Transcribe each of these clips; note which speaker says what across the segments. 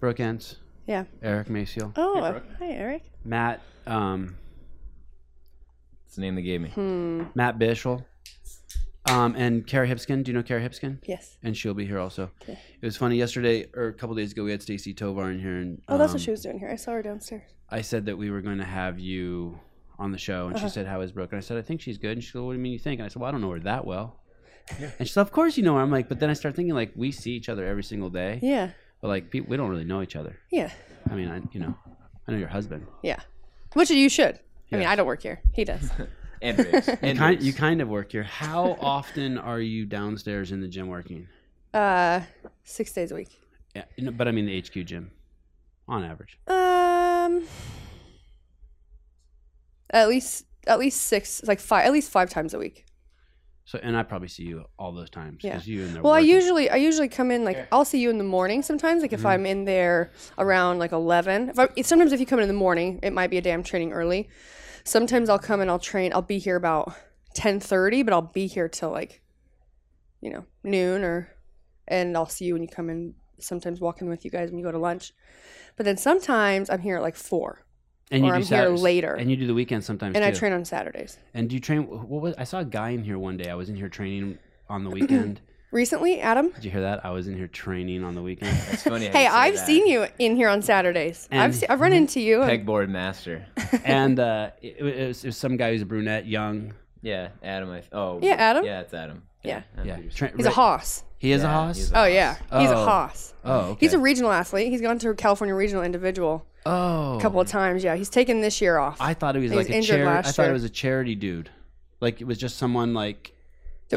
Speaker 1: Brooke Ents,
Speaker 2: Yeah.
Speaker 1: Eric Maciel,
Speaker 2: Oh,
Speaker 3: Hey,
Speaker 2: uh,
Speaker 3: Brooke.
Speaker 2: hi, Eric.
Speaker 1: Matt um,
Speaker 3: It's the name they gave me.
Speaker 2: Hmm.
Speaker 1: Matt Bishel, um, and Carrie Hipskin. Do you know Carrie Hipskin?
Speaker 2: Yes.
Speaker 1: And she'll be here also.
Speaker 2: Okay.
Speaker 1: It was funny yesterday or a couple days ago. We had Stacy Tovar in here, and
Speaker 2: Oh, that's
Speaker 1: um,
Speaker 2: what she was doing here. I saw her downstairs.
Speaker 1: I said that we were going to have you on the show, and
Speaker 2: Uh-huh.
Speaker 1: she said, "How is Brooke?" And I said, "I think she's good." And she said, "What do you mean you think?" And I said, "Well, I don't know her that well."
Speaker 3: Yeah.
Speaker 1: And she said, "Of course you know her." I'm like, but then I start thinking like we see each other every single day,
Speaker 2: Yeah.
Speaker 1: but like pe- we don't really know each other.
Speaker 2: Yeah.
Speaker 1: I mean, I you know, I know your husband.
Speaker 2: Yeah. Which you should. I mean,
Speaker 1: Yes.
Speaker 2: I don't work here. He does.
Speaker 3: And Riggs. And
Speaker 1: Kind,
Speaker 3: Riggs.
Speaker 1: you kind of work here. How often are you downstairs in the gym working?
Speaker 2: Uh, six days a week.
Speaker 1: Yeah, no, but I mean the HQ gym, on average.
Speaker 2: Um, at least at least six, like five, at least five times a week.
Speaker 1: So, and I probably see you all those times.
Speaker 2: Yeah.
Speaker 1: 'cause You and
Speaker 2: Well, I usually I usually come in like
Speaker 3: Okay.
Speaker 2: I'll see you in the morning sometimes. Like if
Speaker 3: Mm-hmm.
Speaker 1: Mhm.
Speaker 2: I'm in there around like eleven. If I, if- sometimes if you come in in the morning, it might be a day I'm training early. Sometimes I'll come and I'll train. I'll be here about ten thirty, but I'll be here till like, you know, noon or, and I'll see you when you come in. Sometimes walking with you guys when you go to lunch, but then sometimes I'm here at like four,
Speaker 1: and
Speaker 2: or I'm here
Speaker 1: Saturdays-
Speaker 2: later.
Speaker 1: and you do the weekends sometimes.
Speaker 2: and I
Speaker 1: too.
Speaker 2: train on Saturdays.
Speaker 1: And do you train? What was I saw a guy in here one day. I was in here training on the weekend.
Speaker 2: Recently, Adam.
Speaker 1: Did you hear that? I was in here training on the weekend.
Speaker 3: It's funny. how
Speaker 2: Hey,
Speaker 3: you say
Speaker 2: I've
Speaker 3: that.
Speaker 2: seen you in here on Saturdays.
Speaker 1: And-
Speaker 2: I've se- I've run into you.
Speaker 3: Pegboard master.
Speaker 1: and uh, it, it was, it was some guy who's a brunette, young.
Speaker 3: Yeah, Adam. I, oh.
Speaker 2: Yeah, Adam?
Speaker 3: Yeah, it's Adam.
Speaker 2: Yeah.
Speaker 3: Adam
Speaker 1: Yeah,
Speaker 3: Peterson.
Speaker 1: Tra-
Speaker 2: He's a
Speaker 1: Rick-
Speaker 2: hoss.
Speaker 1: He is a
Speaker 3: Yeah,
Speaker 1: hoss.
Speaker 3: he's a-
Speaker 2: Oh yeah, he's a
Speaker 1: Oh.
Speaker 2: hoss.
Speaker 1: oh, okay.
Speaker 2: He's a regional athlete. He's gone to California Regional Individual
Speaker 1: oh.
Speaker 2: a couple of times. Yeah, he's taken this year off.
Speaker 1: I thought he was
Speaker 2: He was
Speaker 1: like a
Speaker 2: injured
Speaker 1: charity. I
Speaker 2: last
Speaker 1: thought it
Speaker 2: year.
Speaker 1: was a charity dude. Like it was just someone like
Speaker 2: that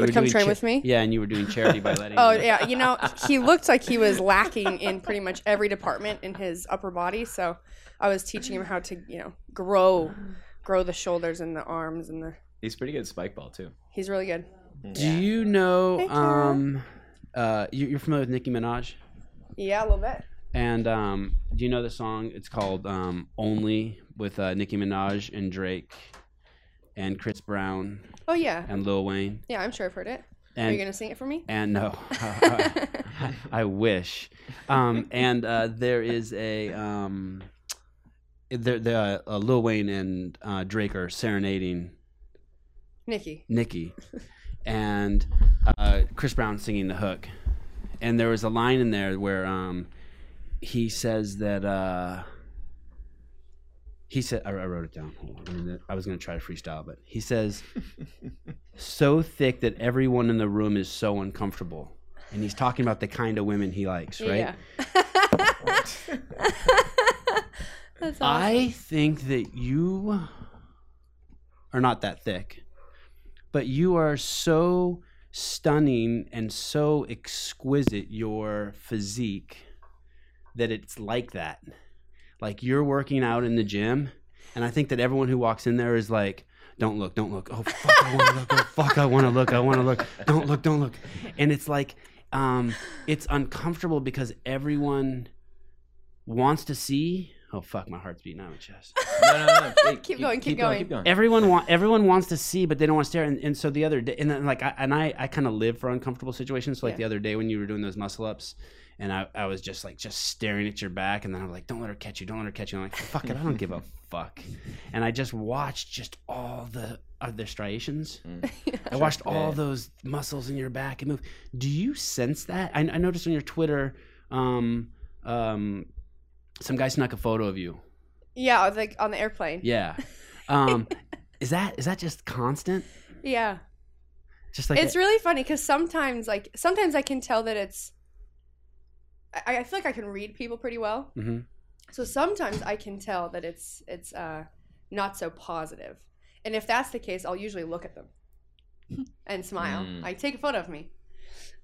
Speaker 1: you
Speaker 2: would
Speaker 1: were
Speaker 2: come
Speaker 1: doing
Speaker 2: train
Speaker 1: cha-
Speaker 2: with me.
Speaker 1: Yeah, and you were doing charity by letting.
Speaker 2: Oh
Speaker 1: him-
Speaker 2: yeah, you know he looked like he was lacking in pretty much every department in his upper body. So I was teaching him how to you know grow, grow the shoulders and the arms and the.
Speaker 3: He's pretty good at spike ball too.
Speaker 2: He's really good.
Speaker 1: Do you know?
Speaker 2: Hey, Kara.
Speaker 1: um, uh, you, you're familiar with Nicki Minaj,
Speaker 2: Yeah, a little bit.
Speaker 1: and um, do you know the song? It's called um, "Only" with uh, Nicki Minaj and Drake, and Chris Brown
Speaker 2: Oh yeah,
Speaker 1: and Lil Wayne.
Speaker 2: yeah. I'm sure I've heard it. Are
Speaker 1: And
Speaker 2: you gonna sing it for me?
Speaker 1: and uh, no, I, wish. Um, and uh, there is a um, there, there uh, uh, Lil Wayne and uh, Drake are serenading
Speaker 2: Nikki.
Speaker 1: Nikki, and uh, Chris Brown singing the hook. And there was a line in there where um, he says that uh, he said I, I wrote it down. Hold on, I, mean, I was going to try to freestyle, but he says so thick that everyone in the room is so uncomfortable. And he's talking about the kind of women he likes, right?
Speaker 2: Yeah. That's awesome.
Speaker 1: I think that you are not that thick, but you are so stunning and so exquisite your physique that it's like that. Like you're working out in the gym, and I think that everyone who walks in there is like, don't look, don't look. Oh fuck, I want to look. Oh fuck, I want to look. I want to look. Don't look, don't look. And it's like, um, it's uncomfortable because everyone wants to see. Oh fuck, my heart's beating out of my chest.
Speaker 3: No, no, no. Hey,
Speaker 2: Keep going, keep going.
Speaker 3: Keep going.
Speaker 1: Everyone want everyone wants to see, but they don't want to stare. And, and so the other day, and then like I and I, I kind of live for uncomfortable situations. So like
Speaker 2: Yeah.
Speaker 1: the other day when you were doing those muscle ups, and I, I was just like just staring at your back, and then I'm like, don't let her catch you, don't let her catch you. And I'm like, fuck it, I don't give a fuck. And I just watched just all the other striations. I watched all
Speaker 3: Yeah.
Speaker 1: those muscles in your back and move. Do you sense that? I, I noticed on your Twitter, um, um, some guy snuck a photo of you.
Speaker 2: Yeah, I was, like on the airplane.
Speaker 1: Yeah. Um, is that is that just constant?
Speaker 2: yeah.
Speaker 1: Just like
Speaker 2: it's really funny because sometimes, like, sometimes I can tell that it's. I, I feel like I can read people pretty well,
Speaker 1: Mhm.
Speaker 2: so sometimes I can tell that it's it's uh, not so positive, and if that's the case, I'll usually look at them and smile,
Speaker 3: Mm.
Speaker 2: like take a photo of me,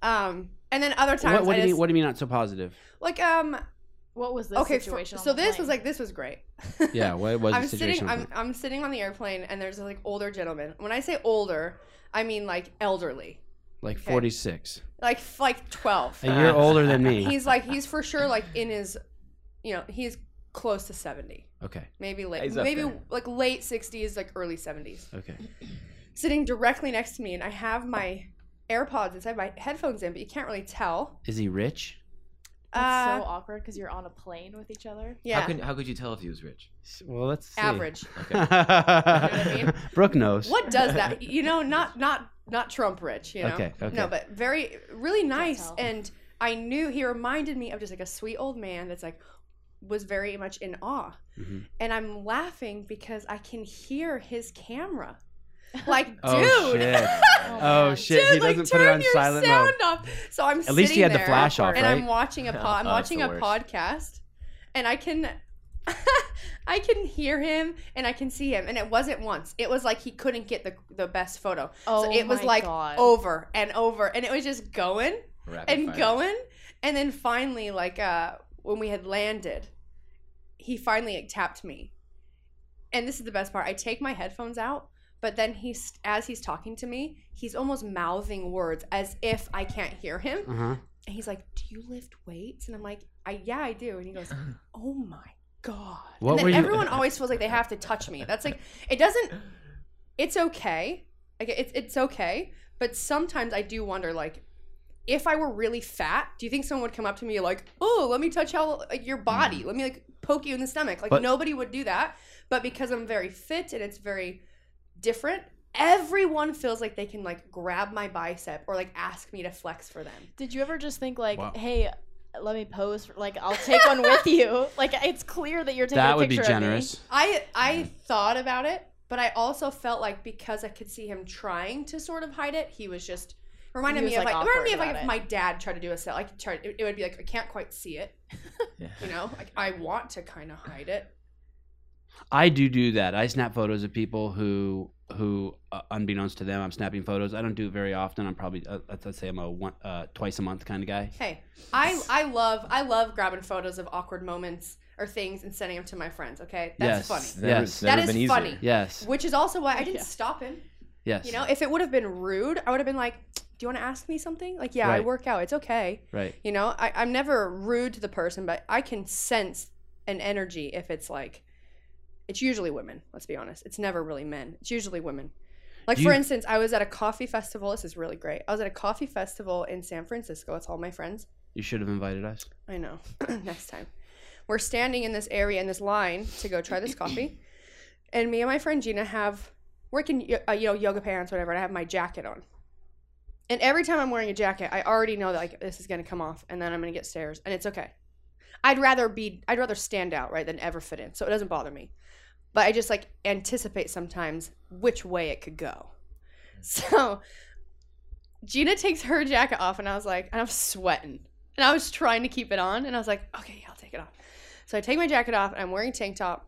Speaker 2: um, and then other times
Speaker 1: Hmm. What, what
Speaker 2: I
Speaker 1: do you
Speaker 2: just
Speaker 1: mean? What do you mean? Not so positive?
Speaker 2: like um
Speaker 4: What was this
Speaker 2: okay for-
Speaker 4: situation? on
Speaker 2: so
Speaker 4: the
Speaker 2: this was
Speaker 4: plane?
Speaker 2: like this was great.
Speaker 1: Yeah. What was
Speaker 2: I'm
Speaker 1: the situation?
Speaker 2: sitting. I'm, I'm sitting on the airplane, and there's like older gentleman. When I say older, I mean like elderly,
Speaker 1: like 46,
Speaker 2: like like twelve.
Speaker 1: a year older than me.
Speaker 2: Uh, He's like he's for sure like in his, you know, he's close to seventy,
Speaker 1: Okay.
Speaker 2: maybe late,
Speaker 3: He's up
Speaker 2: maybe
Speaker 3: there.
Speaker 2: like late sixties, like early seventies.
Speaker 1: Okay.
Speaker 2: Sitting directly next to me, and I have my AirPods inside my headphones in, but you can't really tell.
Speaker 1: Is he rich?
Speaker 4: That's
Speaker 2: Uh,
Speaker 4: so awkward because you're on a plane with each other.
Speaker 2: yeah.
Speaker 3: How, can, how could you tell if he was rich?
Speaker 1: Well, let's see.
Speaker 4: Average.
Speaker 3: Okay.
Speaker 4: I mean?
Speaker 1: Brooke knows.
Speaker 2: what does that? You know, not not not Trump rich. You know.
Speaker 1: Okay. Okay.
Speaker 2: No, but very really nice.
Speaker 4: tell.
Speaker 2: And I knew he reminded me of just like a sweet old man that's like was very much in awe.
Speaker 1: Mhm.
Speaker 2: And I'm laughing because I can hear his camera. Like, dude,
Speaker 1: Oh, shit. Oh,
Speaker 4: man.
Speaker 1: shit.
Speaker 2: dude,
Speaker 1: He
Speaker 2: like
Speaker 1: doesn't put
Speaker 2: turn
Speaker 1: it on
Speaker 2: your
Speaker 1: silent
Speaker 2: sound
Speaker 1: mode.
Speaker 2: off. So I'm
Speaker 1: At least he
Speaker 2: sitting
Speaker 1: had the
Speaker 2: there
Speaker 1: flash off,
Speaker 2: and
Speaker 1: right?
Speaker 2: I'm watching a po- I'm
Speaker 3: Oh, that's
Speaker 2: watching
Speaker 3: the
Speaker 2: a
Speaker 3: worst.
Speaker 2: podcast, and I can. I can hear him and I can see him, and it wasn't once. It was like he couldn't get the the best photo,
Speaker 4: Oh,
Speaker 2: so it was
Speaker 4: my
Speaker 2: like
Speaker 4: God.
Speaker 2: over and over, and it was just going
Speaker 3: Rapid
Speaker 2: and
Speaker 3: fire.
Speaker 2: going, and then finally, like uh, when we had landed, he finally like, tapped me, and this is the best part. I take my headphones out, but then he's as he's talking to me, he's almost mouthing words as if I can't hear him,
Speaker 1: Uh-huh.
Speaker 2: and he's like, "Do you lift weights?" And I'm like, "I yeah, I do." And he goes, "Oh my god!"
Speaker 1: What
Speaker 2: and then
Speaker 1: were you-
Speaker 2: everyone always feels like they have to touch me. That's like it doesn't. It's okay. Like it's it's okay. But sometimes I do wonder, like, if I were really fat, do you think someone would come up to me like, "Oh, let me touch how like, your body. Let me like poke you in the stomach." Like
Speaker 1: But-
Speaker 2: nobody would do that. But because I'm very fit and it's very different. Everyone feels like they can like grab my bicep or like ask me to flex for them.
Speaker 4: Did you ever just think like,
Speaker 1: Wow.
Speaker 4: hey, let me pose? For, like, I'll take one with you. Like, it's clear that you're taking.
Speaker 1: That
Speaker 4: a
Speaker 1: would be
Speaker 4: picture of me.
Speaker 1: generous.
Speaker 2: I I thought about it, but I also felt like because I could see him trying to sort of hide it, he was just reminded
Speaker 4: He was,
Speaker 2: me of
Speaker 4: like,
Speaker 2: like, reminded me
Speaker 4: awkward
Speaker 2: of like
Speaker 4: about
Speaker 2: if
Speaker 4: it.
Speaker 2: my dad tried to do a set, like tried, it, it would be like I can't quite see it,
Speaker 3: Yeah.
Speaker 2: you know, like I want to kind of hide it.
Speaker 1: I do do that. I snap photos of people who who uh, unbeknownst to them I'm snapping photos. I don't do it very often. I'm probably uh, let's let's say I'm a one, uh, twice a month kind of guy.
Speaker 2: Hey, I I love I love grabbing photos of awkward moments or things and sending them to my friends. Okay,
Speaker 1: Yes.
Speaker 2: that's funny.
Speaker 3: Never-
Speaker 1: Yes.
Speaker 3: it's
Speaker 2: That
Speaker 3: never
Speaker 2: is
Speaker 3: been easier.
Speaker 2: funny.
Speaker 1: Yes.
Speaker 2: Which is also why I didn't
Speaker 4: Yeah.
Speaker 2: stop him.
Speaker 1: Yes.
Speaker 2: You know, if it would have been rude, I would have been like, "Do you want to ask me something?" Like, yeah, I
Speaker 1: Right.
Speaker 2: work out. It's okay.
Speaker 1: Right.
Speaker 2: You know, I, I'm never rude to the person, but I can sense an energy if it's like, it's usually women, let's be honest. It's never really men, it's usually women. Like,
Speaker 1: Do
Speaker 2: for
Speaker 1: you-
Speaker 2: instance, I was at a coffee festival. This is really great. I was at a coffee festival in San Francisco. It's all my friends.
Speaker 1: You should have invited us.
Speaker 2: I know. Next time. We're standing in this area in this line to go try this coffee. And me and my friend Gina have, we're in, y- uh, you know, yoga pants, whatever, and I have my jacket on. And every time I'm wearing a jacket, I already know that, like, this is going to come off and then I'm going to get stares. And it's okay. I'd rather be, I'd rather stand out, right, than ever fit in. So it doesn't bother me. But I just, like, anticipate sometimes which way it could go. So Gina takes her jacket off and I was like, and I'm sweating. And I was trying to keep it on, and I was like, okay, yeah, I'll take it off. So I take my jacket off, and I'm wearing a tank top.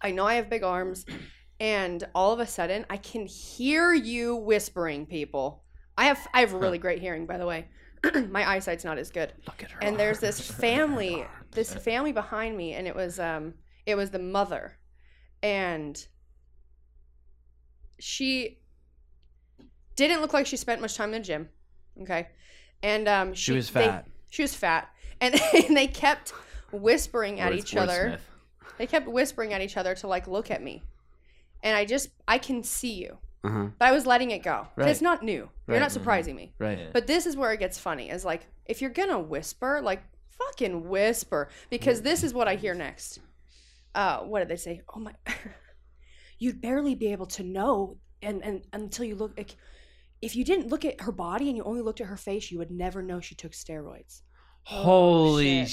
Speaker 2: I know I have big arms, and all of a sudden, I can hear you whispering, people. I have I have really great hearing, by the way. my eyesight's not as good.
Speaker 1: Look at her.
Speaker 2: And there's
Speaker 1: arms.
Speaker 2: this family,
Speaker 1: Oh,
Speaker 2: this family behind me, and it was um it was the mother, and she didn't look like she spent much time in the gym. Okay. And um
Speaker 1: She was
Speaker 2: they-
Speaker 1: fat.
Speaker 2: she was fat, and, and they kept whispering at
Speaker 3: Words-
Speaker 2: each other.
Speaker 3: wordsmith.
Speaker 2: They kept whispering at each other to like look at me, and I just I can see you,
Speaker 1: Uh huh.
Speaker 2: but I was letting it go. 'Cause
Speaker 1: Right.
Speaker 2: It's not new. You're
Speaker 1: Right.
Speaker 2: not surprising me.
Speaker 1: Right.
Speaker 3: Yeah.
Speaker 2: But this is where it gets funny. Is like if you're gonna whisper, like fucking whisper, because this is what I hear next. Uh, what did they say? Oh my, you'd barely be able to know, and and until you look. Like, if you didn't look at her body and you only looked at her face, you would never know she took steroids.
Speaker 1: Holy
Speaker 4: shit.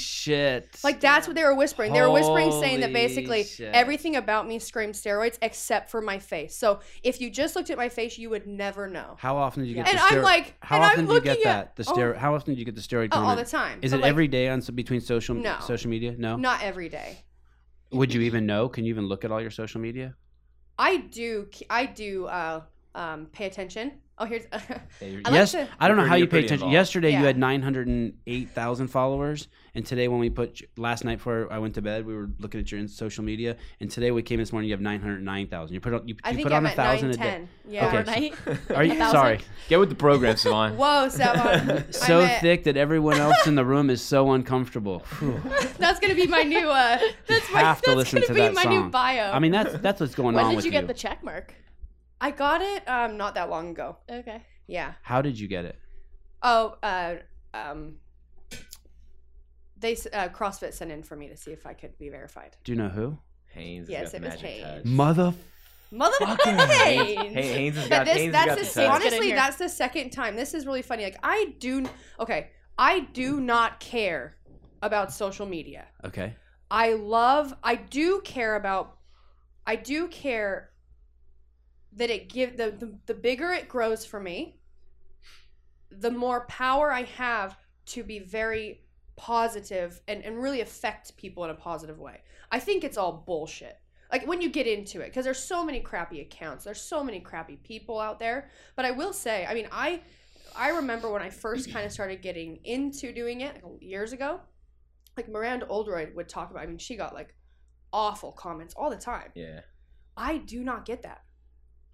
Speaker 1: shit.
Speaker 2: Like that's what they were whispering. They were whispering saying that
Speaker 1: Holy
Speaker 2: basically
Speaker 1: shit.
Speaker 2: everything about me screams steroids except for my face. So if you just looked at my face, you would never know.
Speaker 1: How often do you get?
Speaker 2: And
Speaker 1: the
Speaker 2: I'm
Speaker 1: stero-
Speaker 2: like-
Speaker 1: how
Speaker 2: and I'm
Speaker 1: often do you get
Speaker 2: looking at-
Speaker 1: that? The
Speaker 2: oh.
Speaker 1: steroid. How often do you get the steroid?
Speaker 2: Oh, all
Speaker 1: comment?
Speaker 2: the time.
Speaker 1: Is
Speaker 2: But,
Speaker 1: it
Speaker 2: like,
Speaker 1: every day on so between social
Speaker 2: No.
Speaker 1: social media? No.
Speaker 2: Not every day.
Speaker 1: Would you even know? Can you even look at all your social media?
Speaker 2: I do. ke- I do. Uh, um, pay attention. Oh, here's.
Speaker 3: Yeah, you're-
Speaker 2: I like
Speaker 1: yes.
Speaker 2: to-
Speaker 1: I don't know
Speaker 3: You're
Speaker 1: how
Speaker 3: pretty-
Speaker 1: you
Speaker 3: you're
Speaker 1: pay
Speaker 3: pretty
Speaker 1: attention.
Speaker 3: involved.
Speaker 1: Yesterday you
Speaker 2: Yeah.
Speaker 1: had nine hundred and eight thousand followers, and today when we put last night before I went to bed, we were looking at your in- social media, and today we came this morning. You have nine hundred nine thousand. You put on you,
Speaker 2: I
Speaker 1: you
Speaker 2: think
Speaker 1: put
Speaker 2: I'm
Speaker 1: on a
Speaker 2: at
Speaker 1: thousand
Speaker 2: nine
Speaker 1: a day.
Speaker 2: ten. Yeah.
Speaker 1: Okay.
Speaker 4: Overnight.
Speaker 1: Are you
Speaker 4: 1,000?
Speaker 1: sorry?
Speaker 3: Get with the program, Savon.
Speaker 2: Whoa, Savon.
Speaker 1: So
Speaker 2: I'm at-
Speaker 1: thick that everyone else in the room is so uncomfortable. Phew.
Speaker 2: That's gonna be my new. Uh, that's my.
Speaker 1: have to
Speaker 2: that's
Speaker 1: listen
Speaker 2: gonna
Speaker 1: to
Speaker 2: be
Speaker 1: that
Speaker 2: my new
Speaker 1: song.
Speaker 2: bio.
Speaker 1: I mean, that's that's what's going
Speaker 4: When
Speaker 1: on
Speaker 4: did
Speaker 1: with
Speaker 4: you get the check mark?
Speaker 2: I got it. Um, not that long ago.
Speaker 4: Okay.
Speaker 2: Yeah.
Speaker 1: How did you get it?
Speaker 2: Oh. Uh. Um. they s- uh, CrossFit sent in for me to see if I could be verified.
Speaker 1: Do you know who?
Speaker 3: Haynes.
Speaker 4: Yes,
Speaker 3: has got
Speaker 4: it
Speaker 3: the
Speaker 4: was
Speaker 3: magic
Speaker 4: Haynes.
Speaker 3: touch.
Speaker 1: Motherfucker.
Speaker 2: Motherfucking
Speaker 3: Haynes.
Speaker 2: Haynes.
Speaker 3: Hey, Haynes has
Speaker 2: Yeah,
Speaker 3: got,
Speaker 2: this-
Speaker 3: Haynes has
Speaker 2: that's
Speaker 3: got
Speaker 2: the
Speaker 3: the
Speaker 2: same,
Speaker 3: touch.
Speaker 4: Let's get in
Speaker 2: honestly,
Speaker 4: here.
Speaker 2: that's the second time. This is really funny. Like I do. Okay, I do not care about social media.
Speaker 1: Okay.
Speaker 2: I love. I do care about. I do care that it give the the, the bigger it grows for me, the more power I have to be very positive and, and really affect people in a positive way. I think it's all bullshit. Like when you get into it, because there's so many crappy accounts, there's so many crappy people out there. But I will say, I mean, I I remember when I first kind of started getting into doing it like, years ago. Like Miranda Oldroyd would talk about. I mean, she got like awful comments all the time.
Speaker 3: Yeah.
Speaker 2: I do not get that.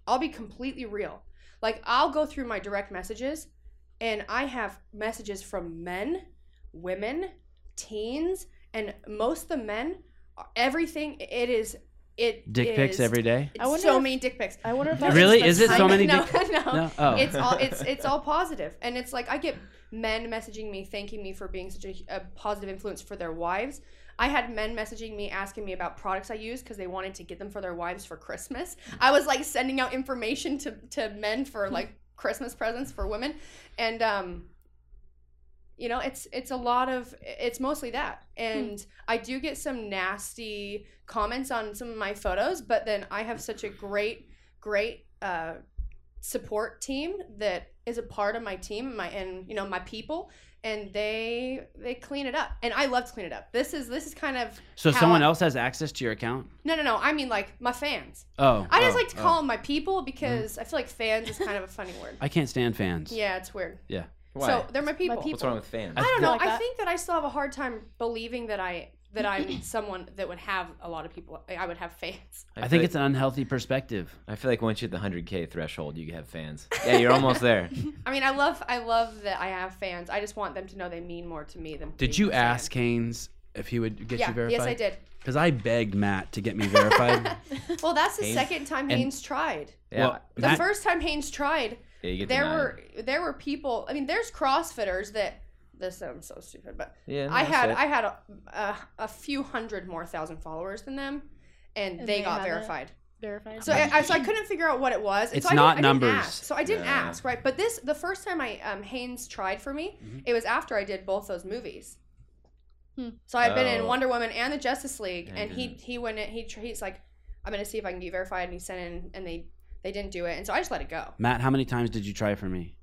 Speaker 2: I'll be completely real. Like I'll go through my direct messages and I have messages from men, women, teens, and most of the men are- everything it is it
Speaker 1: Dick pics
Speaker 2: is-
Speaker 1: every day.
Speaker 2: it's
Speaker 4: I wonder
Speaker 2: so
Speaker 4: if-
Speaker 2: many dick pics.
Speaker 4: I wonder if
Speaker 2: No,
Speaker 4: that's
Speaker 1: Really?
Speaker 4: just the
Speaker 1: Is it so many
Speaker 4: timing.
Speaker 2: no,
Speaker 1: dick-
Speaker 2: no,
Speaker 1: No. Oh.
Speaker 2: It's all it's it's all positive, and it's like I get men messaging me thanking me for being such a, a positive influence for their wives. I had men messaging me asking me about products I use because they wanted to get them for their wives for Christmas. I was like sending out information to to men for like Christmas presents for women, and um, you know, it's it's a lot of it's mostly that, and I do get some nasty comments on some of my photos, but then I have such a great great uh support team that is a part of my team my and you know my people and they they clean it up and i love to clean it up this is this is kind of
Speaker 1: So
Speaker 2: How-
Speaker 1: someone else has access to your account.
Speaker 2: no no no i mean like my fans
Speaker 1: Oh.
Speaker 2: i just
Speaker 1: oh,
Speaker 2: like to
Speaker 1: oh.
Speaker 2: call them my people because i feel like fans is kind of a funny word
Speaker 1: I can't stand fans.
Speaker 2: yeah it's weird
Speaker 3: Why?
Speaker 2: so they're my people,
Speaker 4: people.
Speaker 3: What's wrong with fans?
Speaker 2: i don't know
Speaker 4: Like
Speaker 2: i
Speaker 4: that.
Speaker 2: think that i still have a hard time believing that i that i'm someone that would have a lot of people i would have fans
Speaker 1: I think
Speaker 3: feel
Speaker 1: it's an unhealthy perspective.
Speaker 3: like- I feel like once you hit the 100K threshold, you have fans. Yeah, you're almost there.
Speaker 2: i mean i love i love that i have fans i just want them to know they mean more to me than
Speaker 1: Did
Speaker 2: being
Speaker 1: you
Speaker 2: a fan.
Speaker 1: ask Haynes if he would get
Speaker 2: yeah
Speaker 1: you verified?
Speaker 2: yes i did
Speaker 1: Because I begged Matt to get me verified.
Speaker 2: Well, that's the
Speaker 3: Haynes-
Speaker 2: second time
Speaker 1: and-
Speaker 2: Haynes tried.
Speaker 3: Yeah.
Speaker 1: Well,
Speaker 2: The
Speaker 1: Matt-
Speaker 2: first time Haynes tried,
Speaker 3: yeah you get
Speaker 2: there
Speaker 3: denied.
Speaker 2: were there were people. I mean, there's CrossFitters that this I'm so stupid, but
Speaker 3: Yeah,
Speaker 2: I
Speaker 3: that's
Speaker 2: had
Speaker 3: it.
Speaker 2: I had a, a a few hundred more thousand followers than them, and,
Speaker 4: And
Speaker 2: they,
Speaker 4: they
Speaker 2: got
Speaker 4: haven't.
Speaker 2: verified.
Speaker 4: Verified.
Speaker 2: So I, I, so I couldn't figure out what it was. and
Speaker 1: It's
Speaker 2: so I didn't-
Speaker 1: not
Speaker 2: I didn't
Speaker 1: numbers.
Speaker 2: ask. So I didn't
Speaker 3: Yeah.
Speaker 2: ask, right? But this the first time I um, Haynes tried for me,
Speaker 3: Mm-hmm.
Speaker 2: it was after I did both those movies.
Speaker 4: Hmm.
Speaker 2: So I've been in
Speaker 3: Oh.
Speaker 2: Wonder Woman and the Justice League,
Speaker 3: Yeah, I
Speaker 2: and he
Speaker 3: didn't.
Speaker 2: he went in, he tr- he's like, I'm gonna see if I can get verified, and he sent in, and they they didn't do it, and so I just let it go.
Speaker 1: Matt, how many times did you try for me?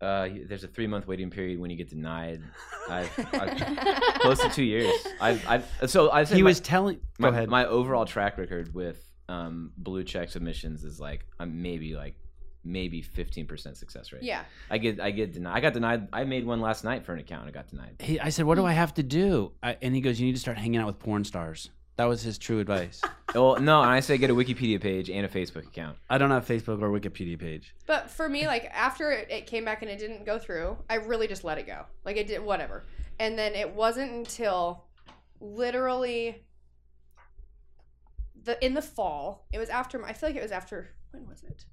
Speaker 3: Uh, you- there's a three month waiting period when you get denied. I've, I've close to two years. I've, I've so I
Speaker 1: He was telling.
Speaker 3: my,
Speaker 1: go ahead.
Speaker 3: my overall track record with um, blue check submissions is like I'm maybe like maybe 15% success rate.
Speaker 2: yeah,
Speaker 3: I get I get denied. I got denied. I made one last night for an account. I got denied.
Speaker 1: he, I said, "What do I have to do?" I, and he goes, "You need to start hanging out with porn stars." That was his true advice.
Speaker 3: Well, no, and I say get a Wikipedia page and a Facebook account.
Speaker 1: I don't have Facebook or Wikipedia page.
Speaker 2: but for me, like after it, it came back and it didn't go through, I really just let it go. Like it did whatever, and then it wasn't until literally the in the fall. It was after my- I feel like it was after when was it?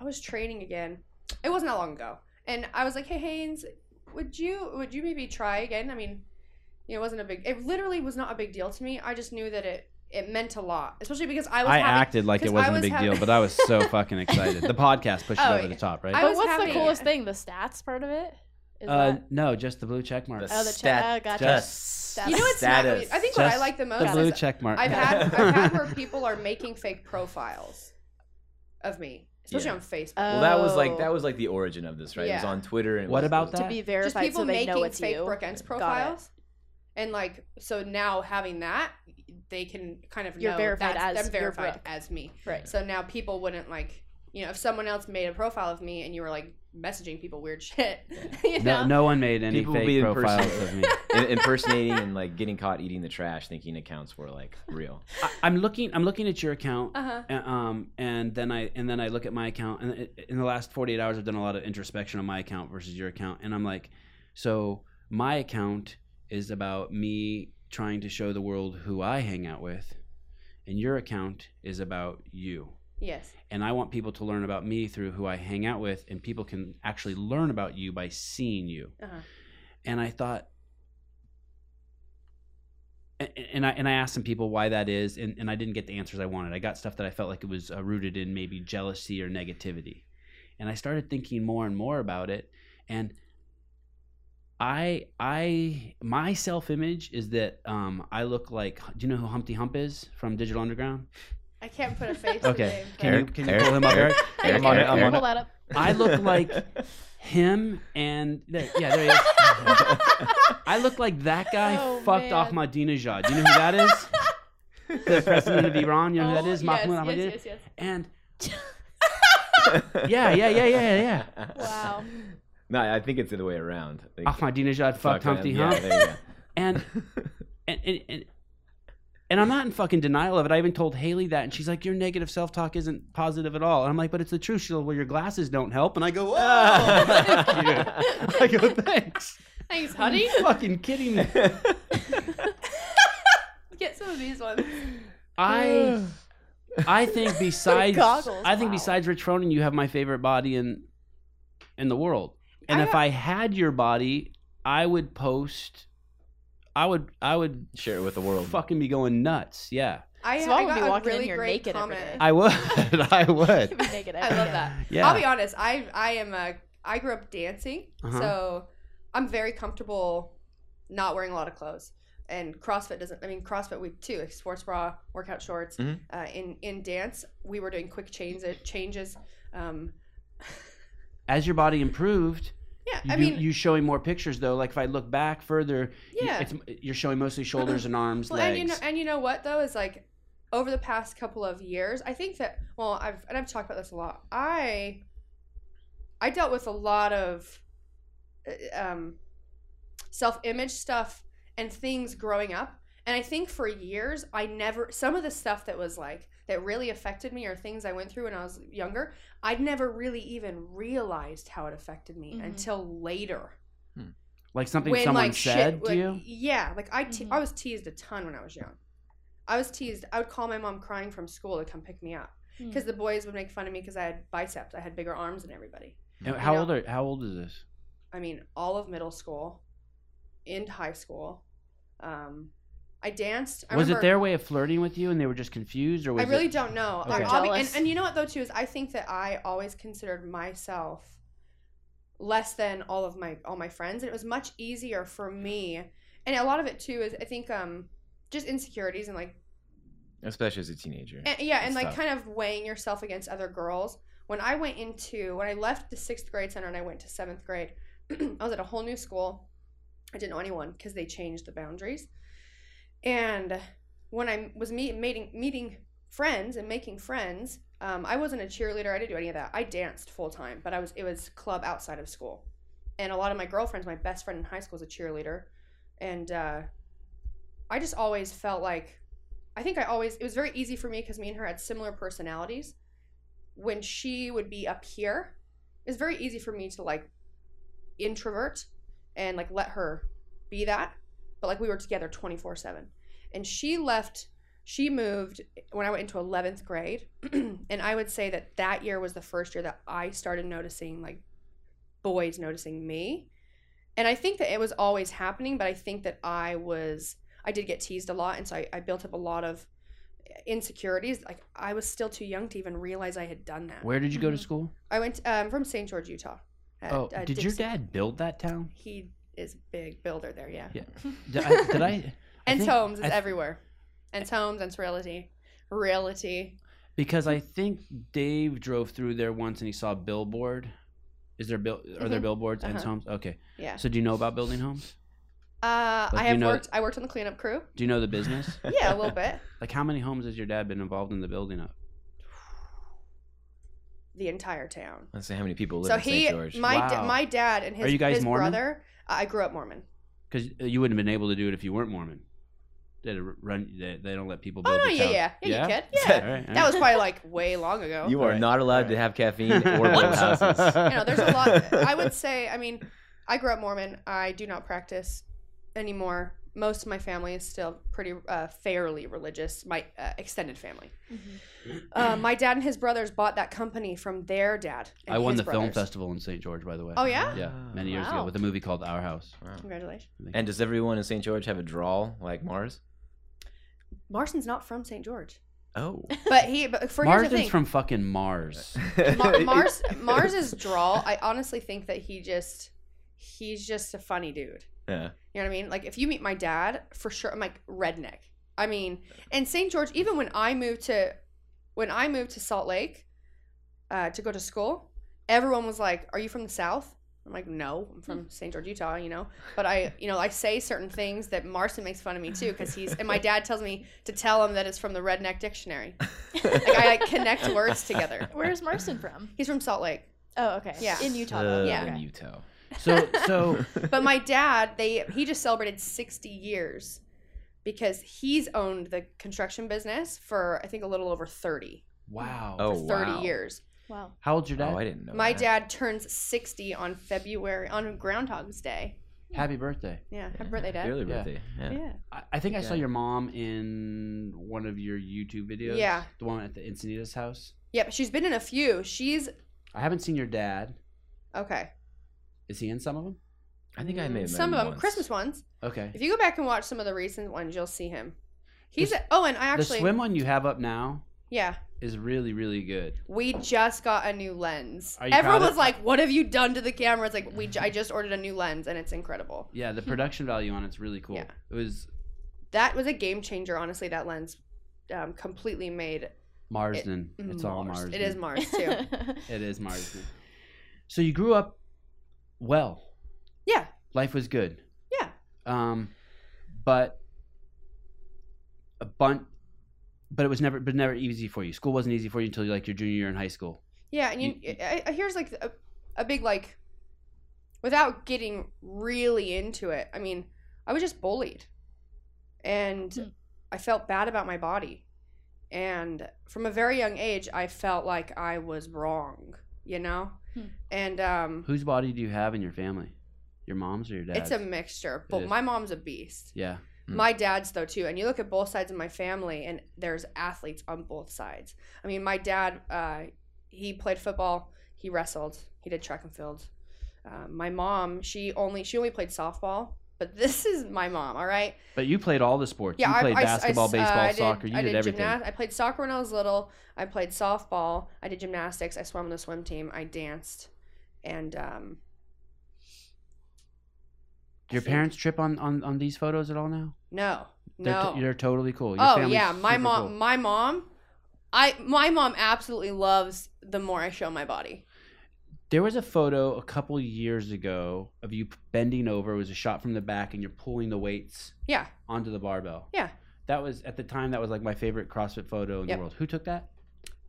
Speaker 2: I was training again. It wasn't that long ago, and I was like, "Hey Haynes, would you would you maybe try again?" I mean, you know, it wasn't a big. It literally was not a big deal to me. I just knew that it it meant a lot, especially because I was
Speaker 1: I
Speaker 2: having,
Speaker 1: acted like it
Speaker 2: 'cause
Speaker 1: wasn't
Speaker 2: I
Speaker 1: a
Speaker 2: was
Speaker 1: big
Speaker 2: having-
Speaker 1: deal, but I was so fucking excited. The podcast pushed
Speaker 2: Oh,
Speaker 1: it over
Speaker 2: yeah.
Speaker 1: the top, right?
Speaker 2: I
Speaker 4: but
Speaker 2: was
Speaker 4: what's
Speaker 2: having-
Speaker 4: the coolest thing? The stats part of it. Is
Speaker 1: uh,
Speaker 4: that
Speaker 1: no, just the blue check mark.
Speaker 3: The
Speaker 4: Oh, the
Speaker 3: stat-
Speaker 4: check- oh, gotcha.
Speaker 3: just
Speaker 4: You
Speaker 2: You know what's not
Speaker 3: status.
Speaker 2: really- I think what I
Speaker 1: Just
Speaker 2: like the most
Speaker 1: the blue
Speaker 2: is
Speaker 1: check mark.
Speaker 2: I've had I've had where people are making fake profiles of me, especially
Speaker 3: Yeah.
Speaker 2: on Facebook.
Speaker 3: well, that was like
Speaker 4: Oh.
Speaker 3: that was like the origin of this, right? It was
Speaker 2: Yeah.
Speaker 3: on Twitter. And it
Speaker 1: What
Speaker 3: was-
Speaker 1: about
Speaker 3: it was-
Speaker 4: to
Speaker 1: that?
Speaker 4: be
Speaker 2: just
Speaker 4: verified
Speaker 2: people
Speaker 4: so they know
Speaker 2: making
Speaker 4: it's
Speaker 2: fake
Speaker 4: you.
Speaker 2: Brookens
Speaker 4: Got it.
Speaker 2: profiles. And like so now having that they can kind of
Speaker 4: You're
Speaker 2: know
Speaker 4: verified
Speaker 2: that's
Speaker 4: as-
Speaker 2: them
Speaker 4: you're
Speaker 2: verified
Speaker 4: Brooke.
Speaker 2: as me.
Speaker 4: Right.
Speaker 2: So now people wouldn't like you know, if someone else made a profile of me and you were like messaging people weird shit. you know?
Speaker 1: no, no one made any
Speaker 3: People will be
Speaker 1: fake
Speaker 3: in person.
Speaker 1: profiles of me.
Speaker 3: In- impersonating and like getting caught eating the trash, thinking accounts were like real.
Speaker 1: I, I'm looking. I'm looking at your account.
Speaker 2: Uh-huh.
Speaker 1: Uh, um, and then I and then I look at my account, and i- in the last 48 hours, I've done a lot of introspection on my account versus your account, and I'm like, so my account is about me trying to show the world who I hang out with, and your account is about you.
Speaker 2: Yes.
Speaker 1: And I want people to learn about me through who I hang out with, and people can actually learn about you by seeing you.
Speaker 2: Uh-huh.
Speaker 1: And I thought, and I and I asked some people why that is, and, and I didn't get the answers I wanted. I got stuff that I felt like it was uh, rooted in maybe jealousy or negativity, and I started thinking more and more about it. And I I my self image is that um, I look like do you know who Humpty Hump is from Digital Underground?
Speaker 4: I can't put a face.
Speaker 1: Okay.
Speaker 4: To the name,
Speaker 1: Can you-
Speaker 4: but-
Speaker 1: can you pull him up, Eric?
Speaker 4: I
Speaker 1: Eric,
Speaker 4: can.
Speaker 1: Eric,
Speaker 4: Can you
Speaker 1: Eric.
Speaker 4: pull that up.
Speaker 1: I look like him and there- yeah, there he is. I look like that guy
Speaker 4: Oh,
Speaker 1: fucked
Speaker 4: man.
Speaker 1: Ahmadinejad. Do you know who that is? the president of Iran. You know who that is?
Speaker 4: Oh, yes,
Speaker 1: Mahmoud Ahmadinejad.
Speaker 4: yes, yes, yes.
Speaker 1: And Yeah, yeah, yeah, yeah, yeah. Oh,
Speaker 4: Wow.
Speaker 3: No, I think it's the other way around. I
Speaker 1: Ah,
Speaker 3: think-
Speaker 1: Ahmadinejad
Speaker 3: Fuck
Speaker 1: fucked Humpty
Speaker 3: him.
Speaker 1: Hump.
Speaker 3: Yeah, there you go.
Speaker 1: And, and, and, and and I'm not in fucking denial of it. I even told Haley that, and she's like, "Your negative self talk isn't positive at all." And I'm like, "But it's the truth." She's like, "Well, your glasses don't help." And I go, "Oh, thank you." I go, "Thanks."
Speaker 4: Thanks, honey.
Speaker 1: fucking kidding me.
Speaker 4: Get some of these ones.
Speaker 1: I I think besides
Speaker 4: Goggles,
Speaker 1: I think
Speaker 4: wow.
Speaker 1: besides Rich Froning, you have my favorite body in in the world. And
Speaker 2: I
Speaker 1: if I had your body, I would post. I would I would
Speaker 3: Share it with the world.
Speaker 1: fucking be going nuts. Yeah,
Speaker 2: I,
Speaker 4: So
Speaker 2: I
Speaker 4: I would
Speaker 2: got
Speaker 4: be
Speaker 2: a
Speaker 4: walking in
Speaker 2: really
Speaker 4: here
Speaker 2: great
Speaker 4: naked every
Speaker 2: comment.
Speaker 4: day.
Speaker 1: I would. I would.
Speaker 2: I love that.
Speaker 1: Yeah.
Speaker 2: I'll be honest. I I am a I grew up dancing,
Speaker 1: Uh-huh.
Speaker 2: so I'm very comfortable not wearing a lot of clothes. And CrossFit doesn't. I mean, CrossFit we too. like Sports bra, workout shorts.
Speaker 1: Mm-hmm.
Speaker 3: Mhm.
Speaker 2: Uh, in in dance, we were doing quick changes. Changes. Um,
Speaker 1: As your body improved,
Speaker 2: yeah,
Speaker 1: you,
Speaker 2: I mean,
Speaker 1: you showing more pictures though. Like if I look back further, you-
Speaker 2: yeah.
Speaker 1: it's, you're showing mostly shoulders and arms,
Speaker 2: Well, and
Speaker 1: legs.
Speaker 2: you know, and you know what though is like, over the past couple of years, I think that well, I've and I've talked about this a lot. I, I dealt with a lot of, uh, um, self-image stuff and things growing up, and I think for years I never some of the stuff that was like that really affected me or things I went through when I was younger, I'd never really even realized how it affected me
Speaker 4: Mhm.
Speaker 2: until later
Speaker 1: like something someone said to
Speaker 2: like,
Speaker 1: you.
Speaker 2: Yeah, like I te-
Speaker 4: Mhm.
Speaker 2: I was teased a ton when I was young. I was teased. I would call my mom crying from school to come pick me up
Speaker 4: Hmm. Mm.
Speaker 2: because the boys would make fun of me because I had biceps. I had bigger arms than everybody.
Speaker 1: And Uh, How
Speaker 2: know-
Speaker 1: old are How old is this?
Speaker 2: I mean, all of middle school, into high school. Um, I danced. I
Speaker 1: was it
Speaker 2: remember-
Speaker 1: their way of flirting with you, and they were just confused, or was
Speaker 2: I really
Speaker 1: it?
Speaker 2: don't know.
Speaker 1: Okay.
Speaker 2: I'll be- and,
Speaker 4: Jealous.
Speaker 2: and you know what though too is I think that I always considered myself less than all of my all my friends, and it was much easier for me. And a lot of it too is I think um just insecurities and like
Speaker 3: Especially as a teenager.
Speaker 2: and, yeah and
Speaker 3: It's
Speaker 2: like
Speaker 3: tough.
Speaker 2: kind of weighing yourself against other girls. When I went into when I left the sixth grade center and I went to seventh grade, I was at a whole new school. I didn't know anyone because they changed the boundaries. And when I was meet, meeting meeting friends and making friends, um, I wasn't a cheerleader. I didn't do any of that. I danced full time, but I was it was club outside of school. And a lot of my girlfriends, my best friend in high school is a cheerleader, and uh, I just always felt like I think I always it was very easy for me because me and her had similar personalities. When she would be up here, it was very easy for me to like introvert and like let her be that but like we were together 24 7 and she left she moved when i went into 11th grade and i would say that that year was the first year that i started noticing like boys noticing me and i think that it was always happening but i think that i was i did get teased a lot and so i, I built up a lot of insecurities like i was still too young to even realize i had done that
Speaker 1: Where did you go to
Speaker 4: Mhm.
Speaker 1: school?
Speaker 2: i went um, from st george utah at,
Speaker 1: oh,
Speaker 2: uh,
Speaker 1: did your
Speaker 2: Dixie.
Speaker 1: dad build that town?
Speaker 2: he is a big builder there yeah
Speaker 1: Did I? Did I I
Speaker 2: And
Speaker 1: think-
Speaker 2: Tomes is
Speaker 1: I-
Speaker 2: everywhere. And Tomes and Reality. Reality.
Speaker 1: because I think Dave drove through there once and he saw a billboard. Is there bill? Are there
Speaker 2: Mhm.
Speaker 1: billboards and
Speaker 2: Uh-huh.
Speaker 1: homes? Okay.
Speaker 2: Yeah.
Speaker 1: So do you know about building homes?
Speaker 2: Uh,
Speaker 1: But do
Speaker 2: I
Speaker 1: you
Speaker 2: have
Speaker 1: know-
Speaker 2: worked I worked on the cleanup crew.
Speaker 1: Do you know the business?
Speaker 2: Yeah, a little bit.
Speaker 1: like how many homes has your dad been involved in the building of?
Speaker 2: The entire town.
Speaker 3: Let's say how many people live
Speaker 2: So
Speaker 3: in St.
Speaker 2: he
Speaker 3: George.
Speaker 2: my da-
Speaker 1: Wow.
Speaker 2: my dad and his,
Speaker 1: Are you guys
Speaker 2: his
Speaker 1: Mormon?
Speaker 2: brother I grew up Mormon.
Speaker 1: Because uh, you wouldn't have been able to do it if you weren't Mormon. They run. They, they don't let people
Speaker 2: Oh
Speaker 1: build.
Speaker 2: no,
Speaker 1: the
Speaker 2: yeah,
Speaker 1: town.
Speaker 2: yeah. Yeah, you
Speaker 1: Yeah?
Speaker 2: could. Yeah.
Speaker 1: All right, all
Speaker 2: That
Speaker 1: right.
Speaker 2: was probably like way long ago.
Speaker 3: you are
Speaker 1: Right,
Speaker 3: not allowed to
Speaker 1: right.
Speaker 3: have caffeine or build houses.
Speaker 2: you know, there's a lot. I would say, I mean, I grew up Mormon. I do not practice anymore. Most of my family is still pretty uh, fairly religious. My uh, extended family.
Speaker 4: Mm-hmm.
Speaker 2: Uh, my dad and his brothers bought that company from their dad. And
Speaker 1: I won
Speaker 2: his
Speaker 1: the film
Speaker 2: brothers.
Speaker 1: festival in St. George, by the way.
Speaker 2: Oh, yeah?
Speaker 1: Yeah, many years ago
Speaker 4: Wow.
Speaker 1: with a movie called Our House.
Speaker 3: Wow.
Speaker 2: Congratulations.
Speaker 3: And does everyone in St. George have a drawl like Mars?
Speaker 2: Marston's not from St. George,
Speaker 3: Oh.
Speaker 2: but he. But for here's the
Speaker 1: Marsden's
Speaker 2: thing.
Speaker 1: from fucking Mars.
Speaker 2: Mar- Mars Mars's drawl. I honestly think that he just he's just a funny dude.
Speaker 3: Yeah.
Speaker 2: You know what I mean? Like if you meet my dad, for sure I'm like redneck. I mean, and St. George. Even when I moved to when I moved to Salt Lake uh, to go to school, everyone was like, "Are you from the South?" I'm like, "No, I'm from St. George, Utah." You know, but I you know I say certain things that Marston makes fun of me too because he's and my dad tells me to tell him that it's from the Redneck Dictionary. Like I like connect words together.
Speaker 4: Where's Marston from?
Speaker 2: He's from Salt Lake.
Speaker 4: Oh, okay.
Speaker 2: Yeah.
Speaker 4: In Utah.
Speaker 3: Uh,
Speaker 4: though.
Speaker 2: Yeah.
Speaker 3: In Utah.
Speaker 1: So so
Speaker 2: But my dad, they he just celebrated 60 years because he's owned the construction business for I think a little over 30
Speaker 1: wow.
Speaker 3: Oh,
Speaker 2: for 30
Speaker 3: wow.
Speaker 2: years.
Speaker 4: Wow.
Speaker 1: How old's your dad?
Speaker 3: Oh, I didn't know.
Speaker 2: my
Speaker 3: that.
Speaker 2: dad turns 60 on February on Groundhog's Day.
Speaker 1: Happy birthday.
Speaker 2: Yeah, happy
Speaker 3: Yeah.
Speaker 2: birthday, dad.
Speaker 3: Happy Early
Speaker 1: Yeah.
Speaker 3: birthday. Yeah.
Speaker 2: Yeah.
Speaker 1: I, I think I saw
Speaker 3: Yeah.
Speaker 1: your mom in one of your YouTube videos.
Speaker 2: Yeah.
Speaker 1: The one at the Encinitas house.
Speaker 2: Yep, she's been in a few. She's
Speaker 1: I haven't seen your dad.
Speaker 2: okay.
Speaker 1: Is he in some of them?
Speaker 3: I think I may have met
Speaker 2: Some
Speaker 3: him
Speaker 2: of them
Speaker 3: once.
Speaker 2: Christmas ones.
Speaker 1: Okay.
Speaker 2: If you go back and watch some of the recent ones, you'll see him. He's
Speaker 1: The-
Speaker 2: a, oh, and I
Speaker 1: the
Speaker 2: actually
Speaker 1: swim one you have up now
Speaker 2: yeah.
Speaker 1: is really, really good.
Speaker 2: We just got a new lens.
Speaker 1: Are you
Speaker 2: Everyone
Speaker 1: proud of-
Speaker 2: was like, "What have you done to the camera?" It's like we j- I just ordered a new lens and it's incredible.
Speaker 1: Yeah, the production value on it's really cool.
Speaker 2: Yeah.
Speaker 1: It was
Speaker 2: That was a game changer, honestly. That lens um, completely made
Speaker 1: Marsden. it's all
Speaker 2: Mars.
Speaker 1: Marsden.
Speaker 2: It is Mars too.
Speaker 1: It is Marsden. So you grew up well.
Speaker 2: Yeah.
Speaker 1: Life was good.
Speaker 2: Yeah.
Speaker 1: Um, but a bunch, but it was never, but never easy for you. School wasn't easy for you until like your junior year in high school.
Speaker 2: yeah, and you,
Speaker 1: You-
Speaker 2: I, I- here's like a, a big like, without getting really into it. I mean, I was just bullied, and
Speaker 4: Hmm.
Speaker 2: I felt bad about my body, and from a very young age, I felt like I was wrong. You know,
Speaker 4: Hmm.
Speaker 2: and um,
Speaker 1: Whose body do you have in your family? Your mom's or your dad's?
Speaker 2: It's a mixture,
Speaker 1: It
Speaker 2: but
Speaker 1: is.
Speaker 2: my mom's a beast.
Speaker 1: yeah.
Speaker 3: Mm.
Speaker 2: My dad's though too, and you look at both sides of my family, and there's athletes on both sides. I mean, my dad, uh, he played football, he wrestled, he did track and field. Uh, my mom, she only she only played softball, but this is my mom. All right,
Speaker 1: But you played all the sports.
Speaker 2: yeah,
Speaker 1: you
Speaker 2: I-
Speaker 1: played
Speaker 2: I, s- I
Speaker 1: basketball,
Speaker 2: s- uh,
Speaker 1: baseball,
Speaker 2: I
Speaker 1: soccer. You
Speaker 2: I
Speaker 1: did, everything.
Speaker 2: gymnas- I played soccer when I was little. I played softball. I did gymnastics. I swam on the swim team. I danced, and um,
Speaker 1: Do your parents trip on, on, on these photos at all now?
Speaker 2: no,
Speaker 1: They're,
Speaker 2: no,
Speaker 1: t- they're totally cool. Your
Speaker 2: oh
Speaker 1: family's
Speaker 2: yeah, my
Speaker 1: super
Speaker 2: mom.
Speaker 1: cool.
Speaker 2: My mom. I my mom absolutely loves the more I show my body.
Speaker 1: There was a photo a couple years ago of you p- bending over. It was a shot from the back, and you're pulling the weights
Speaker 2: Yeah,
Speaker 1: onto the barbell.
Speaker 2: Yeah.
Speaker 1: That was at the time. That was like my favorite CrossFit photo in
Speaker 2: Yep.
Speaker 1: the world. Who took that?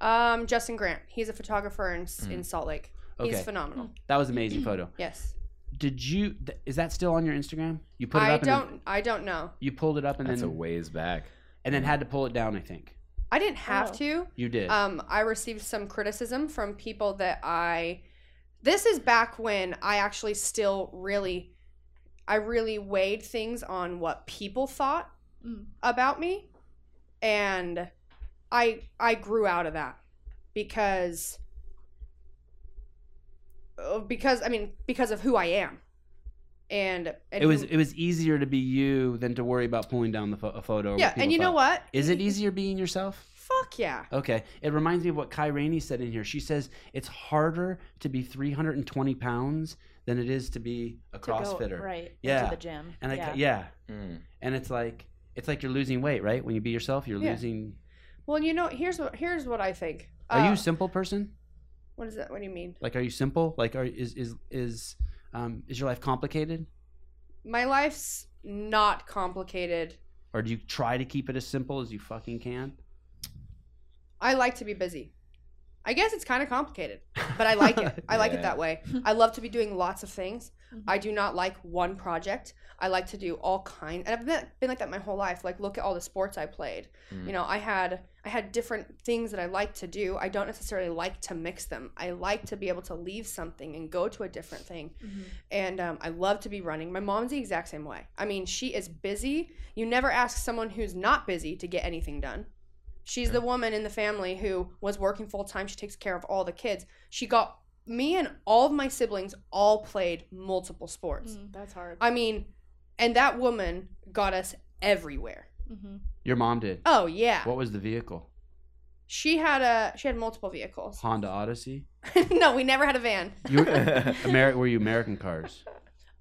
Speaker 2: um, Justin Grant. He's a photographer in S in
Speaker 3: Mhm.
Speaker 2: Salt Lake.
Speaker 1: Mm. Okay,
Speaker 2: He's phenomenal.
Speaker 1: that was an amazing photo.
Speaker 2: Yes,
Speaker 1: Did you? Th- is that still on your Instagram? You put it
Speaker 2: I
Speaker 1: up. And
Speaker 2: don't.
Speaker 1: then,
Speaker 2: I don't know.
Speaker 1: you pulled it up and
Speaker 3: That's a
Speaker 1: then
Speaker 3: ways back.
Speaker 1: and then had to pull it down. I think
Speaker 2: I didn't have
Speaker 4: Oh.
Speaker 2: to.
Speaker 1: you did.
Speaker 2: Um, I received some criticism from people that I. This is back when I actually still really, I really weighed things on what people thought
Speaker 4: Mm.
Speaker 2: about me, and I I grew out of that because uh, because I mean because of who I am, and, and
Speaker 1: it was
Speaker 2: who-
Speaker 1: it was easier to be you than to worry about pulling down the pho- a photo.
Speaker 2: yeah. And you know what?
Speaker 1: Is it easier being yourself?
Speaker 2: Fuck yeah.
Speaker 1: Okay. It reminds me of what Kai Rainey said in here. She says it's harder to be 320 pounds than it is to be a
Speaker 4: To go
Speaker 1: CrossFitter.
Speaker 4: right.
Speaker 1: Yeah.
Speaker 4: To the gym.
Speaker 1: And I,
Speaker 4: yeah.
Speaker 1: yeah. And it's like it's like you're losing weight, right? When you be yourself, you're
Speaker 2: Yeah.
Speaker 1: losing.
Speaker 2: Well, you know here's what here's what I think.
Speaker 1: Are you
Speaker 2: Uh,
Speaker 1: a simple person?
Speaker 2: What is that? What do you mean?
Speaker 1: Like, are you simple? Like, are is is is um is your life complicated,
Speaker 2: my life's not complicated.
Speaker 1: or do you try to keep it as simple as you fucking can?
Speaker 2: I like to be busy. I guess it's kind of complicated, but I like it. I like it
Speaker 3: Yeah.
Speaker 2: that way. I love to be doing lots of things.
Speaker 4: Mhm.
Speaker 2: I do not like one project. I like to do all kind. And I've been, been like that my whole life. Like look at all the sports I played. You know, I had I had different things that I like to do. I don't necessarily like to mix them. I like to be able to leave something and go to a different thing.
Speaker 4: Mhm.
Speaker 2: and um, I love to be running. My mom's the exact same way. I mean, she is busy. You never ask someone who's not busy to get anything done. She's the woman in the family who was working full time. She takes care of all the kids. She got me and all of my siblings all played multiple sports.
Speaker 4: Mm, that's hard.
Speaker 2: I mean, and that woman got us everywhere.
Speaker 4: hmm
Speaker 1: Your mom did.
Speaker 2: Oh yeah.
Speaker 1: What was the vehicle?
Speaker 2: She had a she had multiple vehicles.
Speaker 1: Honda Odyssey.
Speaker 2: no, we never had a van.
Speaker 1: You Ameri- were you American cars?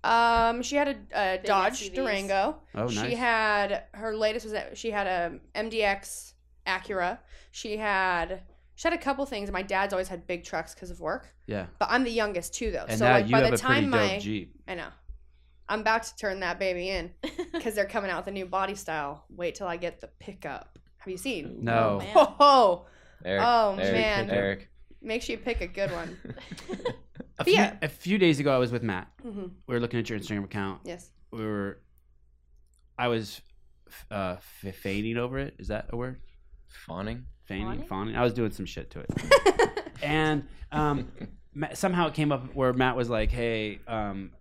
Speaker 2: Um, she had a, a Dodge
Speaker 4: SUVs.
Speaker 2: Durango.
Speaker 1: Oh, nice.
Speaker 2: She had her latest was that she had a MDX Acura. She had she had a couple things. My dad's always had big trucks because of work,
Speaker 1: yeah.
Speaker 2: but I'm the youngest too, though.
Speaker 1: And
Speaker 2: so
Speaker 1: now
Speaker 2: like
Speaker 1: you
Speaker 2: by
Speaker 1: have
Speaker 2: the
Speaker 1: a pretty
Speaker 2: time
Speaker 1: dope
Speaker 2: my
Speaker 1: Jeep.
Speaker 2: I Oh, know, I'm about to turn that baby in because they're coming out with a new body style. Wait till I get the pickup. Have you seen?
Speaker 1: No.
Speaker 4: man.
Speaker 2: Oh, oh
Speaker 3: Eric,
Speaker 2: Oh,
Speaker 3: Eric,
Speaker 2: man.
Speaker 3: Eric.
Speaker 2: make sure you pick a good one.
Speaker 1: A few,
Speaker 2: Yeah.
Speaker 1: a few days ago, I was with Matt.
Speaker 2: hmm
Speaker 1: We were looking at your Instagram account.
Speaker 2: Yes.
Speaker 1: We were. I was f- uh, f- fading over it. Is that a word?
Speaker 3: Fawning.
Speaker 1: Feigning,
Speaker 4: Fawning?
Speaker 1: fawning. I was doing some shit to it. and um, Ma- somehow it came up where Matt was like, "Hey, um,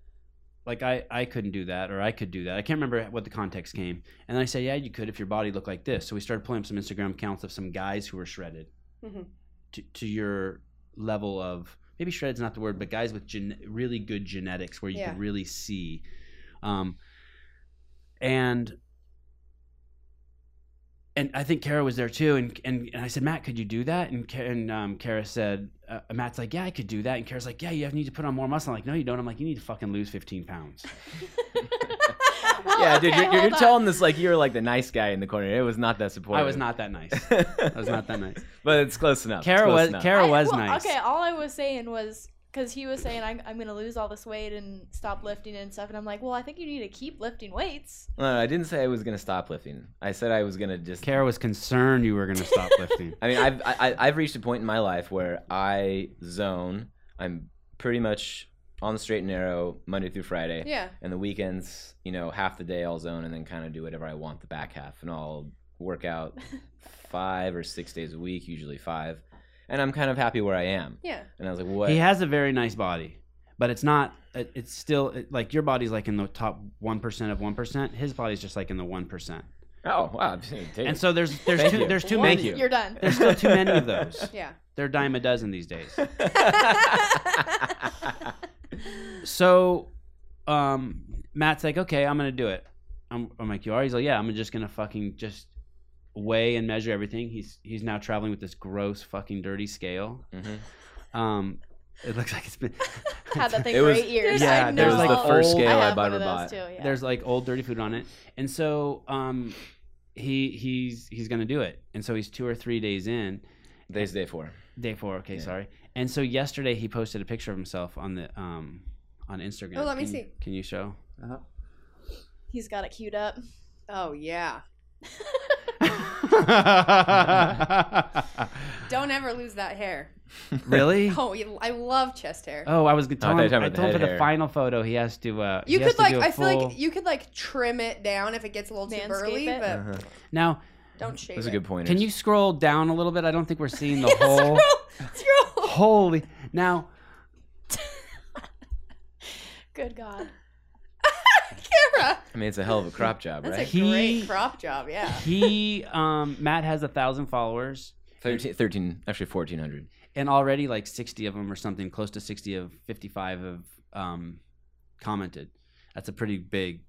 Speaker 1: like I I couldn't do that, or I could do that. I can't remember what the context came." And I said, "Yeah, you could if your body looked like this." So we started pulling up some Instagram accounts of some guys who were shredded
Speaker 2: Mhm.
Speaker 1: to, to your level of maybe shredded's not the word, but guys with gen- really good genetics where you
Speaker 2: Yeah.
Speaker 1: could really see, um, and and I think Kara was there too. And, and, and I said, Matt, could you do that? And, Ka- and um, Kara said, uh, Matt's like, yeah, I could do that. And Kara's like, yeah, you have, need to put on more muscle. I'm like, no, you don't. I'm like, you need to fucking lose 15 pounds.
Speaker 4: Well,
Speaker 3: yeah, dude,
Speaker 4: okay,
Speaker 3: you're, you're,
Speaker 4: hold
Speaker 3: you're
Speaker 4: on.
Speaker 3: telling this like you're like the nice guy in the corner. It was not that supportive.
Speaker 1: I was not that nice.
Speaker 3: I
Speaker 1: I was not that nice.
Speaker 3: but it's close enough. It's
Speaker 1: Kara
Speaker 3: close
Speaker 1: was,
Speaker 3: enough.
Speaker 1: Kara
Speaker 4: I-
Speaker 1: was
Speaker 4: well,
Speaker 1: nice.
Speaker 4: Okay, all I was saying was because he was saying I'm, I'm gonna lose all this weight and stop lifting and stuff, and I'm like, well, I think you need to keep lifting weights.
Speaker 3: No, no, I didn't say I was gonna stop lifting. I said I was gonna just.
Speaker 1: Kara was concerned you were going to stop lifting.
Speaker 3: I mean, I've I, I- I've reached a point in my life where I zone. I'm pretty much on the straight and narrow Monday through Friday,
Speaker 2: Yeah.
Speaker 3: and the weekends, you know, half the day I'll zone and then kind of do whatever I want the back half, and I'll work out five or six days a week, usually five, and I'm kind of happy where I am.
Speaker 2: Yeah.
Speaker 3: And I was like, what?
Speaker 1: He has a very nice body, but it's not, it- it's still it- like your body's like in the top 1% of 1%. His body's just like in the 1%.
Speaker 3: oh wow! dude.
Speaker 1: And so there's, there's
Speaker 3: Thank
Speaker 1: two,
Speaker 3: you.
Speaker 1: there's too
Speaker 4: Once
Speaker 1: many.
Speaker 3: Thank you.
Speaker 4: You're done.
Speaker 1: There's still too many of those.
Speaker 2: Yeah.
Speaker 1: They're a dime a dozen these days.
Speaker 3: yeah,
Speaker 1: so um matt's like okay i'm gonna do it i'm, I'm like you are he's like yeah i'm just gonna fucking just weigh and measure everything he's he's now traveling with this gross fucking dirty scale
Speaker 3: Mm-hmm.
Speaker 1: um it looks like it's been
Speaker 4: Had that thing
Speaker 3: It
Speaker 4: for
Speaker 3: was-
Speaker 4: eight years.
Speaker 1: Yeah,
Speaker 4: I
Speaker 1: there's
Speaker 4: know.
Speaker 1: like the first
Speaker 4: I
Speaker 1: scale
Speaker 4: have
Speaker 3: I
Speaker 4: one
Speaker 3: bought
Speaker 4: of
Speaker 3: or
Speaker 4: those
Speaker 3: bought.
Speaker 4: too. Yeah.
Speaker 1: there's like old dirty food on it and so um he he's he's gonna do it and so he's two or three days in
Speaker 3: Days day four.
Speaker 1: day four okay
Speaker 3: Yeah.
Speaker 1: sorry and so yesterday he posted a picture of himself on the um on instagram
Speaker 2: Oh, let me
Speaker 1: Can you-
Speaker 2: see.
Speaker 1: can you show
Speaker 4: He's got it queued up.
Speaker 2: Oh yeah. Don't ever lose that hair.
Speaker 1: really?
Speaker 2: Oh, you- I love chest hair.
Speaker 1: Oh, I was gonna
Speaker 3: Oh, I
Speaker 1: tell
Speaker 3: thought you
Speaker 1: him.
Speaker 3: were talking
Speaker 1: I
Speaker 3: about the
Speaker 1: told him
Speaker 3: head
Speaker 1: for the
Speaker 3: hair.
Speaker 1: final photo, he has to. Uh,
Speaker 2: you
Speaker 1: he has
Speaker 2: could
Speaker 1: to
Speaker 2: like
Speaker 1: do a
Speaker 2: I feel
Speaker 1: full-
Speaker 2: like you could like trim it down if it gets a little too
Speaker 4: Manscape
Speaker 2: burly,
Speaker 4: it?
Speaker 2: but
Speaker 3: Uh-huh.
Speaker 1: now.
Speaker 2: don't shave.
Speaker 3: Those are
Speaker 2: it.
Speaker 3: good pointers.
Speaker 1: Can you scroll down a little bit? I don't think we're seeing the
Speaker 2: Yeah,
Speaker 1: whole.
Speaker 2: scroll, scroll.
Speaker 1: Holy now.
Speaker 4: Good God.
Speaker 2: Kara.
Speaker 3: I mean, it's a hell of a crop job,
Speaker 2: That's
Speaker 3: right?
Speaker 2: a
Speaker 1: He-
Speaker 2: great crop job, yeah.
Speaker 1: He um Matt has a thousand followers,
Speaker 3: 13, 13 actually fourteen hundred.
Speaker 1: and already like sixty of them or something, close to sixty of fifty-five of um commented. That's a pretty big.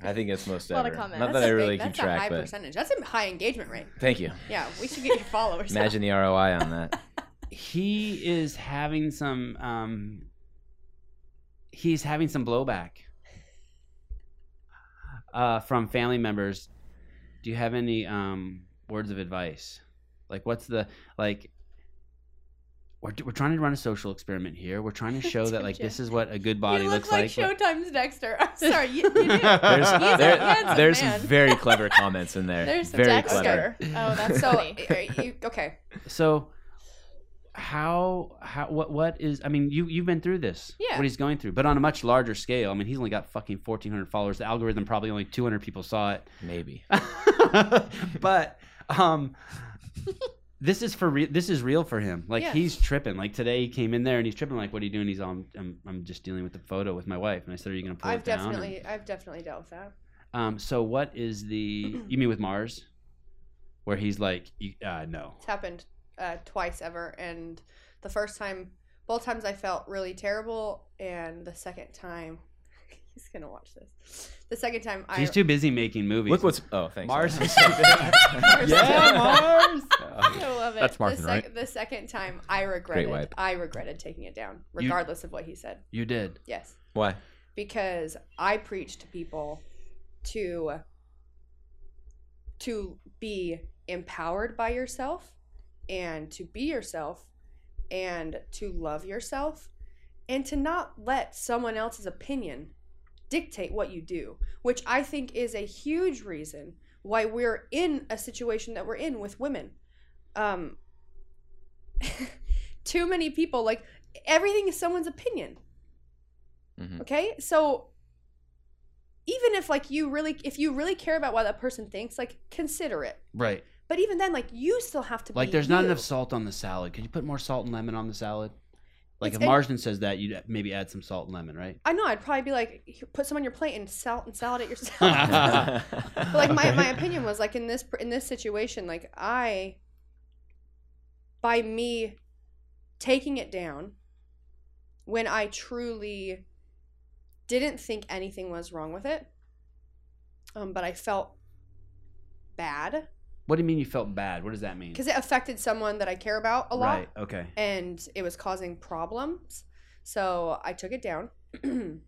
Speaker 3: I think it's most
Speaker 4: A lot
Speaker 3: ever.
Speaker 4: of comments.
Speaker 3: Not that
Speaker 2: That's
Speaker 3: I
Speaker 2: a
Speaker 3: really
Speaker 2: big,
Speaker 3: keep
Speaker 2: that's a high
Speaker 3: track, but
Speaker 2: percentage. That's a high engagement rate.
Speaker 3: thank you.
Speaker 2: Yeah, we should get your followers. up.
Speaker 3: Imagine the ROI on that.
Speaker 1: He is having some. um He's having some blowback. uh, from family members, do you have any um, words of advice? Like, what's the like? We're, we're trying to run a social experiment here. We're trying to show that like this is what a good body
Speaker 2: you look
Speaker 1: looks
Speaker 2: like,
Speaker 1: like. but-
Speaker 2: Showtime's Dexter. I'm sorry, you, you do.
Speaker 3: There's,
Speaker 2: He's a
Speaker 3: there-
Speaker 2: handsome
Speaker 3: there's some
Speaker 2: man.
Speaker 3: very clever comments in there.
Speaker 4: There's
Speaker 3: very
Speaker 4: Dexter.
Speaker 3: clever.
Speaker 4: Oh, that's
Speaker 2: So,
Speaker 4: so.
Speaker 2: uh, you, okay.
Speaker 1: so how how what what is? I mean, you you've been through this.
Speaker 2: Yeah.
Speaker 1: What he's going through, but on a much larger scale. I mean, he's only got fucking fourteen hundred followers. The algorithm probably only two hundred people saw it.
Speaker 3: Maybe.
Speaker 1: but um this is for real this is real for him like
Speaker 2: Yeah.
Speaker 1: he's tripping like today he came in there and he's tripping like what are you doing he's on i'm, I'm just dealing with the photo with my wife and i said are you gonna pull
Speaker 2: I've
Speaker 1: it down or-
Speaker 2: definitely I've definitely dealt with that.
Speaker 1: um so what is the you mean with mars where he's like you- uh no
Speaker 2: It's happened uh, twice ever, and the first time, both times I felt really terrible, and the second time, He's gonna watch this. The second time I
Speaker 1: He's too busy making movies.
Speaker 3: Look what's oh thanks
Speaker 5: Mars is
Speaker 1: yeah, Mars.
Speaker 3: Oh.
Speaker 4: I love it.
Speaker 5: That's
Speaker 2: the,
Speaker 5: Martin,
Speaker 2: sec-
Speaker 5: right?
Speaker 2: the second time I regretted
Speaker 3: wipe.
Speaker 2: I regretted taking it down, regardless of what he said.
Speaker 1: You did.
Speaker 2: Yes.
Speaker 3: Why?
Speaker 2: Because I preach to people to to be empowered by yourself and to be yourself and to love yourself and to not let someone else's opinion dictate what you do, which I think is a huge reason why we're in a situation that we're in with women. Um, too many people, like, everything is someone's opinion.
Speaker 3: Mhm.
Speaker 2: Okay? So even if like you really if you really care about what that person thinks, like consider it.
Speaker 1: Right.
Speaker 2: But even then, like you still have to
Speaker 1: Like
Speaker 2: be
Speaker 1: there's not
Speaker 2: you.
Speaker 1: enough salt on the salad. Could you put more salt and lemon on the salad? Like
Speaker 2: It's-
Speaker 1: if Marsden says that, you'd maybe add some salt and lemon, right?
Speaker 2: I know. I'd probably be like, "Here, put some on your plate and sal- and salad it yourself. but
Speaker 3: But
Speaker 2: like my,
Speaker 5: Okay.
Speaker 2: my opinion was like in this in this situation, like I by me taking it down when I truly didn't think anything was wrong with it, um, but I felt bad
Speaker 1: What do you mean you felt bad? What does that mean?
Speaker 2: because it affected someone that I care about a lot.
Speaker 1: Right. Okay.
Speaker 2: and it was causing problems. So I took it down.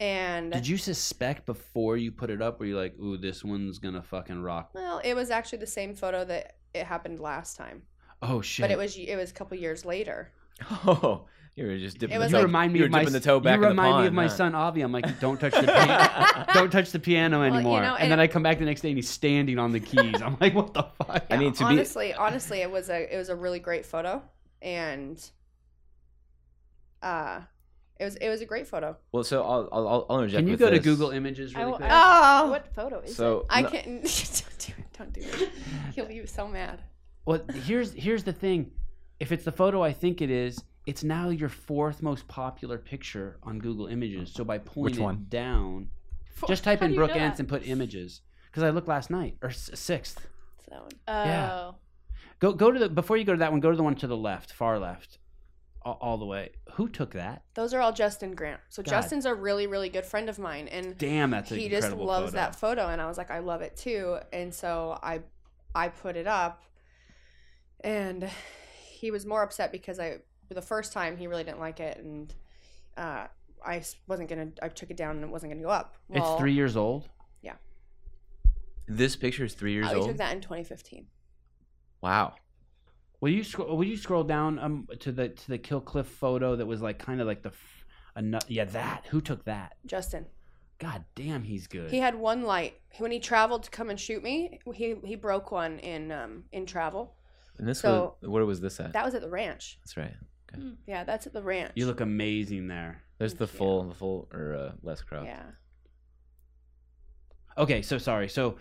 Speaker 2: and
Speaker 1: Did you suspect before you put it up? Were you like, ooh, this one's gonna fucking rock?
Speaker 2: well, it was actually the same photo that it happened last time,
Speaker 1: Oh shit!
Speaker 2: but it was it was a couple years later.
Speaker 3: oh, you were just dipping.
Speaker 2: It
Speaker 3: the
Speaker 2: was
Speaker 1: you
Speaker 3: toe-
Speaker 2: like-
Speaker 1: remind me
Speaker 3: you were
Speaker 1: of my
Speaker 3: dipping the toe back
Speaker 1: you
Speaker 3: in the
Speaker 1: remind me
Speaker 3: pond,
Speaker 1: of my
Speaker 3: huh?
Speaker 1: son Avi. I'm like, don't touch the piano. don't touch the piano
Speaker 2: you
Speaker 1: anymore.
Speaker 2: know,
Speaker 1: and,
Speaker 2: and-
Speaker 1: then I come back the next day and he's standing on the keys. I'm like, what the fuck?
Speaker 3: I mean, to be-
Speaker 2: honestly, honestly, it was a it was a really great photo, and uh, it was it was a great photo.
Speaker 3: Well, so I'll I'll, I'll- I'll interject.
Speaker 1: Can you
Speaker 3: with
Speaker 1: go to
Speaker 3: this.
Speaker 1: Google Images really
Speaker 4: I-
Speaker 1: quick?
Speaker 4: I-
Speaker 2: Oh,
Speaker 4: What photo is it?
Speaker 3: So
Speaker 2: I
Speaker 3: no-
Speaker 2: can't. don't do it. Don't do it. He'll be so mad.
Speaker 1: Well, here's here's the thing. If it's the photo I think it is, it's now your fourth most popular picture on Google Images. So by pulling
Speaker 5: Which
Speaker 1: it
Speaker 5: one?
Speaker 1: down,
Speaker 4: For-
Speaker 1: just type
Speaker 4: How
Speaker 1: in
Speaker 4: do you
Speaker 1: Brooke
Speaker 4: know
Speaker 1: Ants
Speaker 4: that?
Speaker 1: and put images. Because I looked last night or s- sixth.
Speaker 2: So that one.
Speaker 4: Oh,
Speaker 1: Yeah. Go go to the before you go to that one. Go to the one to the left, far left, all, all the way. Who took that?
Speaker 2: Those are all Justin Grant. So
Speaker 1: God.
Speaker 2: Justin's a really really good friend of mine, and
Speaker 1: Damn, that's an
Speaker 2: he just
Speaker 1: incredible
Speaker 2: loves
Speaker 1: photo.
Speaker 2: that photo and i was like i love it too and so i i put it up and he was more upset because i the first time he really didn't like it and uh i s- wasn't gonna i took it down and it wasn't gonna go up
Speaker 1: it's three years old.
Speaker 3: this picture is three years
Speaker 2: I
Speaker 3: old.
Speaker 2: Oh, took that in 2015
Speaker 3: Wow.
Speaker 1: Will you scroll? Will you scroll down um to the to the Killcliff photo that was like kind of like the, f- a nu- yeah that who took that?
Speaker 2: justin
Speaker 1: God damn, he's good.
Speaker 2: he had one light when he traveled to come and shoot me he he broke one in um in travel
Speaker 3: And this
Speaker 2: So-
Speaker 3: was where was this at?
Speaker 2: that was at the ranch
Speaker 3: That's right.
Speaker 2: yeah that's at the ranch
Speaker 1: you look amazing there.
Speaker 3: There's the
Speaker 2: Thank you.
Speaker 3: full, the full or uh, less crop.
Speaker 2: yeah
Speaker 1: Okay, so sorry. So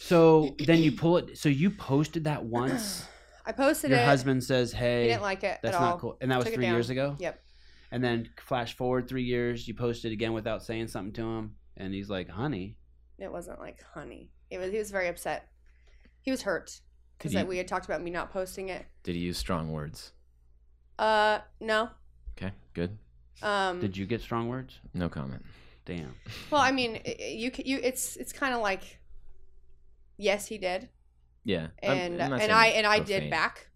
Speaker 1: so then you pull it. So you posted that once.
Speaker 2: i posted
Speaker 1: Your
Speaker 2: it
Speaker 1: husband says,
Speaker 2: he
Speaker 1: "Hey,
Speaker 2: didn't like it
Speaker 1: that's
Speaker 2: at all
Speaker 1: not cool," and that was
Speaker 2: Took it
Speaker 1: three years
Speaker 2: down.
Speaker 1: ago.
Speaker 2: yep
Speaker 1: And then flash forward three years, you posted again without saying something to him, and he's like, "Honey,
Speaker 2: it wasn't like honey. It was he was very upset. He was hurt
Speaker 3: Did
Speaker 2: because
Speaker 3: he-
Speaker 2: we had talked about me not posting it.
Speaker 3: Did he use strong words?
Speaker 2: Uh, no.
Speaker 3: Okay, good.
Speaker 2: Um,
Speaker 1: did you get strong words?"
Speaker 3: No comment.
Speaker 1: Damn.
Speaker 2: Well, I mean, i- i- you c- you it's it's kind of like, yes, he did,
Speaker 3: Yeah. I'm-
Speaker 2: and
Speaker 3: I'm not
Speaker 2: and
Speaker 3: saying
Speaker 2: I and I
Speaker 3: profane.
Speaker 2: did back,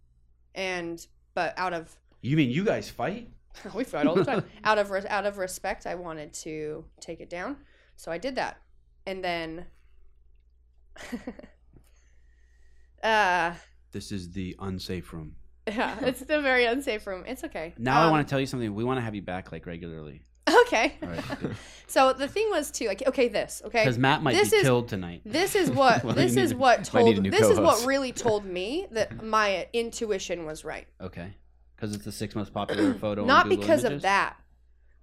Speaker 2: and but out of
Speaker 1: You mean you guys fight?
Speaker 2: we fight all the time. out of res- out of respect, I wanted to take it down, so I did that, and then. uh
Speaker 1: This is the unsafe room.
Speaker 2: yeah it's the very unsafe room it's okay
Speaker 1: Now I
Speaker 2: Um,
Speaker 1: want to tell you something. We want to have you back like regularly.
Speaker 2: okay
Speaker 1: All right.
Speaker 2: So the thing was too like okay this okay
Speaker 1: Because Matt might
Speaker 2: This
Speaker 1: be
Speaker 2: is-
Speaker 1: killed tonight.
Speaker 2: this is what
Speaker 3: Well,
Speaker 2: this
Speaker 3: you
Speaker 2: is
Speaker 3: need-
Speaker 2: what
Speaker 3: might need a
Speaker 2: told
Speaker 3: new
Speaker 2: this is what
Speaker 3: co-host.
Speaker 2: really told me that my intuition was right.
Speaker 1: Okay. Because it's the sixth most popular photo. on
Speaker 2: Not
Speaker 1: Google
Speaker 2: because of
Speaker 1: Images?
Speaker 2: that,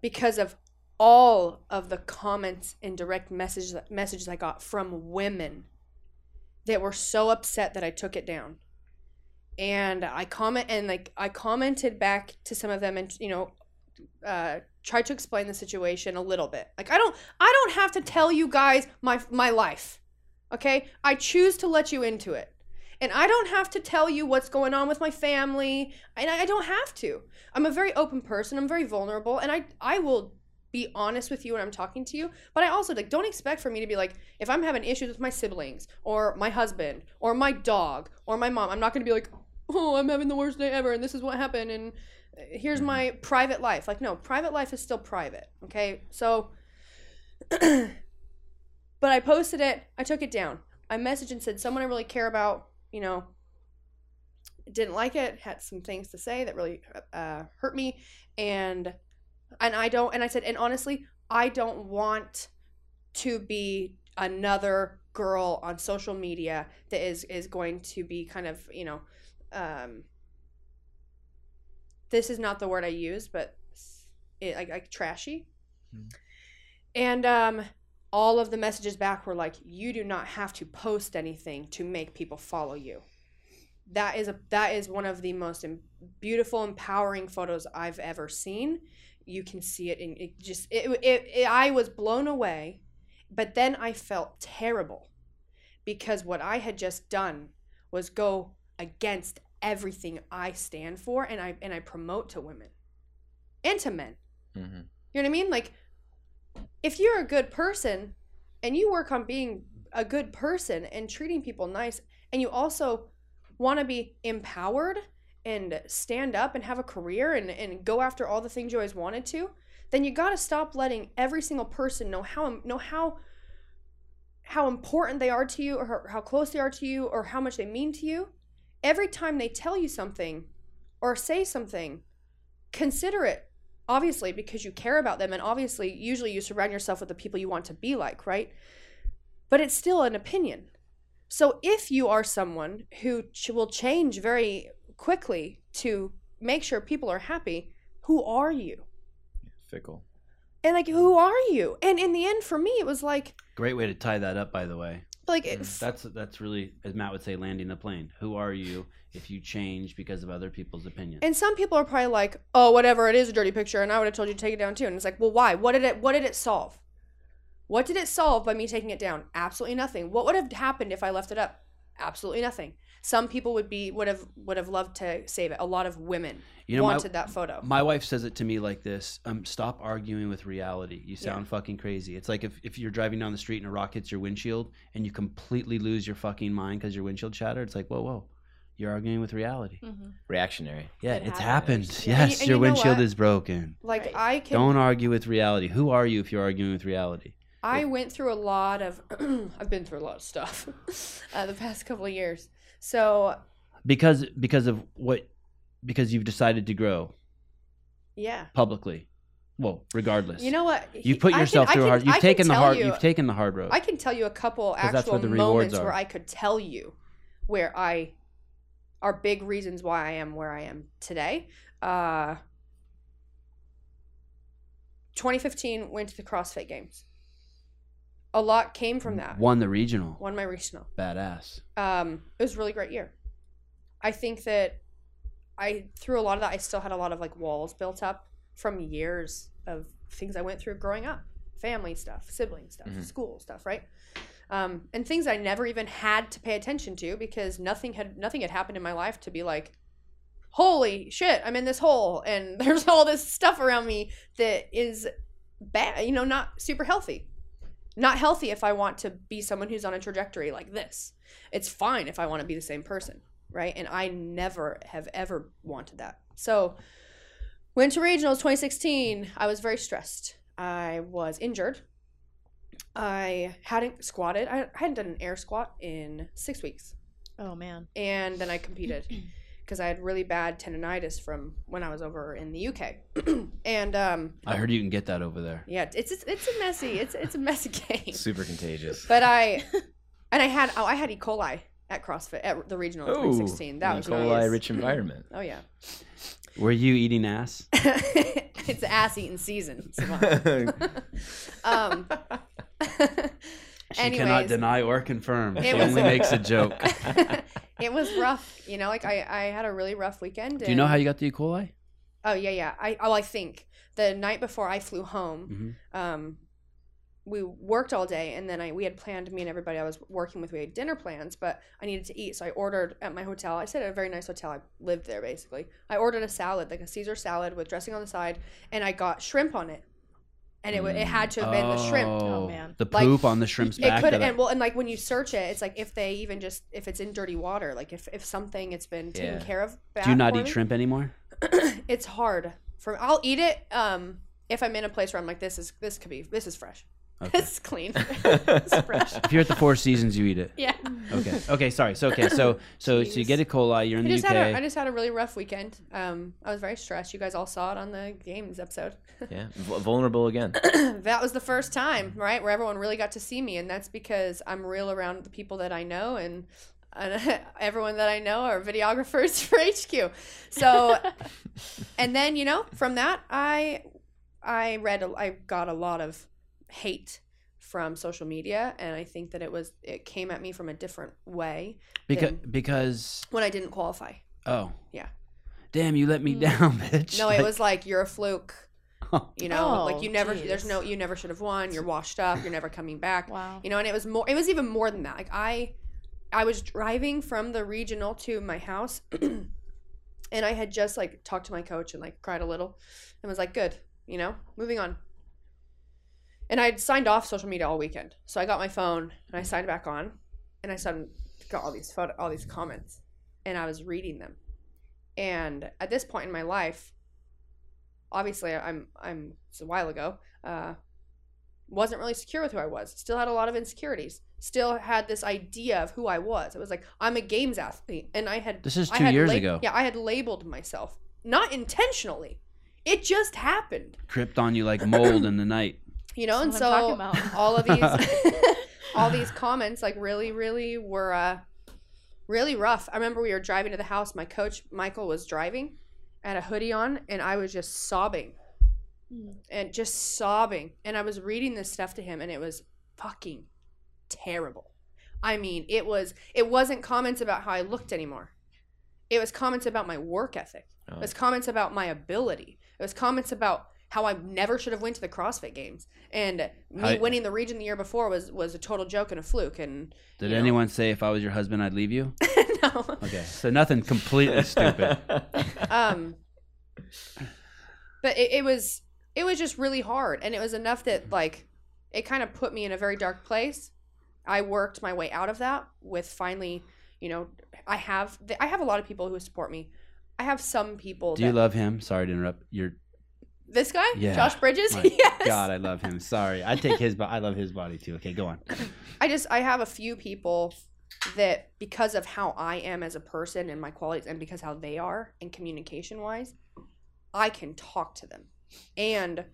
Speaker 2: because of all of the comments and direct message messages I got from women that were so upset that I took it down. And I comment and like I commented back to some of them and you know uh tried to explain the situation a little bit. Like I don't I don't have to tell you guys my my life. Okay? I choose to let you into it. And I don't have to tell you what's going on with my family. And I, I don't have to. I'm a very open person. I'm very vulnerable and I I will be honest with you when I'm talking to you. But I also like don't expect for me to be like if I'm having issues with my siblings or my husband or my dog or my mom, I'm not going to be like, "Oh, I'm having the worst day ever and this is what happened and uh, here's my private life." Like no, private life is still private, okay? So but I posted it, I took it down. I messaged and said someone I really care about, you know, didn't like it, had some things to say that really uh, hurt me and and I don't and I said and honestly I don't want to be another girl on social media that is is going to be kind of you know um this is not the word I use but it, like like trashy
Speaker 5: Mhm.
Speaker 2: and um all of the messages back were like you do not have to post anything to make people follow you that is a that is one of the most em- beautiful empowering photos I've ever seen you can see it and it just it, it, it i was blown away but then i felt terrible because what i had just done was go against everything i stand for and i and i promote to women and to men
Speaker 3: Mhm.
Speaker 2: you know what I mean? Like, if you're a good person and you work on being a good person and treating people nice, and you also want to be empowered and stand up and have a career and, and go after all the things you always wanted to, then you got to stop letting every single person know how know how how important they are to you or how- how close they are to you or how much they mean to you. Every time they tell you something or say something, consider it obviously because you care about them and obviously usually you surround yourself with the people you want to be like right but it's still an opinion so if you are someone who ch- will change very quickly to make sure people are happy who are you
Speaker 3: Fickle.
Speaker 2: and like who are you and in the end for me it was like
Speaker 1: Great way to tie that up, by the way.
Speaker 2: like it,
Speaker 3: Mm.
Speaker 1: That's that's really, as Matt would say, landing the plane. Who are you if you change because of other people's opinions?
Speaker 2: and some people are probably like oh whatever it is a dirty picture and i would have told you to take it down too and it's like well why what did it what did it solve What did it solve by me taking it down? Absolutely nothing. What would have happened if I left it up? Absolutely nothing. Some people would be would have would have loved to save it. A lot of women
Speaker 1: you know, my,
Speaker 2: wanted that photo.
Speaker 1: my wife says it to me like this: um, "Stop arguing with reality. You
Speaker 2: Yeah.
Speaker 1: sound fucking crazy. It's like if, if you're driving down the street and a rock hits your windshield and you completely lose your fucking mind because your windshield shattered. It's like whoa, whoa, you're arguing with reality.
Speaker 4: Mm-hmm.
Speaker 3: Reactionary.
Speaker 1: Yeah,
Speaker 4: It
Speaker 1: it's happened.
Speaker 4: happens.
Speaker 2: Yeah. Mm, And
Speaker 1: Yes,
Speaker 2: you- and
Speaker 1: your
Speaker 2: you know
Speaker 1: windshield
Speaker 2: what?
Speaker 1: is broken.
Speaker 2: like
Speaker 4: Right.
Speaker 2: I can
Speaker 1: Don't argue with reality. Who are you if you're arguing with reality?
Speaker 2: I went through a lot of I've been through a lot of stuff uh, the past couple of years. So
Speaker 1: Because because of what because you've decided to grow
Speaker 2: yeah,
Speaker 1: publicly. Well, regardless.
Speaker 2: you know what?
Speaker 1: you
Speaker 2: He-
Speaker 1: put
Speaker 2: I can-
Speaker 1: yourself
Speaker 2: I
Speaker 1: through a
Speaker 2: can-
Speaker 1: hard
Speaker 2: I
Speaker 1: you've
Speaker 2: can
Speaker 1: taken the
Speaker 2: tell
Speaker 1: hard
Speaker 2: you-
Speaker 1: you, have taken the hard road.
Speaker 2: I can tell you a couple
Speaker 1: 'Cause that's
Speaker 2: actual
Speaker 1: where the rewards
Speaker 2: moments
Speaker 1: are.
Speaker 2: where I could tell you where I are big reasons why I am where I am today. Uh, 2015 went to the CrossFit Games. A lot came from that.
Speaker 1: Won the regional.
Speaker 2: Won my regional
Speaker 1: Badass.
Speaker 2: um, it was a really great year. I think that I through a lot of that I still had a lot of like walls built up from years of things I went through growing up, family stuff, sibling stuff,
Speaker 3: Mhm.
Speaker 2: school stuff, right? Um, and things I never even had to pay attention to because nothing had nothing had happened in my life to be like, holy shit, I'm in this hole and there's all this stuff around me that is bad, you know, not super healthy. Not healthy if I want to be someone who's on a trajectory like this it's fine if I want to be the same person, right? And I never have ever wanted that. So, went to regionals 2016. I was very stressed. I was injured. I hadn't squatted. I I hadn't done an air squat in six weeks,
Speaker 4: Oh man.
Speaker 2: and then I competed because I had really bad tendonitis from when I was over in the UK. and um,
Speaker 1: I heard you can get that over there.
Speaker 2: yeah, it's it's, it's a messy it's it's a messy game.
Speaker 3: Super contagious.
Speaker 2: But I and I had oh I had E. coli at CrossFit at the regional in
Speaker 3: Oh,
Speaker 2: 2016. That
Speaker 3: E.
Speaker 2: was
Speaker 3: coli
Speaker 2: nice.
Speaker 3: rich environment.
Speaker 2: Oh yeah,
Speaker 1: Were you eating ass?
Speaker 2: it's ass eating season. Savannah. um,
Speaker 1: She cannot
Speaker 2: Anyways.
Speaker 1: deny or confirm.
Speaker 2: It
Speaker 1: She
Speaker 2: was-
Speaker 1: only makes a joke.
Speaker 2: it was rough, you know. Like I, I had a really rough weekend.
Speaker 1: Do you know
Speaker 2: and-
Speaker 1: how you got the E. coli?
Speaker 2: Oh yeah, yeah. I oh I think the night before I flew home,
Speaker 1: Mhm.
Speaker 2: um, we worked all day, and then I we had planned me and everybody I was working with we had dinner plans, but I needed to eat, so I ordered at my hotel. I stayed at a very nice hotel. I lived there basically. I ordered a salad, like a Caesar salad with dressing on the side, and I got shrimp on it. and it wa it had to have been the shrimp.
Speaker 4: Oh, man.
Speaker 1: The
Speaker 2: Like,
Speaker 1: poop on the shrimp's
Speaker 2: It
Speaker 1: back.
Speaker 2: could
Speaker 1: of
Speaker 2: and well and like when you search it, it's like if they even just if it's in dirty water, like if if something it's been taken
Speaker 3: Yeah.
Speaker 2: care of. Bad
Speaker 1: Do you not
Speaker 2: for
Speaker 1: eat
Speaker 2: me,
Speaker 1: shrimp anymore?
Speaker 2: it's hard for I'll eat it um if I'm in a place where I'm like this is this could be this is fresh.
Speaker 1: Okay.
Speaker 2: This is clean.
Speaker 3: it's
Speaker 2: fresh.
Speaker 1: if you're at the Four Seasons, you eat it.
Speaker 2: Yeah.
Speaker 4: Mm.
Speaker 1: Okay. Okay. Sorry. So okay. So so so you
Speaker 2: Jeez.
Speaker 1: get E. coli. You're in
Speaker 2: I
Speaker 1: the
Speaker 2: just
Speaker 1: UK.
Speaker 2: had a, I just had a really rough weekend. Um I was very stressed. You guys all saw it on the games episode.
Speaker 3: Yeah, v- vulnerable again.
Speaker 2: that was the first time, right, where everyone really got to see me, and that's because I'm real around the people that I know, and, and everyone that I know are videographers for HQ. So, and then you know, from that, I I read, a- I got a lot of hate from social media, and I think that it was it came at me from a different way
Speaker 1: because
Speaker 2: thing.
Speaker 1: because
Speaker 2: when I didn't qualify.
Speaker 1: oh
Speaker 2: Yeah.
Speaker 1: damn you let me
Speaker 4: Mm.
Speaker 1: down, bitch.
Speaker 2: No,
Speaker 1: Like,
Speaker 2: it was like you're a fluke. You know,
Speaker 4: Oh,
Speaker 2: like you never, there's no,
Speaker 4: geez.
Speaker 2: you never should have won. You're washed up. You're never coming back.
Speaker 4: Wow.
Speaker 2: you know and it was more it was even more than that like i i was driving from the regional to my house and i had just like talked to my coach and like cried a little and was like good you know moving on and i had signed off social media all weekend so i got my phone and i signed back on and i suddenly got all these photo all these comments and i was reading them and at this point in my life obviously i'm i'm it's a while ago uh wasn't really secure with who I was. Still had a lot of insecurities. Still had this idea of who I was. It was like I'm a games athlete, and I had
Speaker 1: This is
Speaker 2: I
Speaker 1: two
Speaker 2: had
Speaker 1: years
Speaker 2: lab-
Speaker 1: ago.
Speaker 2: Yeah, I had labeled myself not intentionally. It just happened,
Speaker 1: Cripped on you like mold in the night.
Speaker 2: you know. And
Speaker 4: That's what I'm
Speaker 2: so
Speaker 4: talking about.
Speaker 2: all of these, all these comments, like really, really were uh, really rough. I remember we were driving to the house. My coach Michael was driving, had a hoodie on, and I was just sobbing
Speaker 4: Hmm.
Speaker 2: and just sobbing. And I was reading this stuff to him, and it was fucking terrible. I mean, it was it wasn't comments about how I looked anymore. It was comments about my work ethic. It
Speaker 3: Oh,
Speaker 2: was comments about my ability. It was comments about how I never should have went to the CrossFit Games, and me
Speaker 1: I-
Speaker 2: winning the region the year before was was a total joke and a fluke. And
Speaker 1: Did
Speaker 2: You know.
Speaker 1: anyone say if I was your husband I'd leave you?
Speaker 2: no,
Speaker 1: Okay. So nothing completely stupid.
Speaker 2: um but it, it was it was just really hard and it was enough that like it kind of put me in a very dark place i worked my way out of that with finally you know i have i have a lot of people who support me i have some people
Speaker 1: Do you
Speaker 2: that-
Speaker 1: love him? Sorry to interrupt. You're
Speaker 2: this guy
Speaker 1: Yeah.
Speaker 2: josh bridges
Speaker 1: my
Speaker 2: yes
Speaker 1: God, I love him. Sorry. I take his but I love his body too. Okay, go on.
Speaker 2: I just I have a few people that because of how I am as a person and my qualities and because how they are and communication wise, I can talk to them. And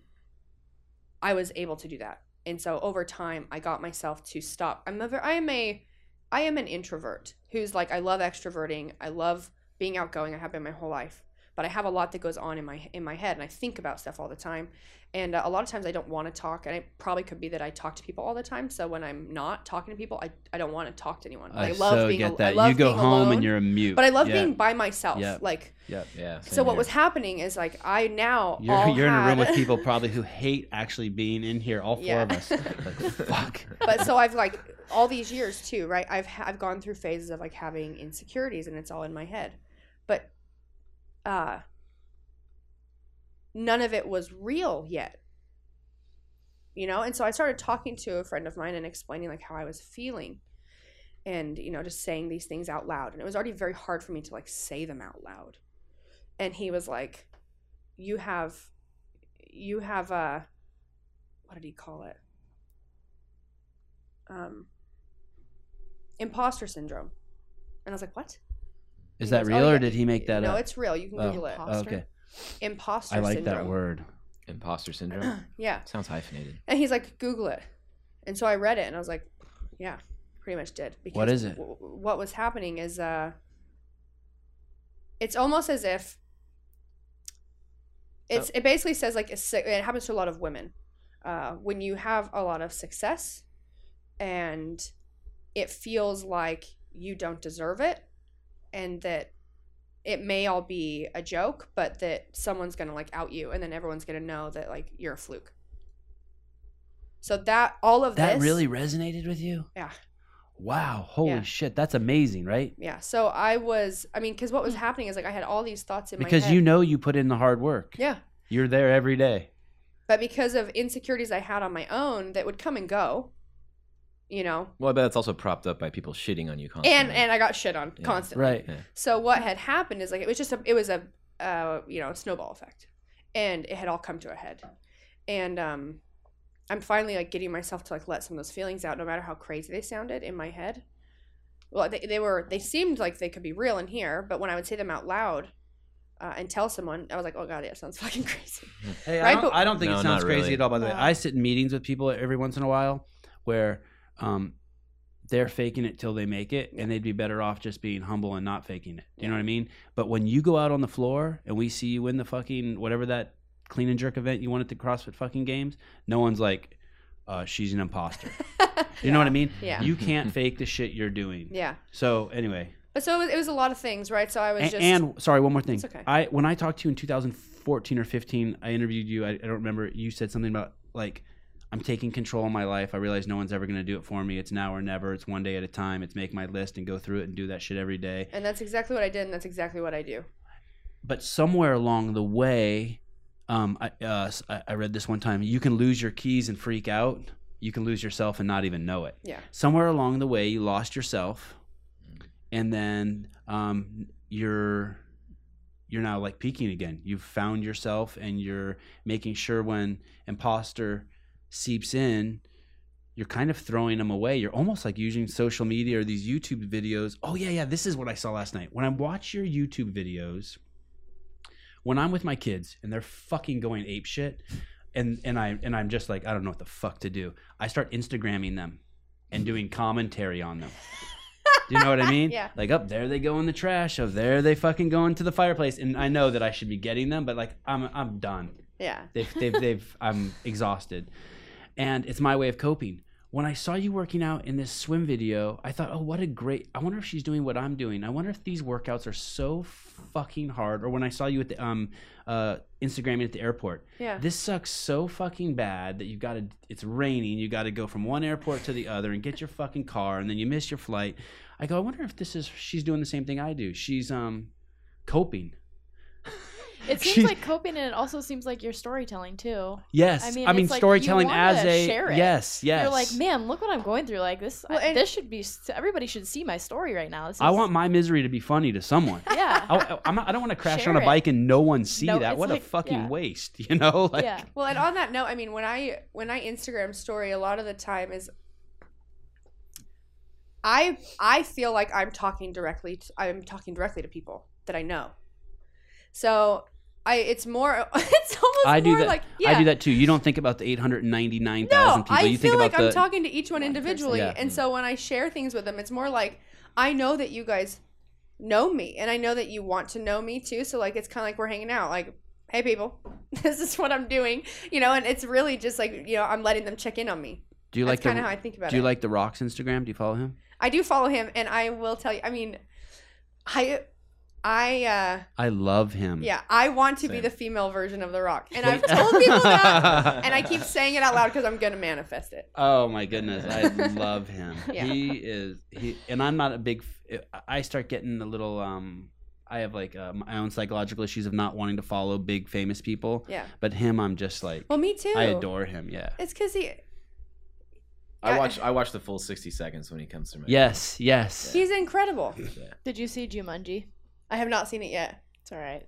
Speaker 2: I was able to do that. And so over time I got myself to stop. I'm a ver- I am a I am an introvert who's like I love extroverting. I love being outgoing. I have been my whole life. But I have a lot that goes on in my in my head and I think about stuff all the time and uh, a lot of times i don't want to talk and it probably could be that i talk to people all the time so when i'm not talking to people i, I don't want to talk to anyone
Speaker 1: I,
Speaker 2: i, love
Speaker 1: so
Speaker 2: being
Speaker 1: get
Speaker 2: al- I
Speaker 1: that.
Speaker 2: love
Speaker 1: you go
Speaker 2: being
Speaker 1: home
Speaker 2: alone,
Speaker 1: and you're a mute.
Speaker 2: but i love
Speaker 1: Yeah.
Speaker 2: being by myself
Speaker 1: Yep.
Speaker 2: like
Speaker 3: yeah.
Speaker 2: so
Speaker 3: same
Speaker 2: what
Speaker 3: here.
Speaker 2: was happening is like i now
Speaker 1: You're,
Speaker 2: all
Speaker 1: you're in a room
Speaker 2: had-
Speaker 1: with people probably who hate actually being in here, all four
Speaker 2: Yeah.
Speaker 1: of us. Like, fuck.
Speaker 2: but so I've like all these years too, right? I've ha- I've gone through phases of like having insecurities, and it's all in my head. But uh, none of it was real yet, you know. And so I started talking to a friend of mine and explaining like how I was feeling, and you know, just saying these things out loud. And it was already very hard for me to like say them out loud. And he was like, "You have, you have a, what did he call it?" um, imposter syndrome. And I was like, what?
Speaker 1: Is
Speaker 2: He
Speaker 1: that
Speaker 2: goes,
Speaker 1: real
Speaker 2: "Oh, yeah."
Speaker 1: or did he make that
Speaker 2: no,
Speaker 1: up?
Speaker 2: it's real. You can
Speaker 1: Oh,
Speaker 2: Google it.
Speaker 1: oh, okay.
Speaker 2: Imposter
Speaker 1: I like
Speaker 2: syndrome.
Speaker 1: that word.
Speaker 3: Imposter syndrome.
Speaker 2: yeah.
Speaker 3: Sounds hyphenated.
Speaker 2: And he's like, Google it. And so I read it and I was like, yeah, pretty much did. Because
Speaker 1: What is it?
Speaker 2: w- w- what was happening is uh, it's almost as if it's
Speaker 1: Oh.
Speaker 2: it basically says like it's, it happens to a lot of women uh, when you have a lot of success and it feels like you don't deserve it and that it may all be a joke but that someone's gonna like out you and then everyone's gonna know that like you're a fluke so that all of
Speaker 1: That
Speaker 2: this
Speaker 1: really resonated with you?
Speaker 2: Yeah.
Speaker 1: Wow. Holy
Speaker 2: Yeah.
Speaker 1: shit. That's amazing, right?
Speaker 2: yeah so i was i mean because what was happening is like i had all these thoughts in my
Speaker 1: Because
Speaker 2: head
Speaker 1: you know you put in the hard work.
Speaker 2: yeah
Speaker 1: You're there every day.
Speaker 2: But because of insecurities I had on my own that would come and go, you know,
Speaker 3: Well, I bet that's also propped up by people shitting on you constantly.
Speaker 2: and and I got shit on
Speaker 3: Yeah.
Speaker 2: constantly.
Speaker 1: Right.
Speaker 2: So what had happened is like it was just a it was a uh, you know snowball effect, and it had all come to a head, and um, I'm finally like getting myself to like let some of those feelings out, no matter how crazy they sounded in my head. Well, they, they were they seemed like they could be real in here, but when I would say them out loud uh, and tell someone, I was like, oh god, that sounds fucking crazy.
Speaker 1: Hey,
Speaker 2: Right,
Speaker 1: I, don't,
Speaker 2: but-
Speaker 1: I don't think
Speaker 3: No,
Speaker 1: it sounds
Speaker 3: not
Speaker 1: crazy
Speaker 3: really.
Speaker 1: at all. By the way,
Speaker 2: No.
Speaker 1: I sit in meetings with people every once in a while where um, they're faking it till they make it, and they'd be better off just being humble and not faking it. You know what I mean? But when you go out on the floor and we see you in the fucking whatever that clean and jerk event you won at the CrossFit fucking games, no one's like, uh, "She's an imposter." You know what I mean?
Speaker 2: Yeah.
Speaker 1: You can't fake the shit you're doing.
Speaker 2: yeah.
Speaker 1: So anyway,
Speaker 2: But so it was, it was a lot of things, right? So I was
Speaker 1: and,
Speaker 2: just
Speaker 1: and- sorry, one more thing.
Speaker 2: It's okay.
Speaker 1: I when I talked to you in 2014 or 15, I interviewed you. I, I don't remember. You said something about like I'm taking control of my life. I realize no one's ever going to do it for me. It's now or never. It's one day at a time. It's make my list and go through it and do that shit every day.
Speaker 2: and that's exactly what I did, and that's exactly what I do.
Speaker 1: But somewhere along the way, um, I, uh, s- I I read this one time. You can lose your keys and freak out. You can lose yourself and not even know it.
Speaker 2: Yeah.
Speaker 1: Somewhere along the way, you lost yourself, and then um, you're you're now like peaking again. You've found yourself, and you're making sure when imposter seeps in, you're kind of throwing them away. You're almost like using social media or these YouTube videos. Oh yeah, yeah, this is what I saw last night. When I watch your YouTube videos, when I'm with my kids and they're fucking going ape shit, and and I and I'm just like I don't know what the fuck to do. I start Instagramming them and doing commentary on them. Do you know what I mean?
Speaker 2: Yeah.
Speaker 1: Like up there they go in the trash. Up there they fucking go into the fireplace. And I know that I should be getting them, but like I'm I'm done.
Speaker 2: Yeah.
Speaker 1: They've, they've, they've, I'm exhausted. And it's my way of coping. When I saw you working out in this swim video, I thought, oh, what a great, I wonder if she's doing what I'm doing. I wonder if these workouts are so fucking hard. Or when I saw you at the um, uh, Instagram at the airport,
Speaker 2: Yeah.
Speaker 1: this sucks so fucking bad that you got to, it's raining, you got to go from one airport to the other and get your fucking car and then you miss your flight. I go, I wonder if this is, she's doing the same thing I do. She's um, coping.
Speaker 4: It
Speaker 1: She-
Speaker 4: seems like coping, and it also seems like you're storytelling too.
Speaker 1: Yes,
Speaker 4: I
Speaker 1: I
Speaker 4: mean,
Speaker 1: mean,
Speaker 4: it's like you
Speaker 1: storytelling
Speaker 4: wanna
Speaker 1: as a
Speaker 4: share it.
Speaker 1: yes, yes.
Speaker 4: You're like, man, look what I'm going through. Like this,
Speaker 2: Well,
Speaker 4: I-
Speaker 2: and-
Speaker 4: this should be. Everybody should see my story right now. This
Speaker 1: I
Speaker 4: is-
Speaker 1: want my misery to be funny to someone.
Speaker 4: Yeah.
Speaker 1: I, I'm not, I don't want to crash
Speaker 4: Share
Speaker 1: on a
Speaker 4: it.
Speaker 1: bike and no one see
Speaker 4: No,
Speaker 1: that.
Speaker 4: it's
Speaker 1: What
Speaker 4: like-
Speaker 1: a fucking
Speaker 4: yeah.
Speaker 1: waste, you know? Like,
Speaker 4: yeah.
Speaker 2: Well, and on that note, I mean, when I when I Instagram story, a lot of the time is I I feel like I'm talking directly. To, I'm talking directly to people that I know. So I, it's more. It's almost
Speaker 1: I do
Speaker 2: more
Speaker 1: that-
Speaker 2: like yeah.
Speaker 1: I do that too. You don't think about the 899,000
Speaker 2: No,
Speaker 1: people.
Speaker 2: I
Speaker 1: you think
Speaker 2: feel
Speaker 1: about
Speaker 2: like I'm
Speaker 1: the
Speaker 2: talking to each one
Speaker 4: One person.
Speaker 2: individually,
Speaker 1: Yeah.
Speaker 2: and so when I share things with them, it's more like I know that you guys know me, and I know that you want to know me too. So like, it's kind of like we're hanging out. Like, hey, people, this is what I'm doing, you know. And it's really just like you know, I'm letting them check in on me.
Speaker 1: Do you
Speaker 2: That's
Speaker 1: like
Speaker 2: kind of how
Speaker 1: the
Speaker 2: I think about
Speaker 1: Do you
Speaker 2: it.
Speaker 1: like the Rock's Instagram? Do you follow him?
Speaker 2: I do follow him, and I will tell you. I mean, I, I, uh
Speaker 1: I love him.
Speaker 2: yeah, I want to be
Speaker 3: Same.
Speaker 2: the female version of The Rock, and I've told people that, and I keep saying it out loud because I'm gonna manifest it.
Speaker 1: Oh my goodness, I love him.
Speaker 2: Yeah.
Speaker 1: He is he, and I'm not a big. f- I start getting a little. um I have like uh, my own psychological issues of not wanting to follow big famous people,
Speaker 2: Yeah.
Speaker 1: but him, I'm just like
Speaker 2: Well, me too.
Speaker 1: I adore him. Yeah.
Speaker 2: It's because he
Speaker 3: I watch. I watch the full sixty seconds when he comes to me.
Speaker 1: Yes. Yes.
Speaker 2: he's incredible.
Speaker 4: Did you see Jumanji?
Speaker 2: I have not seen it yet.
Speaker 4: It's all right.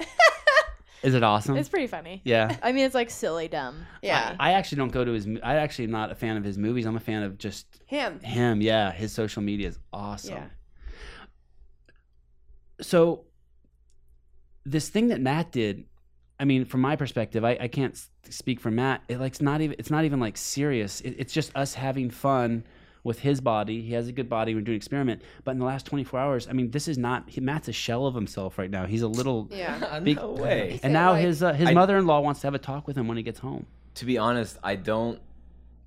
Speaker 1: Is it awesome?
Speaker 4: It's pretty funny.
Speaker 1: yeah.
Speaker 4: I mean, it's like silly, dumb.
Speaker 2: Yeah.
Speaker 4: funny.
Speaker 1: I actually don't go to his. mo- I actually am not a fan of his movies. I'm a fan of just
Speaker 2: Him.
Speaker 1: him. Yeah, his social media is awesome.
Speaker 2: Yeah.
Speaker 1: So, this thing that Matt did, I mean, from my perspective, I, I can't s- speak for Matt. It like it's not even it's not even like serious. It, it's just us having fun with his body. He has a good body. We're doing an experiment. But in the last 24 hours, I mean, this is not he, Matt's a shell of himself right now. He's a little.
Speaker 2: Yeah.
Speaker 3: Big- no way.
Speaker 1: And
Speaker 2: Yeah,
Speaker 1: now
Speaker 2: like-
Speaker 1: his uh, his
Speaker 3: I-
Speaker 1: mother in law wants to have a talk with him when he gets home.
Speaker 3: To be honest, I don't.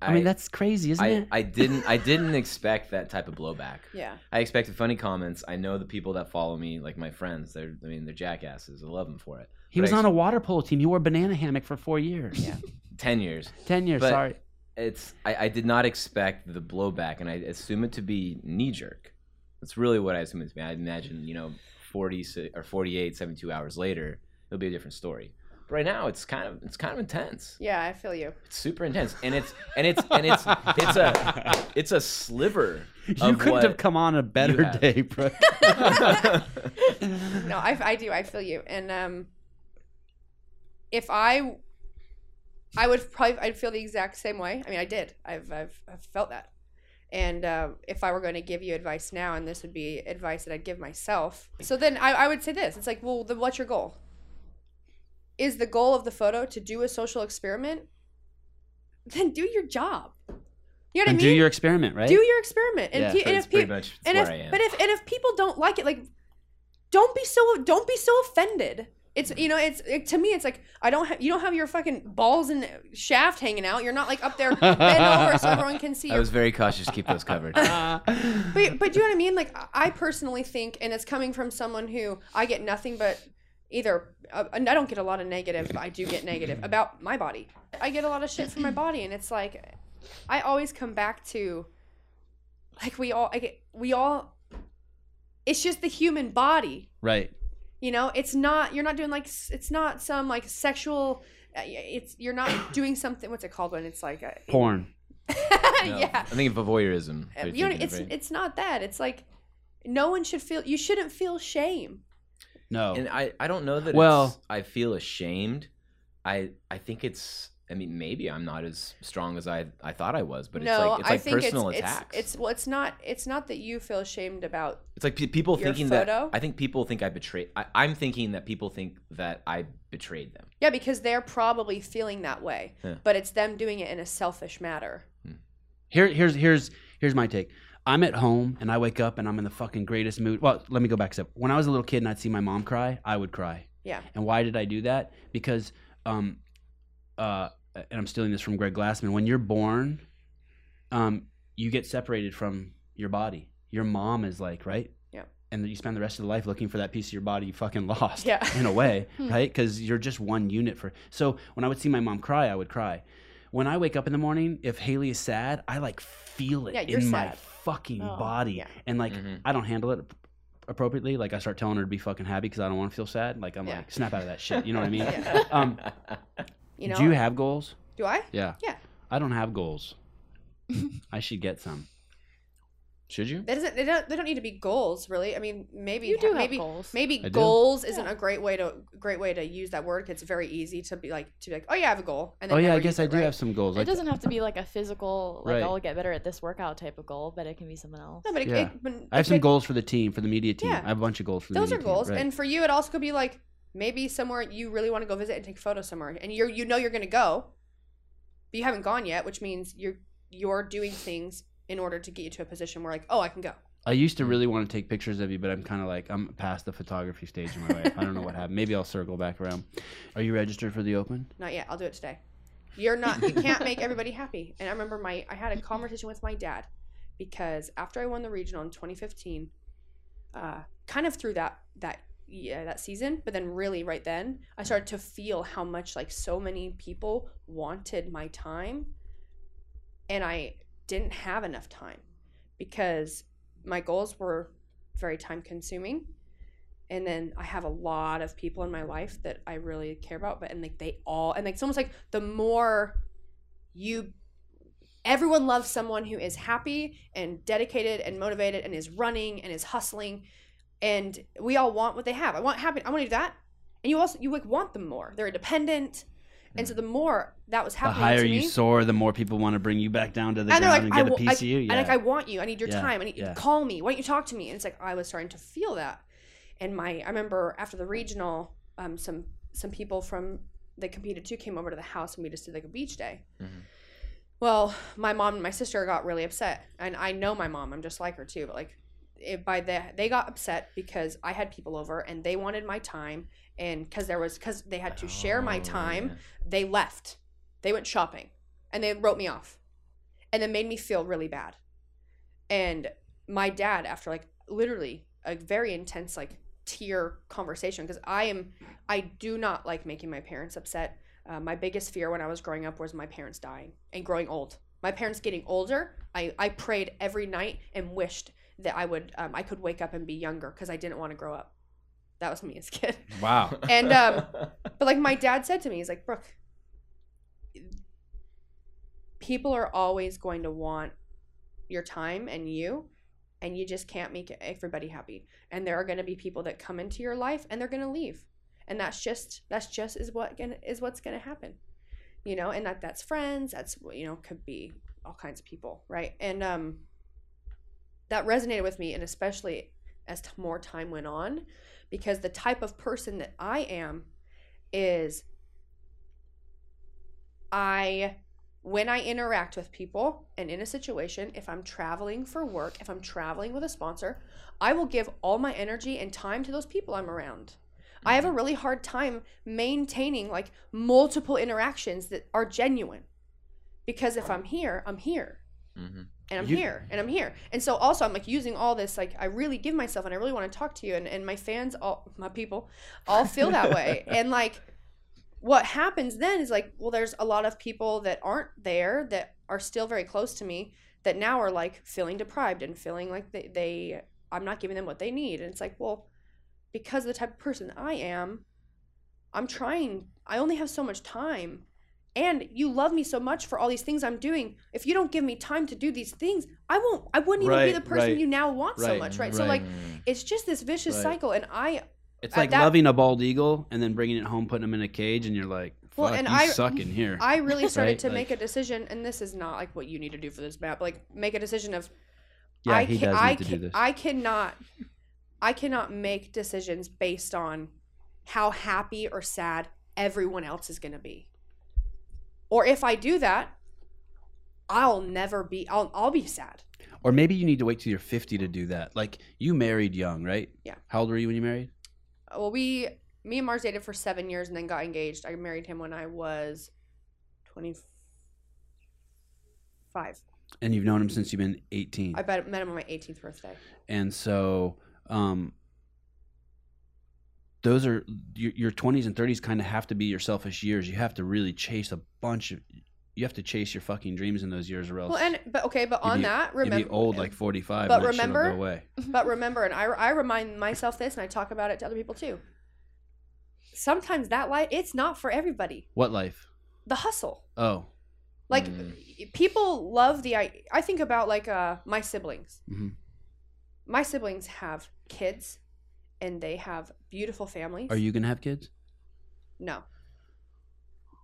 Speaker 1: I, mean, that's crazy, isn't
Speaker 3: I,
Speaker 1: it?
Speaker 3: I didn't. I didn't expect that type of blowback.
Speaker 2: Yeah.
Speaker 3: I expected funny comments. I know the people that follow me, like my friends. They're. I mean, they're jackasses. I love them for it.
Speaker 1: He
Speaker 3: But
Speaker 1: was
Speaker 3: I
Speaker 1: on a water polo team. He wore a banana hammock for four years. Yeah.
Speaker 3: Ten years.
Speaker 1: Ten years,
Speaker 3: But-
Speaker 1: sorry.
Speaker 3: It's. I, I did not expect the blowback, and I assume it to be knee jerk. That's really what I assume it to be. I imagine you know, forty si- or 48, 72 hours later, it'll be a different story. But But right now, it's kind of it's kind of intense.
Speaker 2: Yeah, I feel you.
Speaker 3: It's super intense, and it's and it's and it's it's a it's a sliver.
Speaker 1: You
Speaker 3: of
Speaker 1: couldn't
Speaker 3: what
Speaker 1: have come on a better
Speaker 3: have.
Speaker 1: day, Brooke.
Speaker 2: No, I, I do. I feel you. And um, if I, I would probably I'd feel the exact same way. I mean, I did. I've I've, I've felt that. And um, if I were going to give you advice now, and this would be advice that I'd give myself, so then I, I would say this: It's like, well, then what's your goal? Is the goal of the photo to do a social experiment? Then do your job. You know what
Speaker 1: and
Speaker 2: I
Speaker 1: do
Speaker 2: mean?
Speaker 1: your experiment, right?
Speaker 2: do your experiment. And,
Speaker 1: Yeah,
Speaker 2: pe- and
Speaker 3: That's
Speaker 2: if people
Speaker 3: pretty much
Speaker 2: and
Speaker 3: that's where
Speaker 2: if
Speaker 3: I am.
Speaker 2: but if and if people don't like it like don't be so don't be so offended it's
Speaker 3: Mm-hmm.
Speaker 2: you know it's it, to me it's like i don't have you don't have your fucking balls and shaft hanging out you're not like up there bent over so everyone can see
Speaker 3: I
Speaker 2: your
Speaker 3: was very cautious. to Keep those covered.
Speaker 2: but, but do you know what I mean? Like, I- I personally think, and it's coming from someone who I get nothing but either, uh, and I don't get a lot of negative, but I do get negative about my body. I get a lot of shit from my body, and it's like, I always come back to, like, we all, I get, we all, it's just the human body.
Speaker 1: right.
Speaker 2: You know, it's not, you're not doing like, s- it's not some like sexual, uh, it's, you're not doing something, what's it called when it's like, a,
Speaker 1: Porn.
Speaker 3: No,
Speaker 2: yeah.
Speaker 3: I think of voyeurism.
Speaker 2: Uh,
Speaker 3: they're
Speaker 2: you know,
Speaker 3: thinking of,
Speaker 2: it's
Speaker 3: right?
Speaker 2: it's not that. It's like no one should feel. You shouldn't feel shame.
Speaker 1: No.
Speaker 3: and I, I don't know that
Speaker 1: Oh. Well-
Speaker 3: it's, I feel ashamed. I I think it's I mean maybe I'm not as strong as I, I thought I was, but it's
Speaker 2: no,
Speaker 3: like it's
Speaker 2: I
Speaker 3: like
Speaker 2: think
Speaker 3: personal
Speaker 2: it's,
Speaker 3: attacks.
Speaker 2: It's, it's well, it's not. It's not that you feel ashamed about.
Speaker 3: It's like pe- people
Speaker 2: your
Speaker 3: thinking
Speaker 2: photo?
Speaker 3: that I think people think I betrayed. I, I'm thinking that people think that I betrayed them.
Speaker 2: Yeah, because they're probably feeling that way,
Speaker 3: Yeah.
Speaker 2: but it's them doing it in a selfish matter.
Speaker 1: Here, here's here's here's my take. I'm at home and I wake up and I'm in the fucking greatest mood. Well, let me go back a step. When I was a little kid and I'd see my mom cry, I would cry.
Speaker 2: Yeah.
Speaker 1: And why did I do that? Because, um, uh, and I'm stealing this from Greg Glassman. When you're born, um, you get separated from your body. Your mom is like, right?
Speaker 2: Yeah.
Speaker 1: And you spend the rest of the life looking for that piece of your body you fucking lost.
Speaker 2: Yeah.
Speaker 1: In a way,
Speaker 4: Hmm.
Speaker 1: right? Because you're just one unit for. So when I would see my mom cry, I would cry. When I wake up in the morning, if Haley is sad, I like feel it
Speaker 2: Yeah, you're
Speaker 1: in my
Speaker 2: sad.
Speaker 1: fucking
Speaker 4: Oh,
Speaker 1: body,
Speaker 2: yeah.
Speaker 1: and like
Speaker 3: Mhm.
Speaker 1: I don't handle it appropriately. Like I start telling her to be fucking happy because I don't want to feel sad. Like I'm
Speaker 2: Yeah.
Speaker 1: like snap out of that shit. You know what I mean?
Speaker 2: Yeah.
Speaker 1: Um,
Speaker 2: You know?
Speaker 1: do you have goals?
Speaker 2: Do I?
Speaker 1: Yeah.
Speaker 2: Yeah.
Speaker 1: I don't have goals. I should get some. Should you?
Speaker 2: That doesn't. They don't. They don't need to be goals, really. I mean, maybe
Speaker 4: You do have
Speaker 2: maybe,
Speaker 4: goals.
Speaker 2: Maybe
Speaker 1: I do.
Speaker 2: goals isn't
Speaker 4: Yeah.
Speaker 2: a great way to great way to use that word. 'cause it's very easy to be like to be like, oh yeah, I have a goal. And
Speaker 1: Oh
Speaker 2: then
Speaker 1: yeah, I
Speaker 2: never
Speaker 1: guess
Speaker 2: use
Speaker 1: I
Speaker 2: it,
Speaker 1: do
Speaker 2: right?
Speaker 1: have some goals.
Speaker 4: It
Speaker 1: Like,
Speaker 4: doesn't have to be like a physical, like
Speaker 1: Right.
Speaker 4: I'll get better at this workout type of goal, but it can be something else.
Speaker 2: No, but it,
Speaker 1: Yeah.
Speaker 2: it, but
Speaker 1: I have
Speaker 2: it
Speaker 1: some
Speaker 2: could-
Speaker 1: goals for the team, for the media team.
Speaker 2: Yeah.
Speaker 1: I have a bunch of goals for the
Speaker 2: those are
Speaker 1: media team,
Speaker 2: goals
Speaker 1: right.
Speaker 2: and for you it also could be like maybe somewhere you really want to go visit and take photos somewhere and you're you know you're gonna go but you haven't gone yet which means you're you're doing things in order to get you to a position where like oh i can go
Speaker 1: I used to really want to take pictures of you, but I'm kind of like I'm past the photography stage in my life. I don't know what happened. Maybe I'll circle back around. Are you registered for the Open?
Speaker 2: not yet i'll do it today you're not you can't make everybody happy and i remember my i had a conversation with my dad because after i won the regional in 2015 uh kind of through that that yeah that season but then really right then i started to feel how much like so many people wanted my time and i didn't have enough time because my goals were very time consuming and then i have a lot of people in my life that i really care about but and like they all and like it's almost like the more you everyone loves someone who is happy and dedicated and motivated and is running and is hustling and we all want what they have i want happy i want to do that and you also you like want them more they're independent and so the more that was
Speaker 1: The
Speaker 2: happening
Speaker 1: higher
Speaker 2: to
Speaker 1: you
Speaker 2: me,
Speaker 1: soar, the more people want to bring you back down to the
Speaker 2: and they're
Speaker 1: ground
Speaker 2: like,
Speaker 1: and
Speaker 2: I,
Speaker 1: get a
Speaker 2: wa-
Speaker 1: piece
Speaker 2: I-
Speaker 1: of you. Yeah.
Speaker 2: and like I want you. I need your
Speaker 1: Yeah,
Speaker 2: time. I need you
Speaker 1: yeah.
Speaker 2: to call me. Why don't you talk to me? And it's like I was starting to feel that. And my I remember after the regional, um, some some people from that competed too came over to the house and we just did like a beach day.
Speaker 1: Mm-hmm.
Speaker 3: Mhm.
Speaker 2: Well, my mom and my sister got really upset, and I know my mom. I'm just like her too, but like. It, by the they got upset because I had people over and they wanted my time and because there was because they had to share my
Speaker 3: Oh,
Speaker 2: time
Speaker 3: yeah.
Speaker 2: they left. They went shopping and they wrote me off and then made me feel really bad. And my dad, after like literally a very intense, like tear conversation, because I am, I do not like making my parents upset. Uh, my biggest fear when I was growing up was my parents dying and growing old. My parents getting older, I, I prayed every night and wished that I would um, I could wake up and be younger because I didn't want to grow up. That was me as a kid.
Speaker 1: wow.
Speaker 2: And um, But like my dad said to me, he's like, Brooke, people are always going to want your time and you, and you just can't make everybody happy. And there are going to be people that come into your life and they're going to leave, and that's just that's just is what gonna, is what's going to happen, you know. And that that's friends. That's you know could be all kinds of people, right? And um, that resonated with me, and especially as t- more time went on, because the type of person that I am is I when I interact with people and in a situation, if I'm traveling for work, if I'm traveling with a sponsor, I will give all my energy and time to those people I'm around. I have a really hard time maintaining like multiple interactions that are genuine. Because if I'm here, I'm here
Speaker 3: hmm
Speaker 2: and I'm
Speaker 1: You-
Speaker 2: here and I'm here. And so also I'm like using all this like I really give myself and I really want to talk to you and, and my fans all my people all feel that way. And like what happens then is like well there's a lot of people that aren't there that are still very close to me that now are like feeling deprived and feeling like they, they I'm not giving them what they need. And it's like, well, because of the type of person I am, I'm trying I only have so much time and you love me so much for all these things I'm doing. If you don't give me time to do these things, I won't. I wouldn't even be
Speaker 1: Right,
Speaker 2: the person
Speaker 1: right,
Speaker 2: you now want so
Speaker 1: right,
Speaker 2: much, right? So
Speaker 1: right.
Speaker 2: like, it's just this vicious
Speaker 1: Right.
Speaker 2: cycle, and I
Speaker 1: It's
Speaker 2: At
Speaker 1: like
Speaker 2: that-
Speaker 1: loving a bald eagle and then bringing it home, putting him in a cage, and you're like, "Fuck,
Speaker 2: Well, and
Speaker 1: you
Speaker 2: I-
Speaker 1: suck in here."
Speaker 2: I really started
Speaker 1: Right,
Speaker 2: to
Speaker 1: like-
Speaker 2: make a decision, and this is not like what you need to do for this map. Like, make a decision of
Speaker 1: yeah,
Speaker 2: I
Speaker 1: he
Speaker 2: ca-
Speaker 1: does
Speaker 2: I
Speaker 1: need to
Speaker 2: ca-
Speaker 1: do this.
Speaker 2: I cannot, I cannot make decisions based on how happy or sad everyone else is going to be. Or if I do that, I'll never be. I'll I'll be sad.
Speaker 1: or maybe you need to wait till you're 50 to do that. Like you married young, right?
Speaker 2: Yeah.
Speaker 1: How old were you when you married?
Speaker 2: well we me and mars dated for seven years and then got engaged i married him when i was 25
Speaker 1: And you've known him since you've been 18.
Speaker 2: i bet met him on my 18th birthday
Speaker 1: and so um those are your, your 20s and 30s kind of have to be your selfish years you have to really chase a bunch of you have to chase your fucking dreams in those years or else
Speaker 2: well and but okay but
Speaker 1: You'd
Speaker 2: on
Speaker 1: be-
Speaker 2: that
Speaker 1: you'll
Speaker 2: remember
Speaker 1: be old like 45
Speaker 2: but
Speaker 1: and that shit'll
Speaker 2: remember-
Speaker 1: go away
Speaker 4: Mm-hmm.
Speaker 2: but remember and I, I remind myself this and i talk about it to other people too sometimes that life it's not for everybody
Speaker 1: what life
Speaker 2: the hustle
Speaker 1: oh
Speaker 2: like
Speaker 3: Mm.
Speaker 2: people love the i i think about like uh my siblings
Speaker 1: Mhm.
Speaker 2: my siblings have kids and they have beautiful families
Speaker 1: are you gonna have kids
Speaker 2: No.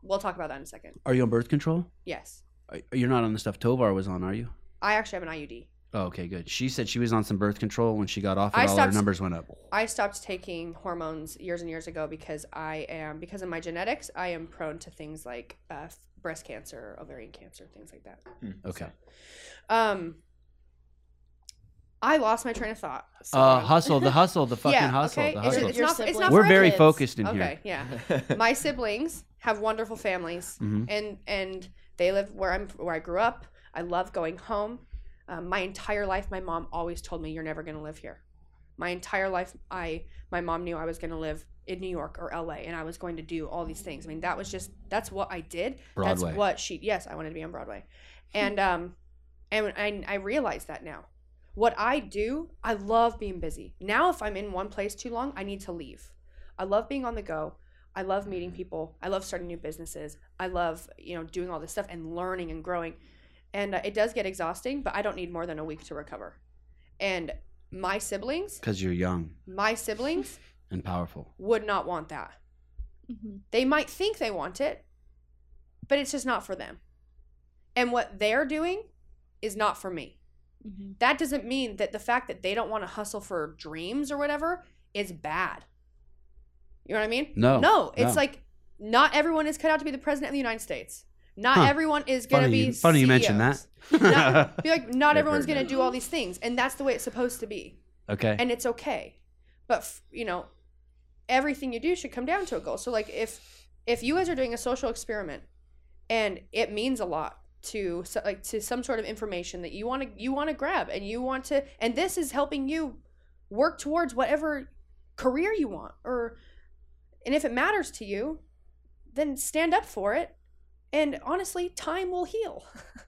Speaker 2: We'll talk about that in a second.
Speaker 1: are you on birth control
Speaker 2: Yes.
Speaker 1: Are- you're not on the stuff tovar was on are you
Speaker 2: I actually have an IUD.
Speaker 1: oh okay good she said she was on some birth control when she got off
Speaker 2: I
Speaker 1: and all her
Speaker 2: stopped-
Speaker 1: numbers went up
Speaker 2: I stopped taking hormones years and years ago because I am, because of my genetics, I am prone to things like uh, f- breast cancer, ovarian cancer, things like that.
Speaker 1: okay
Speaker 2: Um, I lost my train of thought. So
Speaker 1: uh
Speaker 2: um,
Speaker 1: hustle the hustle the fucking hustle
Speaker 2: okay,
Speaker 1: the
Speaker 2: it's-
Speaker 1: hustle
Speaker 2: it's not- it's not
Speaker 1: we're
Speaker 2: for
Speaker 1: very
Speaker 4: kids.
Speaker 1: focused in
Speaker 2: okay,
Speaker 1: here
Speaker 2: yeah. My siblings have wonderful families.
Speaker 1: hmm
Speaker 2: and and they live where I'm where I grew up. I love going home. Um, my entire life, my mom always told me, "You're never going to live here." My entire life, I my mom knew I was going to live in New York or LA, and I was going to do all these things. I mean, that was just that's what I did.
Speaker 1: broadway
Speaker 2: That's what she. Yes, I wanted to be on Broadway, and um, and I I realize that now. What I do, I love being busy. Now, if I'm in one place too long, I need to leave. I love being on the go. I love meeting people. I love starting new businesses. I love you know doing all this stuff and learning and growing. And uh, it does get exhausting, but I don't need more than a week to recover. And my siblings,
Speaker 1: because you're young
Speaker 2: my siblings
Speaker 1: and powerful.
Speaker 2: would not want that.
Speaker 4: Mhm.
Speaker 2: They might think they want it, but it's just not for them. And what they're doing is not for me.
Speaker 4: Mhm.
Speaker 2: That doesn't mean that the fact that they don't want to hustle for dreams or whatever is bad. You know what I mean?
Speaker 1: No,
Speaker 2: No, it's
Speaker 1: no.
Speaker 2: like not everyone is cut out to be the president of the United States. Not
Speaker 1: Huh.
Speaker 2: everyone is going to
Speaker 1: Funny
Speaker 2: be.
Speaker 1: you- funny you mentioned that.
Speaker 2: CEOs. Not- be like, not
Speaker 3: I've
Speaker 2: everyone's
Speaker 3: heard
Speaker 2: going to
Speaker 3: that.
Speaker 2: do all these things, and that's the way it's supposed to be
Speaker 1: okay.
Speaker 2: and it's okay but f- you know everything you do should come down to a goal so like if if you guys are doing a social experiment and it means a lot to so, like to some sort of information that you want to you want to grab and you want to and this is helping you work towards whatever career you want or and if it matters to you then stand up for it and honestly time will heal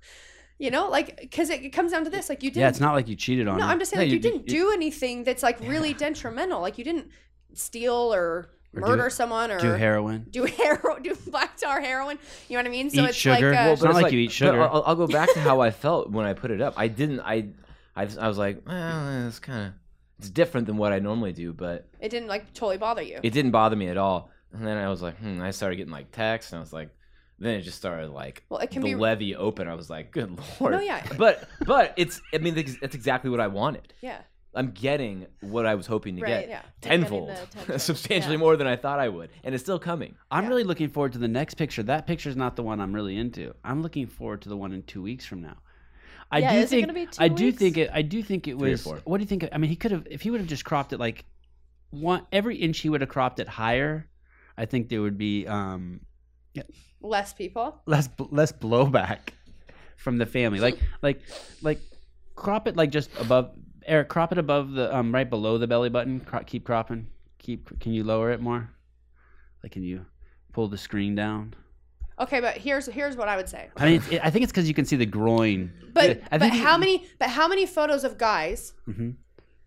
Speaker 2: you know like because it, it comes down to this like you did
Speaker 1: yeah, it's not like you cheated on
Speaker 2: no,
Speaker 1: her.
Speaker 2: I'm just saying
Speaker 1: Yeah,
Speaker 2: like, you, didn't
Speaker 1: you-
Speaker 2: do anything that's like really detrimental. Like you didn't steal or
Speaker 1: Or
Speaker 2: murder
Speaker 1: do,
Speaker 2: someone or
Speaker 1: do heroin.
Speaker 2: do hero- do black tar heroin. You know what I mean? So
Speaker 1: Eat
Speaker 2: it's
Speaker 1: sugar.
Speaker 2: like uh, a,
Speaker 1: Well, It's
Speaker 3: but
Speaker 1: not like you eat
Speaker 3: but
Speaker 1: sugar.
Speaker 3: I'll, I'll go back to how I felt when I put it up. I didn't. I, I, I was like, well, it's kind of, it's different than what I normally do, but
Speaker 2: it didn't like totally bother you.
Speaker 3: it didn't bother me at all. And then I was like, hmm. I started getting like texts, and I was like, then it just started like
Speaker 2: well, it
Speaker 3: the
Speaker 2: can be
Speaker 3: levee open. I was like, good lord.
Speaker 2: No, yeah.
Speaker 3: But but it's. I mean, that's that's exactly what I wanted.
Speaker 2: yeah.
Speaker 3: I'm getting what I was hoping to get
Speaker 4: Right,
Speaker 2: Yeah.
Speaker 4: getting the
Speaker 3: tenfold,
Speaker 4: attention.
Speaker 3: substantially
Speaker 4: Yeah.
Speaker 3: more than I thought I would, and it's still coming.
Speaker 1: I'm
Speaker 2: Yeah.
Speaker 1: really looking forward to the next picture. That picture's not the one I'm really into. I'm looking forward to the one in two weeks from now. I
Speaker 4: Yeah,
Speaker 1: do
Speaker 4: is it
Speaker 1: think
Speaker 4: gonna be two
Speaker 1: I do
Speaker 4: weeks?
Speaker 1: think it I do think it
Speaker 3: Three or
Speaker 1: was
Speaker 3: four.
Speaker 1: what do you think I mean he could have if he would have just cropped it like one every inch he would have cropped it higher, I think there would be um
Speaker 2: Less people.
Speaker 1: less less blowback from the family. Like like like crop it like just above Eric crop it above the um right below the belly button. Cro- keep cropping. Keep can you lower it more? Like can you pull the screen down?
Speaker 2: Okay, but here's here's what I would say.
Speaker 1: I mean, it's, it, I think it's because you can see the groin.
Speaker 2: But
Speaker 1: Yeah, I
Speaker 2: but
Speaker 1: think it-
Speaker 2: how many but how many photos of guys?
Speaker 1: Mhm.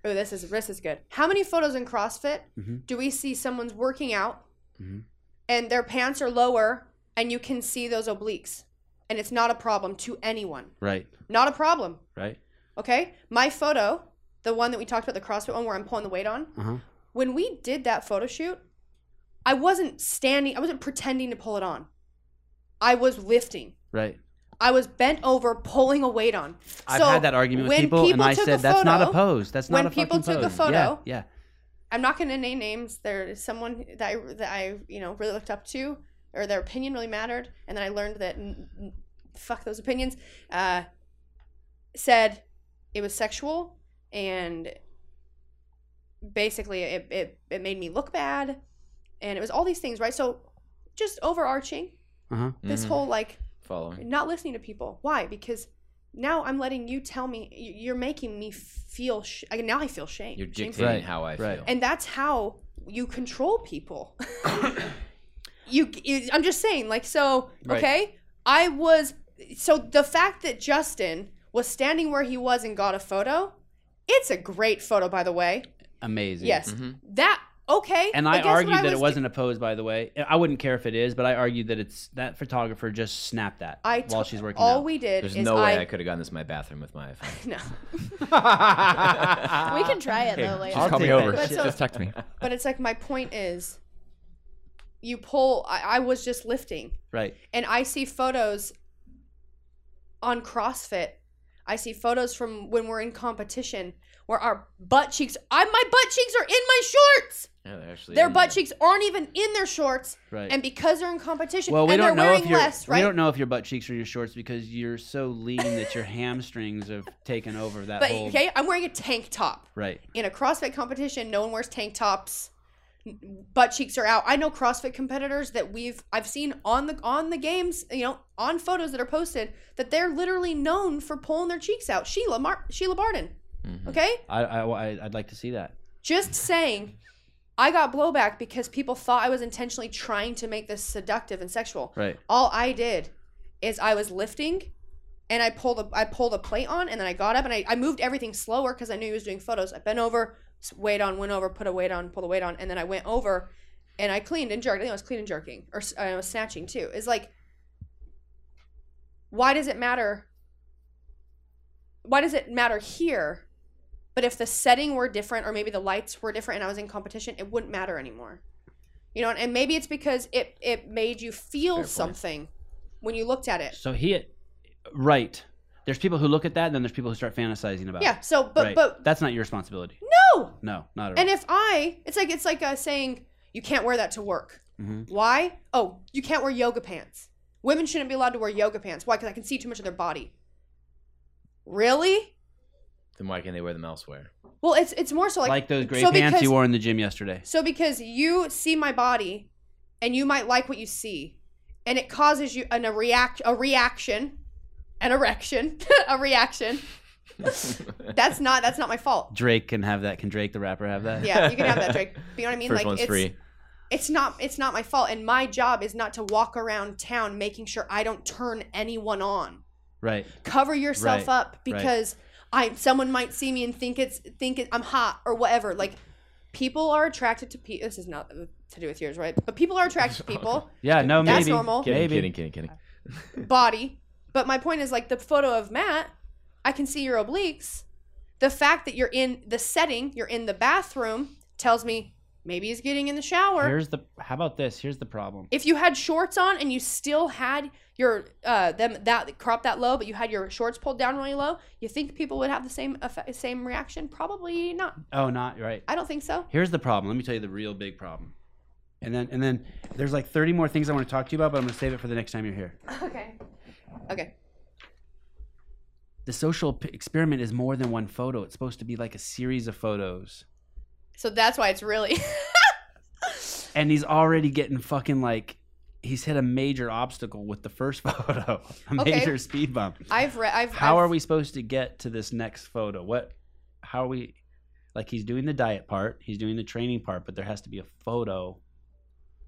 Speaker 2: Oh, this is this is good. How many photos in CrossFit
Speaker 1: Mhm.
Speaker 2: do we see someone's working out,
Speaker 1: Mhm.
Speaker 2: and their pants are lower, and you can see those obliques, and it's not a problem to anyone.
Speaker 1: Right,
Speaker 2: Not a problem.
Speaker 1: right.
Speaker 2: Okay, my photo, the one that we talked about, the CrossFit one where I'm pulling the weight on.
Speaker 1: Uh huh.
Speaker 2: When we did that photo shoot, I wasn't standing. I wasn't pretending to pull it on. I was lifting.
Speaker 1: Right.
Speaker 2: I was bent over pulling a weight on.
Speaker 1: I've
Speaker 2: So
Speaker 1: had that argument with
Speaker 2: when
Speaker 1: people, and
Speaker 2: people
Speaker 1: I
Speaker 2: took
Speaker 1: said
Speaker 2: a
Speaker 1: that's not a
Speaker 2: photo-
Speaker 1: pose. That's
Speaker 2: when
Speaker 1: not a
Speaker 2: people
Speaker 1: fucking
Speaker 2: took a
Speaker 1: pose."
Speaker 2: photo-
Speaker 1: yeah, yeah.
Speaker 2: I'm not going to name names. There's someone that I, that I, you know, really looked up to, or their opinion really mattered. And then I learned that, n- n- fuck those opinions, uh, said it was sexual and basically it, it, it made me look bad. And it was all these things, right? So just overarching
Speaker 1: Uh-huh.
Speaker 2: this
Speaker 3: Mhm.
Speaker 2: whole like
Speaker 3: following.
Speaker 2: not listening to people. Why? Because now I'm letting you tell me, y- you're making me feel, sh- I, now I feel shame.
Speaker 3: You're
Speaker 2: shameful.
Speaker 3: dictating
Speaker 1: Right,
Speaker 3: how I
Speaker 1: right.
Speaker 3: feel.
Speaker 2: and that's how you control people you, you i'm just saying like so
Speaker 1: Right.
Speaker 2: okay i was so the fact that justin was standing where he was and got a photo it's a great photo by the way
Speaker 1: Amazing.
Speaker 2: yes
Speaker 3: Mhm.
Speaker 2: that okay
Speaker 1: And
Speaker 2: but
Speaker 1: I
Speaker 2: guess what
Speaker 1: argued that it
Speaker 2: was-
Speaker 1: wasn't a pose, by the way. I wouldn't care if it is, but I argued that it's that photographer just snapped that
Speaker 2: I
Speaker 1: while
Speaker 2: to-
Speaker 1: she's working
Speaker 2: all
Speaker 1: out.
Speaker 2: we did
Speaker 3: There's
Speaker 2: is
Speaker 3: no
Speaker 2: i
Speaker 3: way I, could have gotten this in my bathroom with my iPhone.
Speaker 2: no
Speaker 4: We can try it though later.
Speaker 5: Just
Speaker 1: I'll
Speaker 5: call me
Speaker 1: take that
Speaker 5: over.
Speaker 2: shit. But so-
Speaker 5: Just text me.
Speaker 2: but it's like my point is you pull i, I was just lifting
Speaker 1: right.
Speaker 2: and I see photos on CrossFit. I see photos from when we're in competition where our butt cheeks, I my butt cheeks are in my shorts.
Speaker 3: Yeah, they're actually
Speaker 2: Their
Speaker 3: in
Speaker 2: butt
Speaker 3: there.
Speaker 2: cheeks aren't even in their shorts,
Speaker 1: Right.
Speaker 2: and because they're in competition,
Speaker 1: well, we
Speaker 2: and
Speaker 1: don't
Speaker 2: they're
Speaker 1: know if
Speaker 2: wearing
Speaker 1: your
Speaker 2: less, right?
Speaker 1: we don't know if your butt cheeks are in your shorts because you're so lean that your hamstrings have taken over that
Speaker 2: but
Speaker 1: whole
Speaker 2: okay, I'm wearing a tank top
Speaker 1: right.
Speaker 2: in a CrossFit competition. No one wears tank tops. Butt cheeks are out. I know CrossFit competitors that we've I've seen on the on the games, you know, on photos that are posted that they're literally known for pulling their cheeks out. Sheila Mar- Sheila Barden.
Speaker 3: Mhm.
Speaker 2: Okay?
Speaker 1: I, I I- I'd like to see that.
Speaker 2: Just saying, I got blowback because people thought I was intentionally trying to make this seductive and sexual.
Speaker 1: Right.
Speaker 2: All I did is I was lifting and I pulled a I pulled a plate on and then I got up and I, I moved everything slower because I knew he was doing photos. I bent over, s- weight on, went over, put a weight on, pulled a weight on, and then I went over and I cleaned and jerked. I think I was clean and jerking or s- I was snatching too. It's like why does it matter? Why does it matter here? But if the setting were different or maybe the lights were different and I was in competition, it wouldn't matter anymore. You know, and maybe it's because it it made you feel
Speaker 3: Fair point.
Speaker 2: something when you looked at it.
Speaker 1: So he right. There's people who look at that and then there's people who start fantasizing about
Speaker 2: Yeah.
Speaker 1: it.
Speaker 2: So, but
Speaker 1: Right.
Speaker 2: but
Speaker 1: that's not your responsibility.
Speaker 2: no.
Speaker 1: No, not at all.
Speaker 2: And if I, it's like it's like uh, saying you can't wear that to work.
Speaker 1: Mhm.
Speaker 2: Why? Oh, you can't wear yoga pants. Women shouldn't be allowed to wear yoga pants. Why? Because I can see too much of their body. Really?
Speaker 3: Then why can they wear them elsewhere?
Speaker 2: Well, it's it's more so
Speaker 1: like,
Speaker 2: like,
Speaker 1: those gray
Speaker 2: so
Speaker 1: pants
Speaker 2: because-
Speaker 1: you wore in the gym yesterday.
Speaker 2: so because you see my body, and you might like what you see, and it causes you an, a react a reaction, an erection, a reaction. That's not that's not my fault.
Speaker 1: Drake can have that. Can Drake the rapper have that?
Speaker 2: Yeah, you can have that, Drake. But you know what I mean?
Speaker 3: First
Speaker 2: like
Speaker 3: one's
Speaker 2: it's
Speaker 3: free.
Speaker 2: it's not it's not my fault and my job is not to walk around town making sure i don't turn anyone on
Speaker 1: Right.
Speaker 2: cover yourself
Speaker 1: Right,
Speaker 2: up because i someone might see me and think it's think it, i'm hot or whatever like people are attracted to people. This is not to do with yours, right? But people are attracted to people,
Speaker 5: Yeah, no, maybe.
Speaker 2: That's normal.
Speaker 3: Kidding,
Speaker 5: Maybe.
Speaker 3: kidding, kidding, kidding.
Speaker 2: body. But my point is like the photo of Matt, I can see your obliques. The fact that you're in the setting, you're in the bathroom, tells me maybe he's getting in the shower.
Speaker 5: Here's the. How about this? Here's the problem.
Speaker 2: if you had shorts on and you still had your uh them that crop that low, but you had your shorts pulled down really low, you think people would have the same effect, same reaction? Probably not.
Speaker 1: Oh, not right.
Speaker 2: I don't think so.
Speaker 1: Here's the problem. Let me tell you the real big problem. And then and then there's like 30 more things I want to talk to you about, but I'm going to save it for the next time you're here.
Speaker 2: Okay. Okay.
Speaker 1: The social p- experiment is more than one photo. It's supposed to be like a series of photos.
Speaker 2: So that's why it's really
Speaker 1: And he's already getting fucking like he's hit a major obstacle with the first photo. A
Speaker 2: Okay.
Speaker 1: major speed bump.
Speaker 2: I've read I've
Speaker 1: How
Speaker 2: I've-
Speaker 1: are we supposed to get to this next photo? What how are we like he's doing the diet part, he's doing the training part, but there has to be a photo.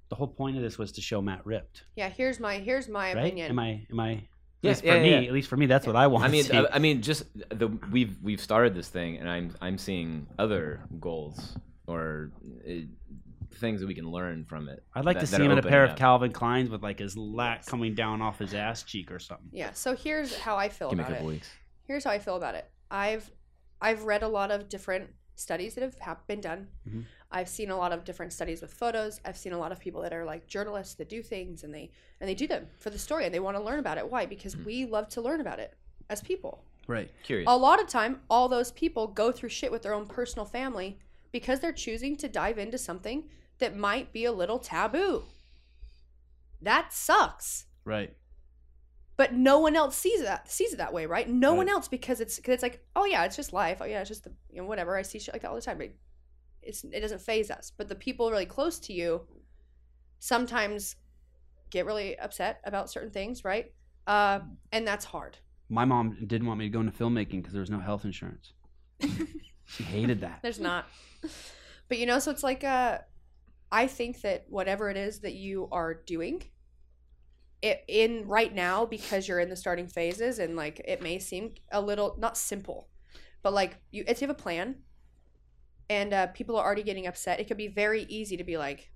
Speaker 1: The whole point of this was to show Matt ripped.
Speaker 2: Yeah, here's my here's my
Speaker 1: right?
Speaker 2: opinion.
Speaker 1: Am I? Am I? At
Speaker 3: Yeah,
Speaker 1: least for
Speaker 3: yeah,
Speaker 1: me,
Speaker 3: yeah, yeah.
Speaker 1: at least for me, that's what I
Speaker 2: Oh,
Speaker 1: want.
Speaker 3: I mean,
Speaker 1: to see.
Speaker 3: I, I mean, just the we've we've started this thing, and I'm I'm seeing other goals or uh, things that we can learn from it.
Speaker 1: I'd like
Speaker 3: that-
Speaker 1: to
Speaker 3: that
Speaker 1: see him
Speaker 3: are
Speaker 1: in a
Speaker 3: opening
Speaker 1: pair of
Speaker 3: up.
Speaker 1: Calvin Kleins with like his lat coming down off his ass cheek or something.
Speaker 2: yeah, so here's how I feel
Speaker 3: Give me a
Speaker 2: about it.
Speaker 3: couple weeks.
Speaker 2: Here's how I feel about it. I've I've read a lot of different studies that have hap- been done.
Speaker 1: Mhm.
Speaker 2: I've seen a lot of different studies with photos. I've seen a lot of people that are like journalists that do things and they and they do them for the story and they want to learn about it. Why? Because
Speaker 3: Mhm.
Speaker 2: we love to learn about it as people.
Speaker 1: Right.
Speaker 3: Curious.
Speaker 2: A lot of time, all those people go through shit with their own personal family because they're choosing to dive into something that might be a little taboo. That sucks
Speaker 1: Right.
Speaker 2: but no one else sees that sees it that way, right? No one
Speaker 1: Right.
Speaker 2: else because it's cause it's like, oh yeah, it's just life. Oh yeah, it's just the you know whatever. I see shit like that all the time. But it's it doesn't phase us. But the people really close to you sometimes get really upset about certain things, right? Uh, and that's hard.
Speaker 1: My mom didn't want me to go into filmmaking because there was no health insurance. she hated that.
Speaker 2: There's not. But you know, so it's like uh I think that whatever it is that you are doing it in right now because you're in the starting phases and like it may seem a little not simple, but like you if you have a plan and uh people are already getting upset, it could be very easy to be like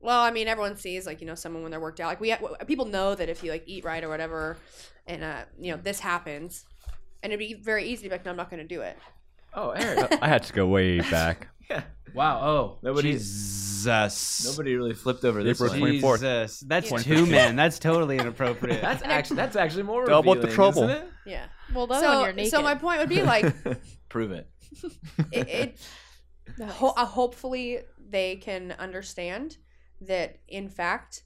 Speaker 2: well, I mean, everyone sees like you know someone when they're worked out. Like we uh, people know that if you like eat right or whatever, and uh, you know this happens, and it'd be very easy to be like, no, I'm not going to do it.
Speaker 3: oh, Eric.
Speaker 6: I had to go way back.
Speaker 3: yeah.
Speaker 1: Wow. Oh.
Speaker 3: Nobody-
Speaker 1: Jesus.
Speaker 3: Nobody really flipped over this
Speaker 6: April
Speaker 3: one.
Speaker 6: 24th.
Speaker 1: Jesus. That's
Speaker 2: Yeah.
Speaker 1: two men. That's totally inappropriate.
Speaker 3: That's actually that's actually more
Speaker 6: Double the
Speaker 3: revealing,
Speaker 6: trouble.
Speaker 3: Isn't it?
Speaker 2: Yeah.
Speaker 4: Well, that's when
Speaker 2: so,
Speaker 4: you're naked.
Speaker 2: so my point would be like,
Speaker 3: Prove it.
Speaker 2: it, it
Speaker 4: Nice.
Speaker 2: ho- uh, hopefully they can understand that in fact,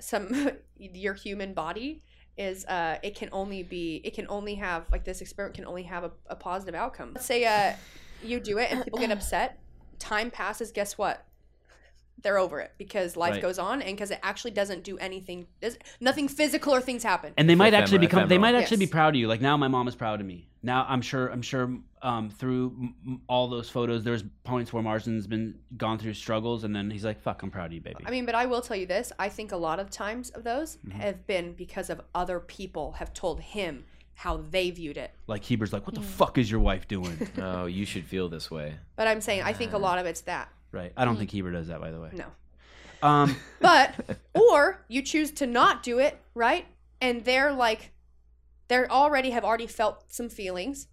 Speaker 2: some your human body is uh it can only be it can only have like this experiment can only have a, a positive outcome. Let's say uh you do it and people get upset. Time passes. Guess what? They're over it because life
Speaker 1: Right.
Speaker 2: goes on and because it actually doesn't do anything. does- Nothing physical or things happen.
Speaker 1: and they might
Speaker 3: Ephemeral-
Speaker 1: actually become they might
Speaker 2: ephemeral.
Speaker 1: actually
Speaker 2: Yes.
Speaker 1: be proud of you like now my mom is proud of me now i'm sure i'm sure um, through m- m- all those photos there's points where marsden's been gone through struggles and then he's like fuck i'm proud of you baby
Speaker 2: I mean, but I will tell you this. I think a lot of times of those
Speaker 1: Mhm.
Speaker 2: have been because of other people have told him how they viewed it.
Speaker 1: like heber's like what the
Speaker 2: Mm.
Speaker 1: fuck is your wife doing
Speaker 3: Oh, you should feel this way.
Speaker 2: But I'm saying I think a lot of it's that.
Speaker 1: right i don't think heber does that by the way
Speaker 2: Mm. No.
Speaker 1: um
Speaker 2: But or you choose to not do it, right? And they're like they're already have already felt some feelings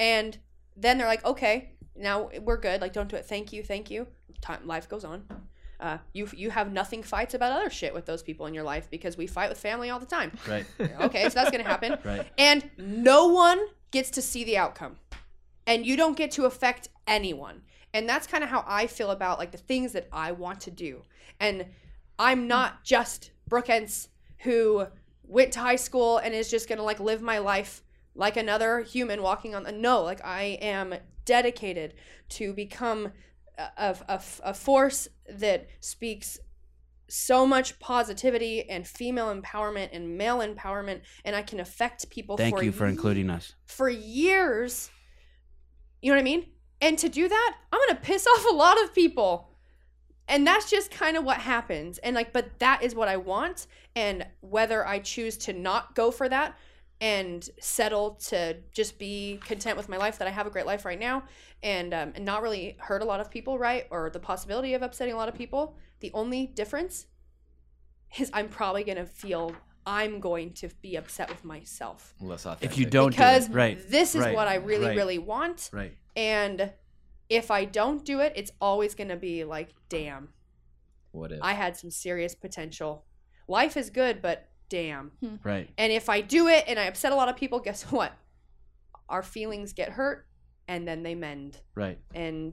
Speaker 2: and then they're like, "Okay, now we're good. Like don't do it. Thank you. Thank you." Time life goes on. Uh, you you have nothing fights about other shit with those people in your life because we fight with family all the time.
Speaker 1: right
Speaker 2: Okay, so that's going to happen.
Speaker 1: right
Speaker 2: and no one gets to see the outcome and you don't get to affect anyone and that's kind of how i feel about like the things that i want to do and i'm not just brooke Entz who went to high school and is just gonna like live my life like another human walking on the no like i am dedicated to become a, a, a, a force that speaks so much positivity and female empowerment and male empowerment and i can affect people
Speaker 1: thank
Speaker 2: for
Speaker 1: you for
Speaker 2: ye-
Speaker 1: including us
Speaker 2: for years. You know what I mean? And to do that, I'm going to piss off a lot of people. And that's just kind of what happens. And like, but that is what I want. And whether I choose to not go for that and settle to just be content with my life that I have a great life right now and um, and not really hurt a lot of people, right? Or the possibility of upsetting a lot of people. The only difference is I'm probably gonna feel I'm going to be upset with myself
Speaker 3: Less authentic.
Speaker 1: If you don't
Speaker 2: because
Speaker 1: do it, right,
Speaker 2: this is
Speaker 1: right,
Speaker 2: what I really
Speaker 1: right.
Speaker 2: really want
Speaker 1: right.
Speaker 2: and if I don't do it, it's always gonna be like, damn,
Speaker 3: What if?
Speaker 2: I had some serious potential. Life is good, but damn.
Speaker 1: Right.
Speaker 2: And if I do it and I upset a lot of people, guess what? Our feelings get hurt and then they mend.
Speaker 1: Right.
Speaker 2: And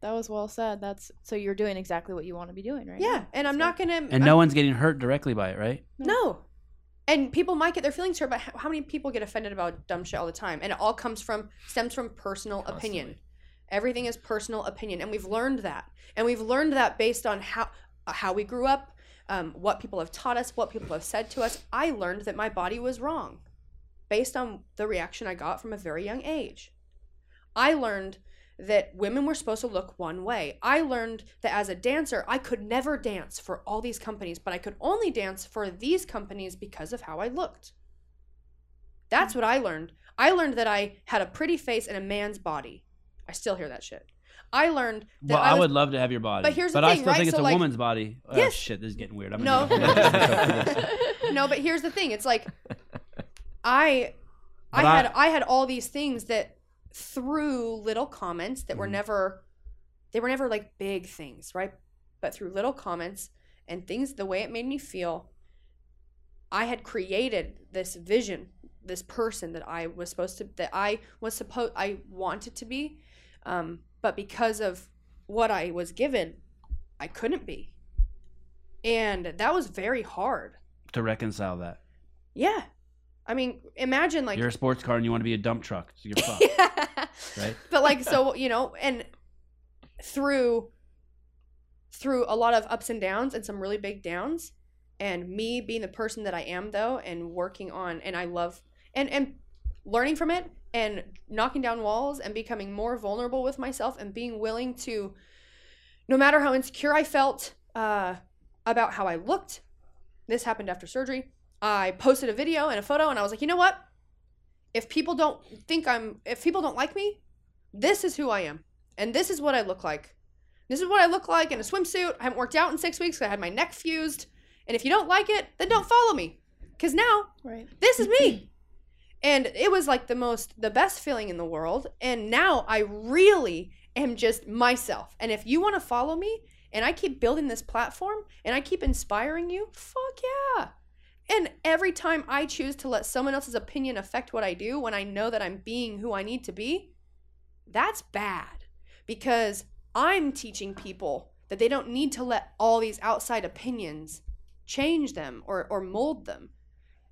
Speaker 4: That was well said. That's so you're doing exactly what you want to be doing, right?
Speaker 2: yeah, and I'm not going to.
Speaker 5: And no one's getting hurt directly by it, right?
Speaker 2: No. And people might get their feelings hurt, but h- how many people get offended about dumb shit all the time? And it all comes from, stems from personal opinion.
Speaker 3: Constantly.
Speaker 2: Everything is personal opinion. And we've learned that. And we've learned that based on how, uh, how we grew up, um, what people have taught us, what people have said to us. I learned that my body was wrong based on the reaction I got from a very young age. I learned that women were supposed to look one way. I learned that as a dancer, I could never dance for all these companies, but I could only dance for these companies because of how I looked. That's what I learned. I learned that I had a pretty face and a man's body. I still hear that shit. I learned that
Speaker 5: Well, I,
Speaker 2: was-
Speaker 5: would love to have your body,
Speaker 2: But here's the
Speaker 5: I
Speaker 2: thing,
Speaker 5: still
Speaker 2: right?
Speaker 5: think it's
Speaker 2: So,
Speaker 5: a
Speaker 2: like-
Speaker 5: woman's body. Oh,
Speaker 2: Yes.
Speaker 5: shit, this is getting weird. I'm
Speaker 2: No.
Speaker 5: gonna-
Speaker 2: no, but here's the thing. It's like I I
Speaker 5: But I-
Speaker 2: had I had all these things that through little comments that were
Speaker 5: Mm-hmm.
Speaker 1: Mhm.
Speaker 2: never they were never like big things, right? But through little comments and things the way it made me feel, I had created this vision, this person that I was supposed to that I was supposed I wanted to be. Um, but because of what I was given, I couldn't be. And that was very hard.
Speaker 5: to reconcile that.
Speaker 2: Yeah. I mean, imagine like
Speaker 5: You're a sports car and you want to be a dump truck. So you're fucked,
Speaker 2: Yeah.
Speaker 5: right?
Speaker 2: But like so, you know, and through through a lot of ups and downs and some really big downs and me being the person that I am though and working on and I love and and learning from it and knocking down walls and becoming more vulnerable with myself and being willing to no matter how insecure I felt uh about how I looked. This happened after surgery. I posted a video and a photo and I was like, "You know what? If people don't think I'm if people don't like me, this is who I am. And this is what I look like. This is what I look like in a swimsuit. I haven't worked out in 6 weeks 'cause I had my neck fused. And if you don't like it, then don't follow me cuz now
Speaker 4: Right.
Speaker 2: this is me and it was like the most the best feeling in the world and now i really am just myself and if you want to follow me and i keep building this platform and i keep inspiring you fuck yeah and every time i choose to let someone else's opinion affect what i do when i know that i'm being who i need to be that's bad because i'm teaching people that they don't need to let all these outside opinions change them or, or mold them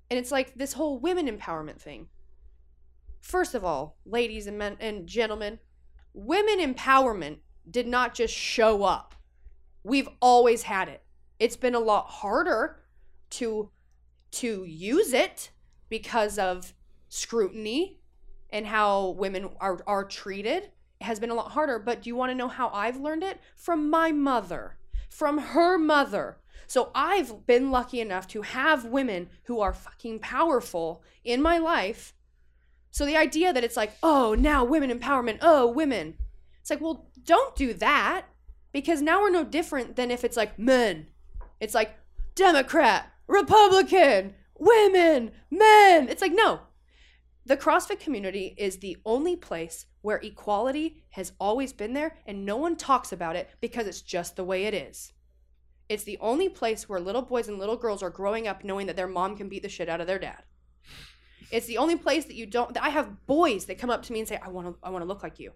Speaker 2: and it's like this whole women empowerment thing. First of all, ladies and men and gentlemen, women empowerment did not just show up. We've always had it. It's been a lot harder to to use it because of scrutiny and how women are are treated It has been a lot harder, but do you want to know how I've learned it? From my mother, from her mother, so I've been lucky enough to have women who are fucking powerful in my life. So the idea that it's like, oh, now women empowerment, oh, women. It's like, well, don't do that because now we're no different than if it's like men. It's like Democrat, Republican, women, men. It's like, no. The CrossFit community is the only place where equality has always been there and no one talks about it because it's just the way it is. It's the only place where little boys and little girls are growing up knowing that their mom can beat the shit out of their dad. It's the only place that you don't. That I have boys that come up to me and say, "I want to, I want to look like you."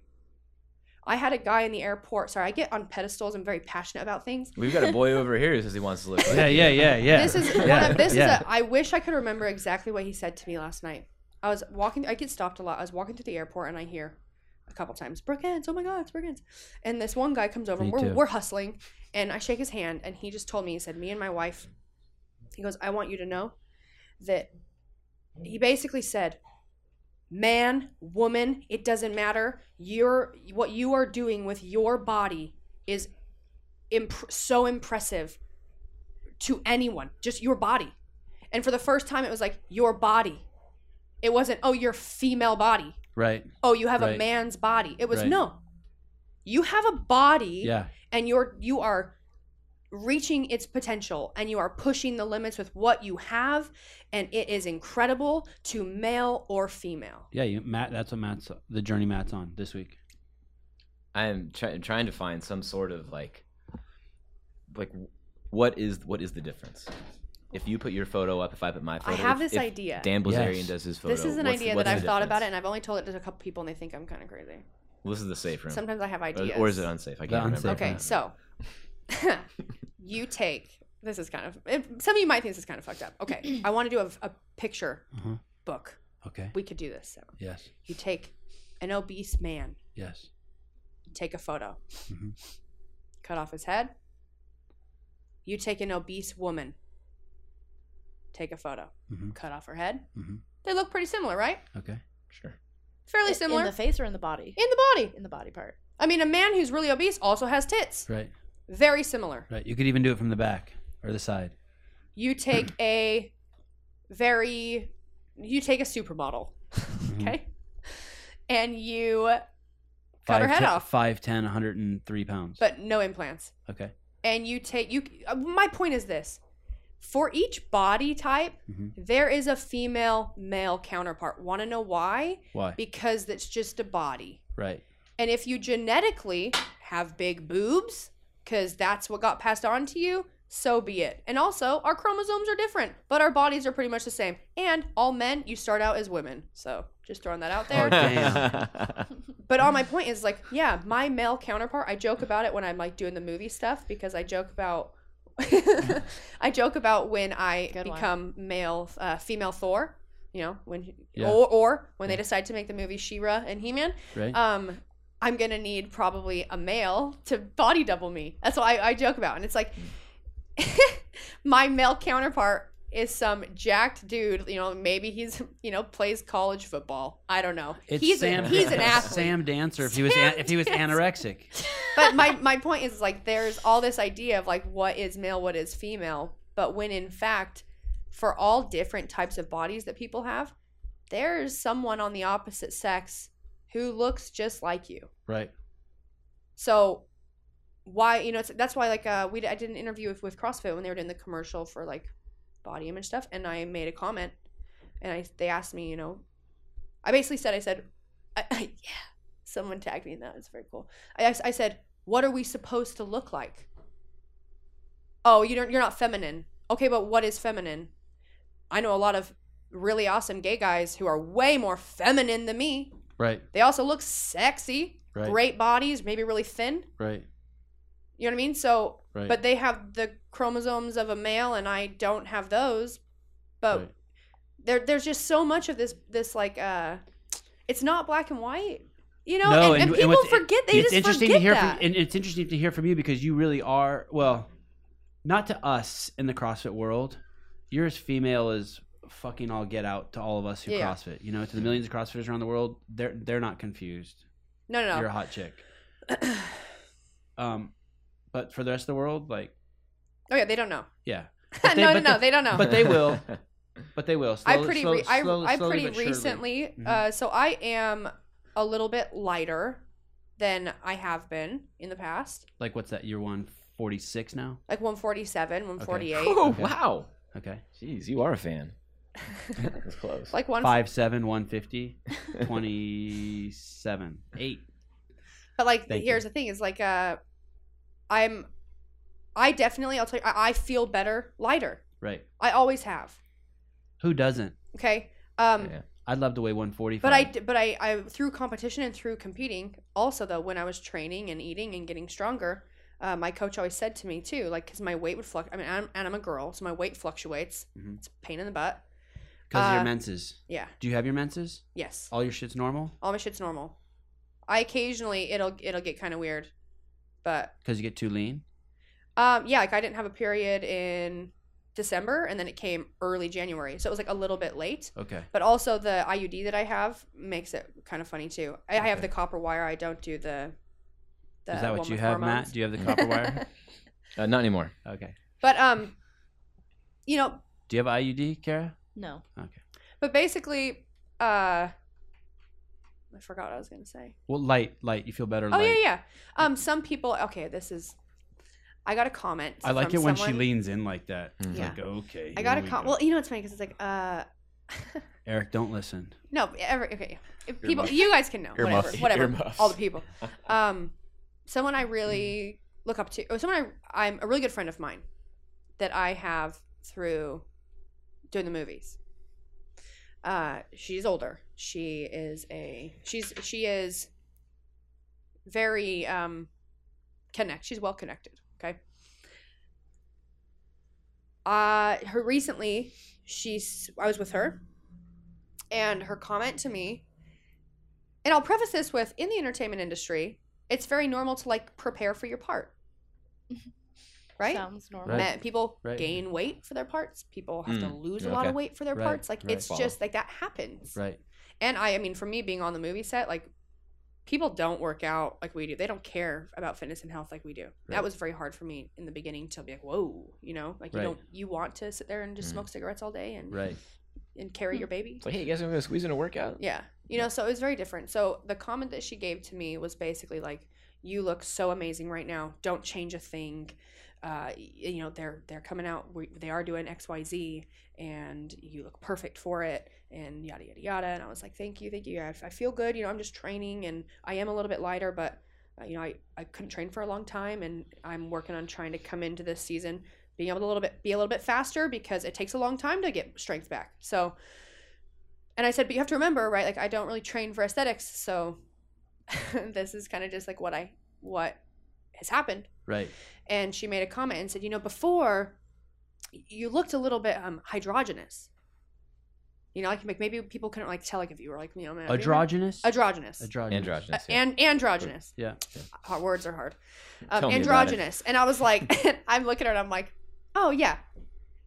Speaker 2: I had a guy in the airport. Sorry, I get on pedestals. I'm very passionate about things.
Speaker 3: We've got a boy over here who says he wants to look. Like
Speaker 5: Yeah, yeah, yeah, yeah.
Speaker 2: This is one
Speaker 5: Yeah,
Speaker 2: of, this
Speaker 5: yeah.
Speaker 2: is a. I wish I could remember exactly what he said to me last night. I was walking. I get stopped a lot. I was walking through the airport and I hear a couple times Brookends. Oh my God, it's Brookends. And this one guy comes over.
Speaker 5: Me
Speaker 2: and we're
Speaker 5: too.
Speaker 2: we're hustling, and I shake his hand, and he just told me. He said, "Me and my wife." He goes, "I want you to know that." He basically said, "Man, woman, it doesn't matter. Your what you are doing with your body is." Imp- so impressive to anyone, just your body. And for the first time, it was like, your body. It wasn't, oh, your female body.
Speaker 1: Right.
Speaker 2: Oh, you have a
Speaker 1: Right.
Speaker 2: man's body. It was
Speaker 1: Right.
Speaker 2: no. You have a body
Speaker 1: Yeah.
Speaker 2: and you're you are reaching its potential and you are pushing the limits with what you have and it is incredible to male or female.
Speaker 1: Yeah. You, Matt. That's what Matt's the journey Matt's on this week.
Speaker 3: I'm try- trying to find some sort of like, like, what is what is the difference? If you put your photo up, if I put my photo,
Speaker 2: I have
Speaker 3: if-
Speaker 2: this
Speaker 3: if
Speaker 2: idea.
Speaker 3: Dan Blazarian
Speaker 1: Yes.
Speaker 3: does his photo.
Speaker 2: This is an
Speaker 3: what's-
Speaker 2: idea
Speaker 3: what's
Speaker 2: that
Speaker 3: the
Speaker 2: I've thought about it
Speaker 3: difference?
Speaker 2: and I've only told it to a couple people and they think I'm kind of crazy.
Speaker 3: Well, this is the safe room,
Speaker 2: Sometimes I have
Speaker 3: or,
Speaker 2: ideas.
Speaker 3: or is it unsafe? I
Speaker 1: The
Speaker 3: can't remember.
Speaker 1: unsafe
Speaker 2: Okay,
Speaker 1: room.
Speaker 2: so you take this is kind of it- some of you might think this is kind of fucked up. Okay, I want to do a, a picture
Speaker 1: Uh-huh.
Speaker 2: book.
Speaker 1: Okay.
Speaker 2: We could do this. So
Speaker 1: Yes.
Speaker 2: you take an obese man,
Speaker 1: Yes.
Speaker 2: take a photo,
Speaker 1: Mhm.
Speaker 2: cut off his head. You take an obese woman, take a photo,
Speaker 1: Mhm.
Speaker 2: cut off her head.
Speaker 1: Mhm.
Speaker 2: They look pretty similar, right?
Speaker 1: Okay.
Speaker 3: Sure.
Speaker 2: Fairly
Speaker 4: In-
Speaker 2: similar
Speaker 4: in the face or in the body.
Speaker 2: in the body.
Speaker 4: In the body part.
Speaker 2: I mean, a man who's really obese also has tits.
Speaker 1: Right.
Speaker 2: Very similar.
Speaker 1: Right. You could even do it from the back or the side.
Speaker 2: you take a very you take a supermodel
Speaker 1: Mm. Mm-hmm.
Speaker 2: okay and you cut her
Speaker 1: Five,
Speaker 2: head
Speaker 1: ten-
Speaker 2: off
Speaker 1: Five, ten, 103 pounds.
Speaker 2: but no implants
Speaker 1: okay.
Speaker 2: and you take you uh, my point is this for each body type
Speaker 1: Mhm.
Speaker 2: there is a female male counterpart want to know why
Speaker 1: Why?
Speaker 2: because it's just a body
Speaker 1: right.
Speaker 2: and if you genetically have big boobs, because that's what got passed on to you, so be it. And also, our chromosomes are different, but our bodies are pretty much the same. And all men, you start out as women. So just throwing that out
Speaker 1: Oh,
Speaker 2: there.
Speaker 3: damn.
Speaker 2: But all my point is like, yeah, my male counterpart, I joke about it when I'm like doing the movie stuff because I joke about. I joke about when I
Speaker 4: Good one.
Speaker 2: become male, uh, female Thor, you know, when he-
Speaker 1: Yeah.
Speaker 2: or, or when they
Speaker 1: Yeah.
Speaker 2: decide to make the movie She-Ra and He-Man,
Speaker 1: Right.
Speaker 2: um i'm gonna need probably a male to body double me that's what i, I joke about and it's like my male counterpart is some jacked dude you know maybe he's you know plays college football i don't know he's, a, he's an athlete
Speaker 1: Sam Dancer. If he was
Speaker 2: Sam
Speaker 1: an, if he was
Speaker 2: Dancer.
Speaker 1: anorexic.
Speaker 2: but my, my point is like there's all this idea of like what is male what is female but when in fact for all different types of bodies that people have there's someone on the opposite sex who looks just like you
Speaker 1: Right.
Speaker 2: So why you know it's, that's why like uh, we I did an interview with, with CrossFit when they were doing the commercial for like body image stuff, and I made a comment, and I they asked me you know, I basically said I said, I, I, yeah, someone tagged me in that it's very cool. I asked- I said what are we supposed to look like? Oh, you don't you're not feminine. Okay, but what is feminine? I know a lot of really awesome gay guys who are way more feminine than me.
Speaker 1: Right.
Speaker 2: They also look sexy,
Speaker 1: Right.
Speaker 2: great bodies, maybe really thin.
Speaker 1: Right.
Speaker 2: You know what I mean? So,
Speaker 1: Right.
Speaker 2: but they have the chromosomes of a male, and I don't have those. But
Speaker 1: Right.
Speaker 2: there, there's just so much of this, this like, uh, it's not black and white. You know,
Speaker 1: No,
Speaker 2: and, and,
Speaker 1: and- and
Speaker 2: people
Speaker 1: what's-
Speaker 2: forget. They
Speaker 1: it's
Speaker 2: just
Speaker 1: interesting
Speaker 2: forget
Speaker 1: to hear
Speaker 2: that.
Speaker 1: from and it's interesting to hear from you because you really are well not to us in the crossfit world you're as female as fucking all get out to all of us who
Speaker 2: Yeah.
Speaker 1: crossfit you know to the millions of crossfitters around the world they're they're not confused
Speaker 2: no, no,
Speaker 1: you're
Speaker 2: no.
Speaker 1: a hot chick um but for the rest of the world like
Speaker 2: Oh yeah, they don't know.
Speaker 1: yeah
Speaker 2: no,
Speaker 1: they-
Speaker 2: no,
Speaker 1: but
Speaker 2: no,
Speaker 1: they-
Speaker 2: they don't know.
Speaker 1: but they will. but they will
Speaker 2: I
Speaker 1: Slowly-
Speaker 2: pretty,
Speaker 1: slow-
Speaker 2: re- I,
Speaker 1: slow-
Speaker 2: I
Speaker 1: slowly
Speaker 2: pretty
Speaker 1: but surely.
Speaker 2: recently.
Speaker 1: Mhm.
Speaker 2: Uh, so I am a little bit lighter than I have been in the past,
Speaker 1: like what's that you're 146 now
Speaker 2: like 147, 148.
Speaker 3: oh wow!
Speaker 1: okay
Speaker 3: Jeez, you are a fan. That's close.
Speaker 2: like one,
Speaker 1: 57 150 27 8
Speaker 2: but like
Speaker 1: Thank
Speaker 2: here's the thing: is like uh, I'm, I definitely, I'll tell you, I, I feel better, lighter.
Speaker 1: right
Speaker 2: I always have.
Speaker 1: who doesn't
Speaker 2: Okay. Um,
Speaker 3: yeah.
Speaker 1: I'd love to weigh 145.
Speaker 2: but I, d- but I, I through competition and through competing, also though, when I was training and eating and getting stronger, uh, my coach always said to me too, like, because my weight would fluctuate. I mean, I'm, and I'm a girl, so my weight fluctuates.
Speaker 1: Mhm.
Speaker 2: It's a pain in the butt.
Speaker 1: because
Speaker 2: uh,
Speaker 1: your menses.
Speaker 2: Yeah.
Speaker 1: Do you have your menses?
Speaker 2: Yes.
Speaker 1: All your shit's normal
Speaker 2: All my shit's normal. I occasionally it'll it'll get kind of weird, but
Speaker 1: because you get too lean.
Speaker 2: Um, yeah, like I didn't have a period in December, and then it came early January, so it was like a little bit late.
Speaker 1: Okay.
Speaker 2: But also the IUD that I have makes it kind of funny too. I, I have
Speaker 1: Okay.
Speaker 2: the copper wire. I don't do the. the
Speaker 1: Is that
Speaker 2: one
Speaker 1: what you
Speaker 2: with
Speaker 1: have,
Speaker 2: hormones.
Speaker 1: Matt? Do you have the copper wire?
Speaker 3: Uh, not anymore.
Speaker 1: Okay.
Speaker 2: But um, you know,
Speaker 1: Do you have IUD, Kara?
Speaker 4: No.
Speaker 1: Okay.
Speaker 2: but basically, uh I forgot what I was gonna say.
Speaker 1: Well, light, light. You feel better.
Speaker 2: Oh
Speaker 1: light.
Speaker 2: yeah, yeah. Um some people okay, this is I got a comment.
Speaker 1: I like it
Speaker 2: from
Speaker 1: when she
Speaker 2: someone.
Speaker 1: leans in like that.
Speaker 3: Mm.
Speaker 1: It's
Speaker 2: Yeah.
Speaker 1: like, okay.
Speaker 2: I got a
Speaker 1: here we
Speaker 2: comment.
Speaker 1: go.
Speaker 2: Well, you know what's funny because it's like uh
Speaker 1: Eric, don't listen.
Speaker 2: No, every okay. If people,
Speaker 3: Earmuff.
Speaker 2: you guys can know.
Speaker 3: Earmuff.
Speaker 2: Whatever, whatever.
Speaker 3: Earmuffs.
Speaker 2: All the people. Um, someone I really look up to, or someone I, I'm a really good friend of mine that I have through doing the movies. Uh, she's older. She is a she's she is very um connect. She's well connected. Okay. Uh, her recently, she's I was with her and her comment to me and i'll preface this with in the entertainment industry it's very normal to like prepare for your part right
Speaker 4: Sounds normal.
Speaker 1: Right.
Speaker 2: Men- people
Speaker 1: Right.
Speaker 2: gain weight for their parts people have to
Speaker 3: Mm,
Speaker 2: lose a lot of
Speaker 3: okay.
Speaker 2: weight for their
Speaker 1: Right,
Speaker 2: parts like
Speaker 1: right.
Speaker 2: it's
Speaker 3: Follow.
Speaker 2: just like that happens
Speaker 1: Right.
Speaker 2: and i i mean for me being on the movie set like people don't work out like we do they don't care about fitness and health like we do
Speaker 1: Right.
Speaker 2: that was very hard for me in the beginning to be like whoa you know like you
Speaker 1: Right.
Speaker 2: don't you want to sit there and just
Speaker 3: Mm.
Speaker 2: smoke cigarettes all day and
Speaker 1: Right.
Speaker 2: and carry your baby
Speaker 3: It's like, hey, you guys want to squeeze in a workout?
Speaker 2: yeah. You know, so it was very different. So the comment that she gave to me was basically like, "You look so amazing right now. Don't change a thing. Uh, y- you know, they're they're coming out. We, they are doing X, Y, Z, and you look perfect for it. And yada yada yada." And I was like, "Thank you, thank you. I, I feel good. You know, I'm just training, and I am a little bit lighter, but uh, you know, I I couldn't train for a long time, and I'm working on trying to come into this season." Being able to a little bit be a little bit faster because it takes a long time to get strength back. So, and I said, but you have to remember, right? Like I don't really train for aesthetics, so this is kind of just like what I what has happened.
Speaker 1: Right.
Speaker 2: And she made a comment and said, you know, before you looked a little bit um hydrogenous. You know, like like, maybe people couldn't like tell like if you were like you know maybe-
Speaker 1: Androgynous. Androgynous.
Speaker 2: androgynous. Uh,
Speaker 3: Androgynous. yeah.
Speaker 2: and androgynous.
Speaker 1: Yeah.
Speaker 2: Hard words are hard. Um,
Speaker 3: Tell me about it.
Speaker 2: androgynous, and I was like, I'm looking at her, and I'm like, oh yeah,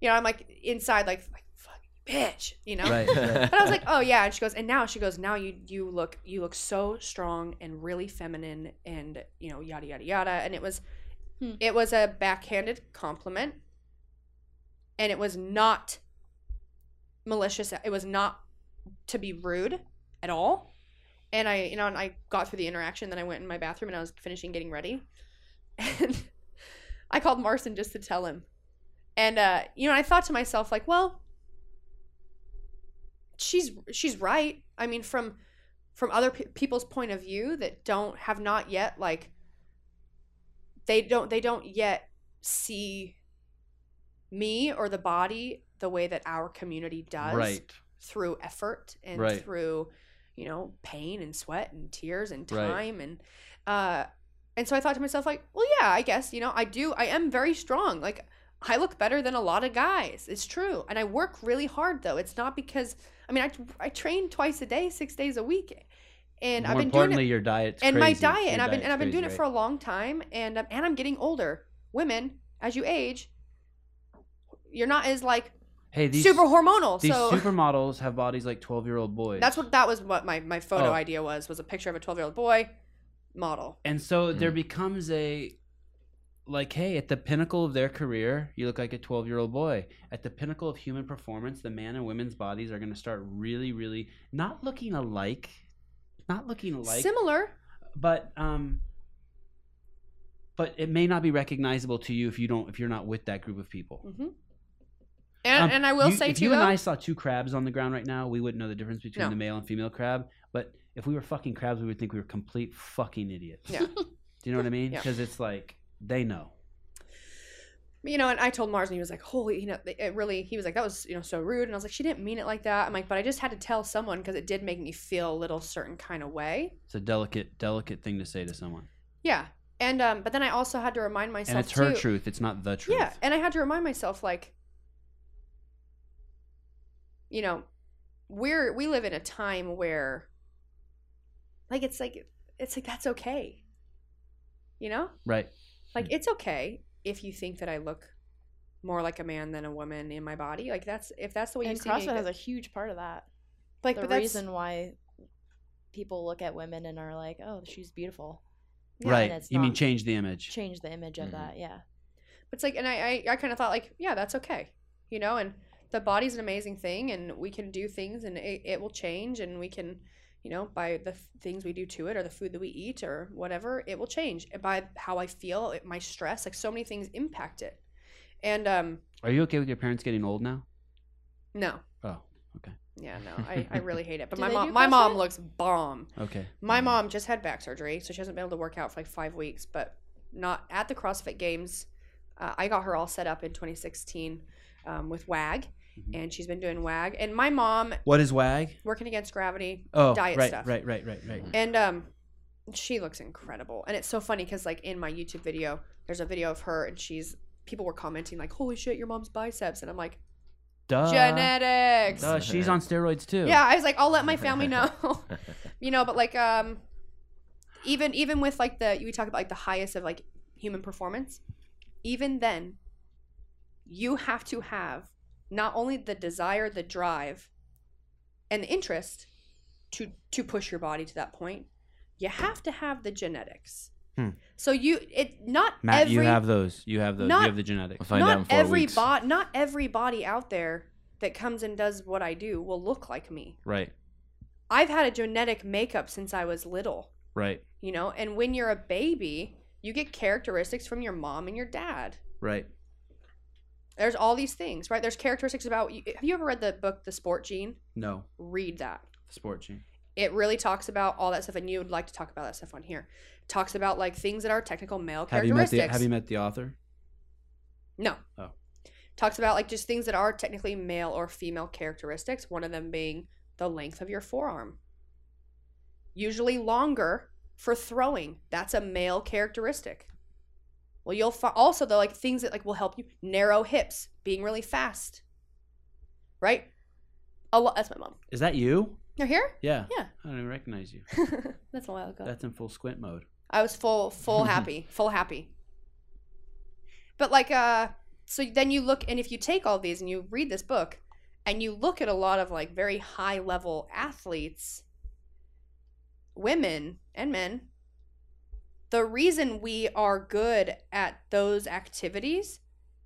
Speaker 2: you know, I'm like inside like like fucking bitch, you know.
Speaker 1: Right. right.
Speaker 2: But I was like, oh yeah. And she goes, and now she goes, now you you look you look so strong and really feminine and you know yada yada yada. And it was,
Speaker 4: Hmm.
Speaker 2: it was a backhanded compliment, and it was not malicious. It was not to be rude at all. And I you know and I got through the interaction. Then I went in my bathroom and I was finishing getting ready, and I called Marson just to tell him. And uh, you know I thought to myself like, well she's she's right. I mean, from from other pe- people's point of view that don't have not yet like they don't they don't yet see me or the body the way that our community does
Speaker 1: Right.
Speaker 2: through effort and
Speaker 1: Right.
Speaker 2: through you know pain and sweat and tears and
Speaker 1: Right.
Speaker 2: time and uh and so i thought to myself like well yeah i guess you know i do i am very strong like i look better than a lot of guys it's true and i work really hard though it's not because i mean i, I train twice a day six days a week and
Speaker 1: More
Speaker 2: i've been doing
Speaker 1: importantly,
Speaker 2: it
Speaker 1: your diet's
Speaker 2: and my
Speaker 1: crazy.
Speaker 2: diet
Speaker 1: Your
Speaker 2: and i've been and
Speaker 1: diet's
Speaker 2: i've been doing
Speaker 1: crazy,
Speaker 2: it for a long time and um, and i'm getting older women as you age you're not as like
Speaker 1: right? Hey, these
Speaker 2: super hormonal
Speaker 1: These
Speaker 2: so
Speaker 1: supermodels have bodies like twelve-year-old boys.
Speaker 2: that's what that was what my, my photo
Speaker 1: Oh.
Speaker 2: idea was was a picture of a 12 year old boy model.
Speaker 1: And so there becomes a like, hey, at the pinnacle of their career, you look like a 12 year old boy. At the pinnacle of human performance, the man and women's bodies are going to start really, really not looking alike, not looking alike,
Speaker 2: Similar.
Speaker 1: but um, but it may not be recognizable to you if you don't if you're not with that group of people.
Speaker 2: hmm And,
Speaker 1: Um,
Speaker 2: and I will
Speaker 1: you-
Speaker 2: say
Speaker 1: if
Speaker 2: too,
Speaker 1: you and
Speaker 2: though-
Speaker 1: I saw two crabs on the ground right now, we wouldn't know the difference between
Speaker 2: No.
Speaker 1: the male and female crab. But if we were fucking crabs, we would think we were complete fucking idiots.
Speaker 2: Yeah.
Speaker 1: Do you know what I mean?
Speaker 2: Yeah.
Speaker 1: Because it's like they know.
Speaker 2: you know, and I told Mars, and he was like, "Holy, you know, it really." He was like, "That was, you know, so rude," and I was like, "She didn't mean it like that." I'm like, "But I just had to tell someone because it did make me feel a little certain kind of way."
Speaker 1: It's a delicate, delicate thing to say to someone,
Speaker 2: Yeah, and um, but then I also had to remind myself
Speaker 1: and it's her
Speaker 2: too-
Speaker 1: truth. It's not the truth.
Speaker 2: Yeah, and I had to remind myself like you know, we're we live in a time where like it's like it's like that's okay. You know?
Speaker 1: Right.
Speaker 4: Hmm.
Speaker 2: Like it's okay if you think that I look more like a man than a woman in my body. Like that's if that's the way
Speaker 4: And
Speaker 2: you see me.
Speaker 4: CrossFit has a
Speaker 2: that-
Speaker 4: huge part of that.
Speaker 2: like
Speaker 4: the
Speaker 2: but that's-
Speaker 4: reason why people look at women and are like, "Oh, she's beautiful."
Speaker 2: Yeah,
Speaker 1: right.
Speaker 4: and it's
Speaker 1: You mean
Speaker 4: not-
Speaker 1: change the image?
Speaker 4: Change the image of
Speaker 3: Mhm.
Speaker 4: that. Yeah.
Speaker 2: But it's like, and I, I, I kind of thought like, yeah, that's okay, you know. And the body's an amazing thing and we can do things and it, it will change and we can you know by the f- things we do to it or the food that we eat or whatever it will change And by how i feel it, my stress like so many things impact it and um
Speaker 1: Are you okay with your parents getting old now?
Speaker 2: no
Speaker 1: Oh, okay.
Speaker 2: yeah no i, I really hate it but
Speaker 4: Do
Speaker 2: my
Speaker 4: they
Speaker 2: mom
Speaker 4: do
Speaker 2: my mom
Speaker 4: CrossFit?
Speaker 2: looks bomb
Speaker 1: Okay.
Speaker 2: my mom just had back surgery, so she hasn't been able to work out for like five weeks, but not at the CrossFit Games. Uh, I got her all set up in 2016 um, with WAG,
Speaker 1: Mhm.
Speaker 2: and she's been doing WAG. And my mom,
Speaker 1: What is WAG?
Speaker 2: working against gravity,
Speaker 1: Oh,
Speaker 2: Diet
Speaker 1: right,
Speaker 2: stuff.
Speaker 1: right, right, right, right.
Speaker 2: and um, she looks incredible. And it's so funny because, like, in my YouTube video, there's a video of her, and she's people were commenting, like, holy shit, your mom's biceps. And I'm like,
Speaker 1: Duh.
Speaker 2: genetics.
Speaker 1: Duh, she's on steroids too.
Speaker 2: Yeah, I was like, I'll let my family know. you know, but like um even even with like the we talk about like the highest of like human performance, even then you have to have not only the desire, the drive, and the interest to to push your body to that point. You have to have the genetics.
Speaker 1: Hmm.
Speaker 2: So you it not
Speaker 1: Matt,
Speaker 2: every
Speaker 1: you have those. You have those.
Speaker 2: not-
Speaker 1: you have the genetics.
Speaker 3: I'll find
Speaker 2: not
Speaker 3: out in four
Speaker 2: every
Speaker 3: weeks.
Speaker 2: bo- not every body out there that comes and does what I do will look like me.
Speaker 1: Right,
Speaker 2: I've had a genetic makeup since I was little,
Speaker 1: right,
Speaker 2: you know, and when you're a baby, you get characteristics from your mom and your dad.
Speaker 1: right.
Speaker 2: There's all these things, right? There's characteristics about you. Have you ever read the book The Sport Gene?
Speaker 1: No,
Speaker 2: Read that.
Speaker 1: sport gene.
Speaker 2: It really talks about all that stuff, and you would like to talk about that stuff on here. Talks about like things that are technical male
Speaker 1: Have you met
Speaker 2: characteristics.
Speaker 1: the Have you met the author?
Speaker 2: No.
Speaker 1: Oh.
Speaker 2: Talks about like just things that are technically male or female characteristics, one of them being the length of your forearm. Usually longer for throwing. That's a male characteristic. Well, you'll fi- also though like things that like will help you narrow hips, being really fast. Right? A lot that's my mom.
Speaker 1: Is that you?
Speaker 2: You're here?
Speaker 1: Yeah.
Speaker 2: Yeah.
Speaker 1: I don't even recognize you.
Speaker 2: that's a while ago.
Speaker 1: That's in full squint mode.
Speaker 2: I was full full happy, full happy. But like uh so then you look and if you take all these and you read this book and you look at a lot of like very high level athletes, women and men, the reason we are good at those activities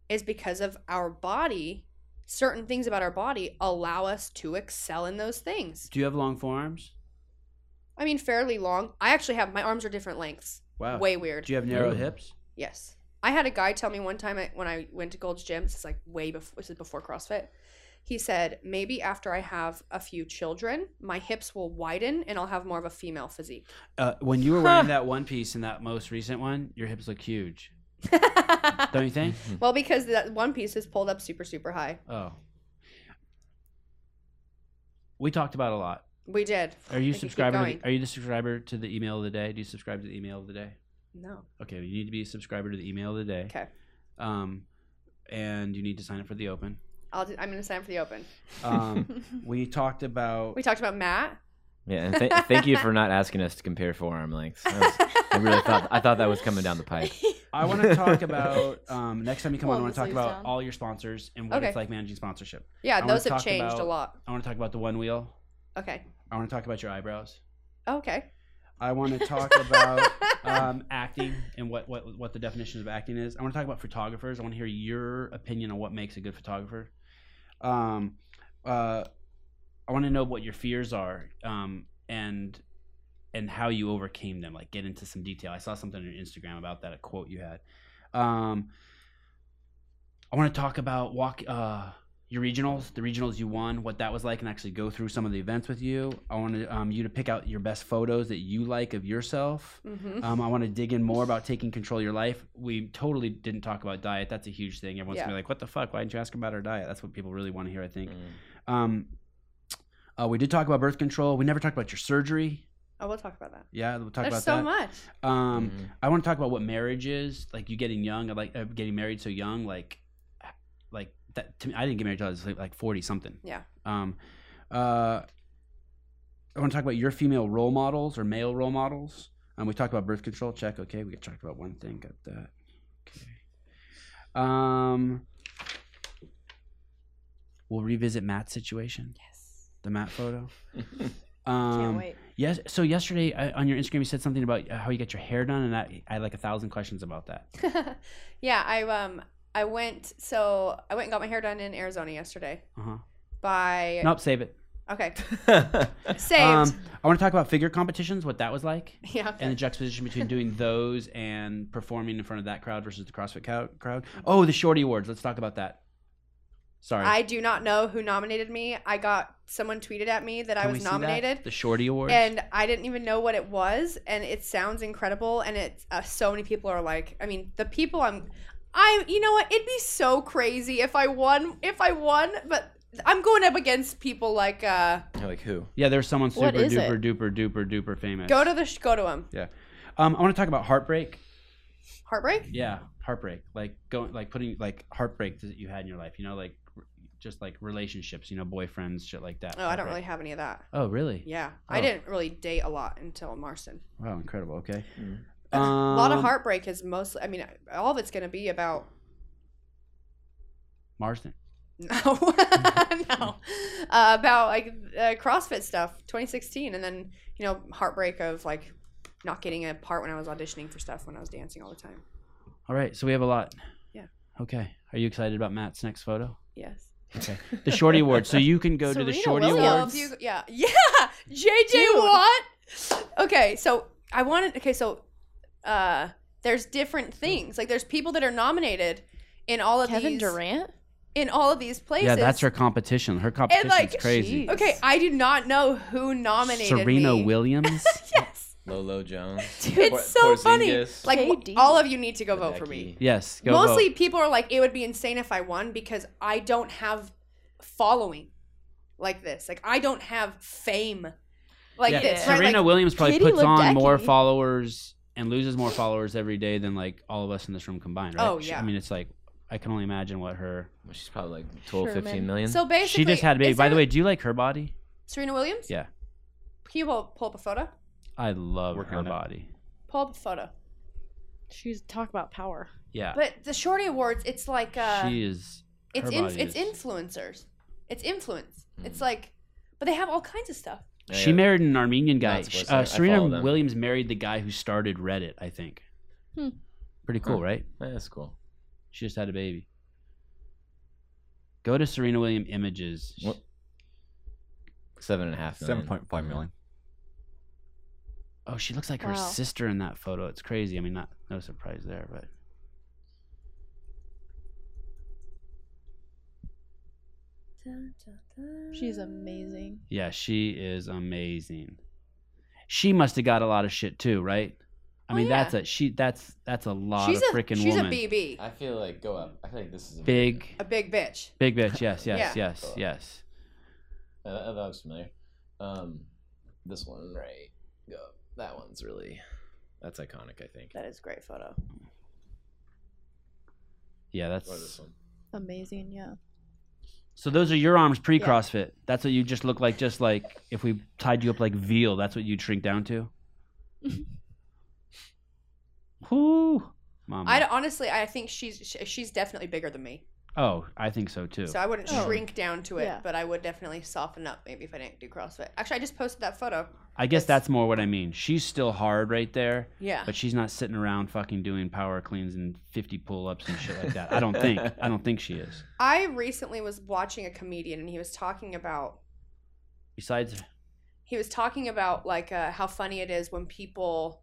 Speaker 2: is because of our body. Certain things about our body allow us to excel in those things.
Speaker 1: Do you have long forearms?
Speaker 2: I mean, fairly long. I actually have my arms are different lengths.
Speaker 1: Wow.
Speaker 2: Way weird.
Speaker 1: Do you have narrow
Speaker 3: Ooh.
Speaker 1: hips?
Speaker 2: Yes. I had a guy tell me one time I- when I went to Gold's Gym, this is like way before, this is before CrossFit. He said, maybe after I have a few children, my hips will widen and I'll have more of a female physique.
Speaker 1: Uh, when you were wearing that one piece and that most recent one, your hips look huge. Don't you think?
Speaker 2: well, because that one piece is pulled up super, super high.
Speaker 1: Oh. We talked about a lot.
Speaker 2: We did.
Speaker 1: Are you
Speaker 2: I could keep
Speaker 1: subscriber? to
Speaker 2: going.
Speaker 1: the- Are you the subscriber to the email of the day? Do you subscribe to the email of the day?
Speaker 2: No.
Speaker 1: Okay, you need to be a subscriber to the email of the day.
Speaker 2: Okay.
Speaker 1: Um, and you need to sign up for the open.
Speaker 2: I'll do, I'm going to sign up for the open.
Speaker 1: Um, we talked about.
Speaker 2: We talked about Matt.
Speaker 3: Yeah, and th- thank you for not asking us to compare forearm lengths. That was- I really thought I thought that was coming down the pipe.
Speaker 1: I want to talk about um, next time you come on. I
Speaker 4: Well,
Speaker 1: want to talk
Speaker 4: this leaves
Speaker 1: about
Speaker 4: down.
Speaker 1: all your sponsors and what
Speaker 2: Okay.
Speaker 1: it's like managing sponsorship. I
Speaker 2: Yeah,
Speaker 1: wanna
Speaker 2: those have
Speaker 1: talk
Speaker 2: changed a
Speaker 1: about-
Speaker 2: lot.
Speaker 1: I want to talk about the one wheel.
Speaker 2: Okay. Oh,
Speaker 1: I want to talk about your eyebrows.
Speaker 2: Okay.
Speaker 1: I want to talk about um, acting and what, what what the definition of acting is. I want to talk about photographers. I want to hear your opinion on what makes a good photographer. Um, uh, I want to know what your fears are um, and and how you overcame them. Like get into some detail. I saw something on your Instagram about that. A quote you had. Um, I want to talk about walk uh, your regionals, the regionals you won, what that was like, and actually go through some of the events with you. I wanted um, you to pick out your best photos that you like of yourself.
Speaker 2: Mm-hmm.
Speaker 1: Um, I want to dig in more about taking control of your life. We totally didn't talk about diet. That's a huge thing. Everyone's gonna be like, "What the fuck? Why didn't you ask about our diet?" That's what people really want to hear. I think.
Speaker 2: Mm.
Speaker 3: Mm-hmm.
Speaker 1: Um, uh, we did talk about birth control. We never talked about your surgery.
Speaker 2: I will Oh, talk about that.
Speaker 1: Yeah, we'll talk
Speaker 2: There's
Speaker 1: about
Speaker 2: so
Speaker 1: that.
Speaker 2: much.
Speaker 1: Um,
Speaker 3: Mhm.
Speaker 1: I want to talk about what marriage is like. You getting young, I like uh, getting married so young, like, like that. To me, I didn't get married till I was like, like forty something.
Speaker 2: Yeah.
Speaker 1: Um, uh, I want to talk about your female role models or male role models. Um, we talked about birth control. Check. Okay, we talked about one thing. Got that. Okay. Um, we'll revisit Matt's situation,
Speaker 4: yes.
Speaker 1: the Matt photo.
Speaker 4: Can't
Speaker 1: Um,
Speaker 4: wait.
Speaker 1: Yes. So yesterday I, on your Instagram, you said something about how you get your hair done, and I, I had like a thousand questions about that.
Speaker 2: yeah, I um I went. So I went and got my hair done in Arizona yesterday.
Speaker 1: Uh-huh.
Speaker 2: By
Speaker 1: Nope, save it.
Speaker 2: okay, saved.
Speaker 1: Um, I want to talk about figure competitions, what that was like,
Speaker 2: yeah. okay.
Speaker 1: and the juxtaposition between doing those and performing in front of that crowd versus the CrossFit cow- crowd. Oh, the Shorty Awards. Let's talk about that. Sorry.
Speaker 2: I do not know who nominated me. I got someone tweeted at me that I
Speaker 1: Can we
Speaker 2: was
Speaker 1: see that?
Speaker 2: nominated.
Speaker 1: The Shorty Awards.
Speaker 2: and I didn't even know what it was, and it sounds incredible, and it's uh, so many people are like, I mean, the people I'm, I, you know what, it'd be so crazy if I won, if I won, but I'm going up against people like, uh,
Speaker 3: like who?
Speaker 1: yeah, there's someone super
Speaker 4: What is
Speaker 1: duper
Speaker 4: it?
Speaker 1: duper duper duper famous.
Speaker 2: go to the, sh- go to him,
Speaker 1: Um, I want to talk about heartbreak.
Speaker 2: heartbreak, Oh,
Speaker 1: Yeah, heartbreak. Like going, like putting, like heartbreak that you had in your life. You know, like r- just like relationships. You know, boyfriends, shit like that.
Speaker 2: oh, I don't really
Speaker 1: heartbreak.
Speaker 2: have any of that,
Speaker 1: Oh, really?
Speaker 2: yeah, I
Speaker 1: Oh.
Speaker 2: didn't really date a lot until Marston,
Speaker 1: Wow, incredible. Okay.
Speaker 3: Mm.
Speaker 1: Um,
Speaker 2: a lot of heartbreak is mostly, I mean, all of it's gonna be about,
Speaker 1: Marsden.
Speaker 2: no,
Speaker 1: Mm-hmm.
Speaker 2: no, uh, about like uh, CrossFit stuff, 2016, and then you know heartbreak of like not getting a part when I was auditioning for stuff when I was dancing all the time.
Speaker 1: All right, so we have a lot.
Speaker 2: Yeah.
Speaker 1: Okay. Are you excited about Matt's next photo?
Speaker 2: Yes.
Speaker 1: Okay. The Shorty Awards. So you can go to the
Speaker 4: Serena
Speaker 1: Shorty
Speaker 4: Williams.
Speaker 1: Awards.
Speaker 2: If you- yeah, yeah, JJ Watt. Okay, so I wanted. Okay, so uh, there's different things. Like there's people that are nominated in all of
Speaker 4: Kevin
Speaker 2: these
Speaker 4: Durant?
Speaker 2: in all of these places.
Speaker 1: Yeah, that's her competition. Her competition's
Speaker 2: like,
Speaker 1: crazy.
Speaker 4: jeez.
Speaker 2: Okay, I do not know who nominated
Speaker 1: Serena
Speaker 2: me.
Speaker 1: Williams.
Speaker 2: Yes,
Speaker 3: Lolo Jones.
Speaker 2: it's
Speaker 3: Por-
Speaker 2: so funny.
Speaker 3: Porzingis,
Speaker 2: Like
Speaker 4: KD.
Speaker 2: all of you need to go vote for me.
Speaker 3: Becky.
Speaker 1: yes. Go
Speaker 2: Mostly
Speaker 1: vote.
Speaker 2: people are like, it would be insane if I won because I don't have following like this. Like I don't have fame like
Speaker 1: Yeah,
Speaker 2: this.
Speaker 4: right?
Speaker 1: Serena
Speaker 2: Like,
Speaker 1: Williams probably
Speaker 4: Katie
Speaker 1: puts on more
Speaker 4: Ledecky.
Speaker 1: followers and loses more followers every day than like all of us in this room combined. Right?
Speaker 2: Oh,
Speaker 1: She-
Speaker 2: yeah.
Speaker 1: I mean, it's like I can only imagine what her.
Speaker 3: Well, she's probably like 12,
Speaker 4: Sherman.
Speaker 3: 15 million.
Speaker 2: so basically,
Speaker 1: She just had a baby.
Speaker 2: is
Speaker 1: By the
Speaker 2: there-
Speaker 1: way, do you like her body?
Speaker 2: Serena Williams.
Speaker 1: Yeah.
Speaker 2: Can you pull, pull up a photo?
Speaker 1: I love
Speaker 3: Working
Speaker 1: her
Speaker 3: on it.
Speaker 1: body.
Speaker 2: Pull up a photo.
Speaker 4: She's talk about power.
Speaker 1: Yeah.
Speaker 2: But the Shorty Awards, it's like uh,
Speaker 1: she is.
Speaker 2: it's
Speaker 1: her
Speaker 2: in,
Speaker 1: body
Speaker 2: it's
Speaker 1: is-
Speaker 2: influencers. It's influence. It's
Speaker 3: Mm.
Speaker 2: like, but they have all kinds of stuff.
Speaker 3: Yeah,
Speaker 1: She
Speaker 3: yeah.
Speaker 1: married an Armenian
Speaker 3: Not
Speaker 1: guy.
Speaker 3: supposed
Speaker 1: Sh-
Speaker 3: to. I
Speaker 1: Uh, Serena
Speaker 3: follow them.
Speaker 1: Williams married the guy who started Reddit, I think.
Speaker 4: Hmm.
Speaker 1: Pretty cool,
Speaker 3: Huh.
Speaker 1: right?
Speaker 3: Yeah, That's cool.
Speaker 1: She just had a baby. Go to Serena Williams images.
Speaker 3: What? Seven and a half million.
Speaker 6: Seven point five million.
Speaker 1: Oh, she looks like her
Speaker 4: Wow.
Speaker 1: sister in that photo. It's crazy. I mean, not no surprise there, but
Speaker 4: She's amazing.
Speaker 1: yeah, she is amazing. She must have got a lot of shit too, right? I
Speaker 2: Oh,
Speaker 1: mean,
Speaker 2: yeah.
Speaker 1: that's a she. That's that's a lot
Speaker 2: she's
Speaker 1: of
Speaker 2: a
Speaker 1: freaking
Speaker 2: she's
Speaker 1: woman.
Speaker 2: a BB,
Speaker 3: I feel like, go up. I feel like this is
Speaker 1: Big,
Speaker 2: a big bitch.
Speaker 1: big bitch. Yes, yes,
Speaker 2: Yeah.
Speaker 1: yes, yes.
Speaker 3: Uh, that, that looks familiar. Um, this one, right? Go. up. That one's really. That's iconic, I think.
Speaker 2: That is a great photo.
Speaker 1: Yeah,
Speaker 3: Or this
Speaker 1: that's.
Speaker 3: one.
Speaker 4: Amazing, yeah.
Speaker 1: So those are your arms pre
Speaker 4: Yeah.
Speaker 1: CrossFit. That's what you just look like. Just like if we tied you up like veal, that's what you'd shrink down to. Whoo, mama.
Speaker 2: I d- honestly, I think she's sh- she's definitely bigger than me.
Speaker 1: oh, I think so too.
Speaker 2: So I wouldn't
Speaker 4: Oh.
Speaker 2: shrink down to it,
Speaker 4: Yeah.
Speaker 2: but I would definitely soften up maybe if I didn't do CrossFit. Actually, I just posted that photo.
Speaker 1: I guess that's more what I mean. She's still hard right there,
Speaker 2: Yeah.
Speaker 1: but she's not sitting around fucking doing power cleans and 50 pull ups and shit like that. I don't think. I don't think she is.
Speaker 2: I recently was watching a comedian and he was talking about
Speaker 1: Besides,
Speaker 2: he was talking about like uh, how funny it is when people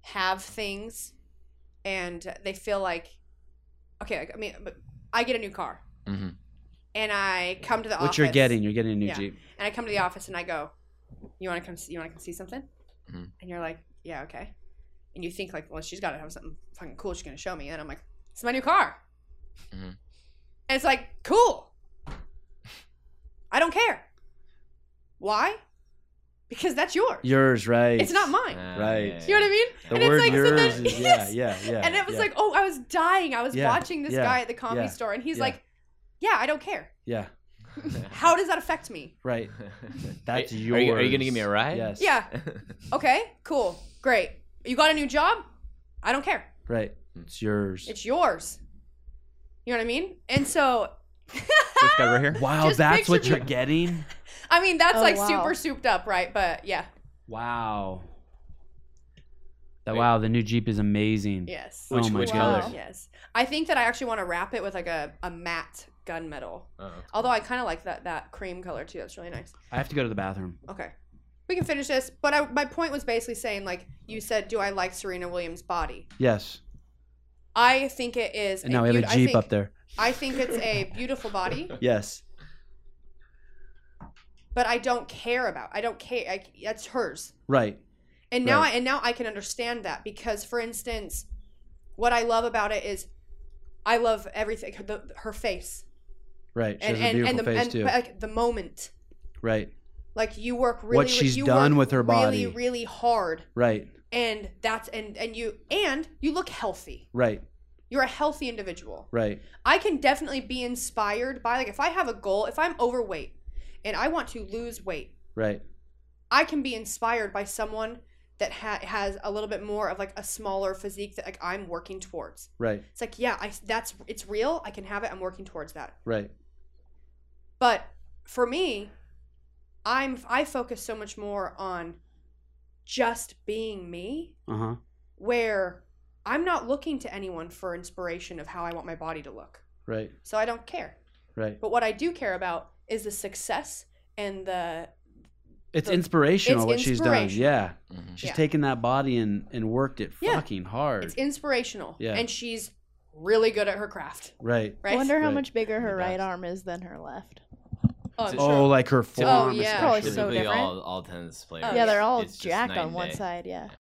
Speaker 2: have things and they feel like okay, like, I mean, but I get a new car
Speaker 3: Mhm.
Speaker 2: and I come to the
Speaker 1: what
Speaker 2: office.
Speaker 1: you're getting, you're getting a new
Speaker 2: Yeah.
Speaker 1: Jeep.
Speaker 2: And I come to the office and I go, "You want to come? See, you want to come see something?"
Speaker 6: Mm-hmm.
Speaker 3: Mhm.
Speaker 2: And you're like, "Yeah, okay." And you think like, "Well, she's got to have something fucking cool she's gonna show me." And I'm like, "It's my new car."
Speaker 6: Mm-hmm.
Speaker 3: Mhm.
Speaker 2: And it's like, "Cool." I don't care. Why? Because that's yours.
Speaker 6: Yours, right?
Speaker 2: it's not mine.
Speaker 3: Ah,
Speaker 6: Right.
Speaker 3: yeah,
Speaker 2: You know what I mean?
Speaker 6: The
Speaker 2: and it's
Speaker 6: word
Speaker 2: like, so
Speaker 6: yours
Speaker 2: then-
Speaker 6: is
Speaker 2: yes.
Speaker 6: yeah, yeah, yeah.
Speaker 2: and it was
Speaker 6: yeah,
Speaker 2: like, "Oh, I was dying. I was
Speaker 6: Yeah,
Speaker 2: watching this
Speaker 6: yeah,
Speaker 2: guy at the comedy
Speaker 6: yeah,
Speaker 2: store, and he's
Speaker 6: yeah.
Speaker 2: like." Yeah, I don't care.
Speaker 6: yeah,
Speaker 3: yeah.
Speaker 2: How does that affect me?
Speaker 6: right. That's
Speaker 3: are,
Speaker 6: yours.
Speaker 3: Are you, are you gonna give me a ride?
Speaker 6: Yes.
Speaker 2: Yeah, Okay, cool, great. You got a new job? I don't care.
Speaker 6: Right. It's yours.
Speaker 2: It's yours. You know what I mean? And so,
Speaker 6: this guy right here.
Speaker 1: Wow,
Speaker 2: Just
Speaker 1: that's what
Speaker 2: picture
Speaker 1: you're getting?
Speaker 2: I mean, that's
Speaker 4: Oh,
Speaker 2: like
Speaker 4: wow.
Speaker 2: super souped up, right? But yeah,
Speaker 1: Wow. That wow, the new Jeep is amazing.
Speaker 2: Yes.
Speaker 1: Which-
Speaker 7: oh my
Speaker 1: which
Speaker 7: god.
Speaker 1: color?
Speaker 2: Yes. I think that I actually want to wrap it with like a, a matte gunmetal.
Speaker 3: Oh.
Speaker 2: Although I kind of like that that cream color too. That's really nice.
Speaker 1: I have to go to the bathroom.
Speaker 2: Okay. We can finish this, but I, my point was basically saying like you said, do I like Serena Williams' body?
Speaker 1: Yes.
Speaker 2: I think it is.
Speaker 1: And now we have
Speaker 2: beaut-
Speaker 1: a Jeep
Speaker 2: I think,
Speaker 1: up there.
Speaker 2: I think it's a beautiful body,
Speaker 1: Yes.
Speaker 2: but I don't care about. I don't care. I, that's hers.
Speaker 1: Right.
Speaker 2: And now
Speaker 1: Right.
Speaker 2: I and now I can understand that because for instance, what I love about it is I love everything her, the, her face
Speaker 1: Right. She
Speaker 2: and
Speaker 1: has a
Speaker 2: and, and
Speaker 1: beautiful
Speaker 2: the
Speaker 1: face
Speaker 2: and,
Speaker 1: too.
Speaker 2: but, like, the moment
Speaker 1: right.
Speaker 2: like you work really
Speaker 1: What she's
Speaker 2: you
Speaker 1: done
Speaker 2: work
Speaker 1: with her body.
Speaker 2: really really hard
Speaker 1: Right.
Speaker 2: and that's and and you and you look healthy.
Speaker 1: Right.
Speaker 2: You're a healthy individual.
Speaker 1: Right.
Speaker 2: I can definitely be inspired by like if I have a goal, if I'm overweight and I want to lose weight,
Speaker 1: Right.
Speaker 2: I can be inspired by someone that ha- has a little bit more of like a smaller physique that like I'm working towards.
Speaker 1: Right.
Speaker 2: It's like yeah, I that's it's real. I can have it. I'm working towards that.
Speaker 1: Right.
Speaker 2: But for me, I'm I focus so much more on just being me,
Speaker 1: Uh huh.
Speaker 2: where I'm not looking to anyone for inspiration of how I want my body to look.
Speaker 1: Right.
Speaker 2: So I don't care.
Speaker 1: Right.
Speaker 2: But what I do care about is the success and the
Speaker 1: It's
Speaker 2: The-
Speaker 1: inspirational
Speaker 2: it's
Speaker 1: what she's done.
Speaker 2: inspirational.
Speaker 1: Yeah.
Speaker 3: Mhm.
Speaker 1: She's
Speaker 2: Yeah.
Speaker 1: taken that body and, and worked it
Speaker 2: Yeah.
Speaker 1: fucking hard.
Speaker 2: it's inspirational.
Speaker 1: Yeah.
Speaker 2: And she's really good at her craft.
Speaker 1: right.
Speaker 2: Right?
Speaker 4: Wonder how
Speaker 1: Right.
Speaker 4: much bigger her
Speaker 3: The
Speaker 4: right
Speaker 3: best.
Speaker 4: arm is than her left.
Speaker 2: oh, I'm
Speaker 1: Oh,
Speaker 2: sure.
Speaker 1: like her
Speaker 2: Oh,
Speaker 1: forearm.
Speaker 2: yeah.
Speaker 1: is
Speaker 4: Probably
Speaker 1: actually-
Speaker 4: so
Speaker 3: Typically,
Speaker 4: different.
Speaker 3: all all tennis players.
Speaker 2: Oh,
Speaker 4: yeah, they're all
Speaker 3: It's just
Speaker 4: jacked
Speaker 3: night
Speaker 4: on
Speaker 3: and
Speaker 4: one
Speaker 3: day.
Speaker 4: side. Yeah.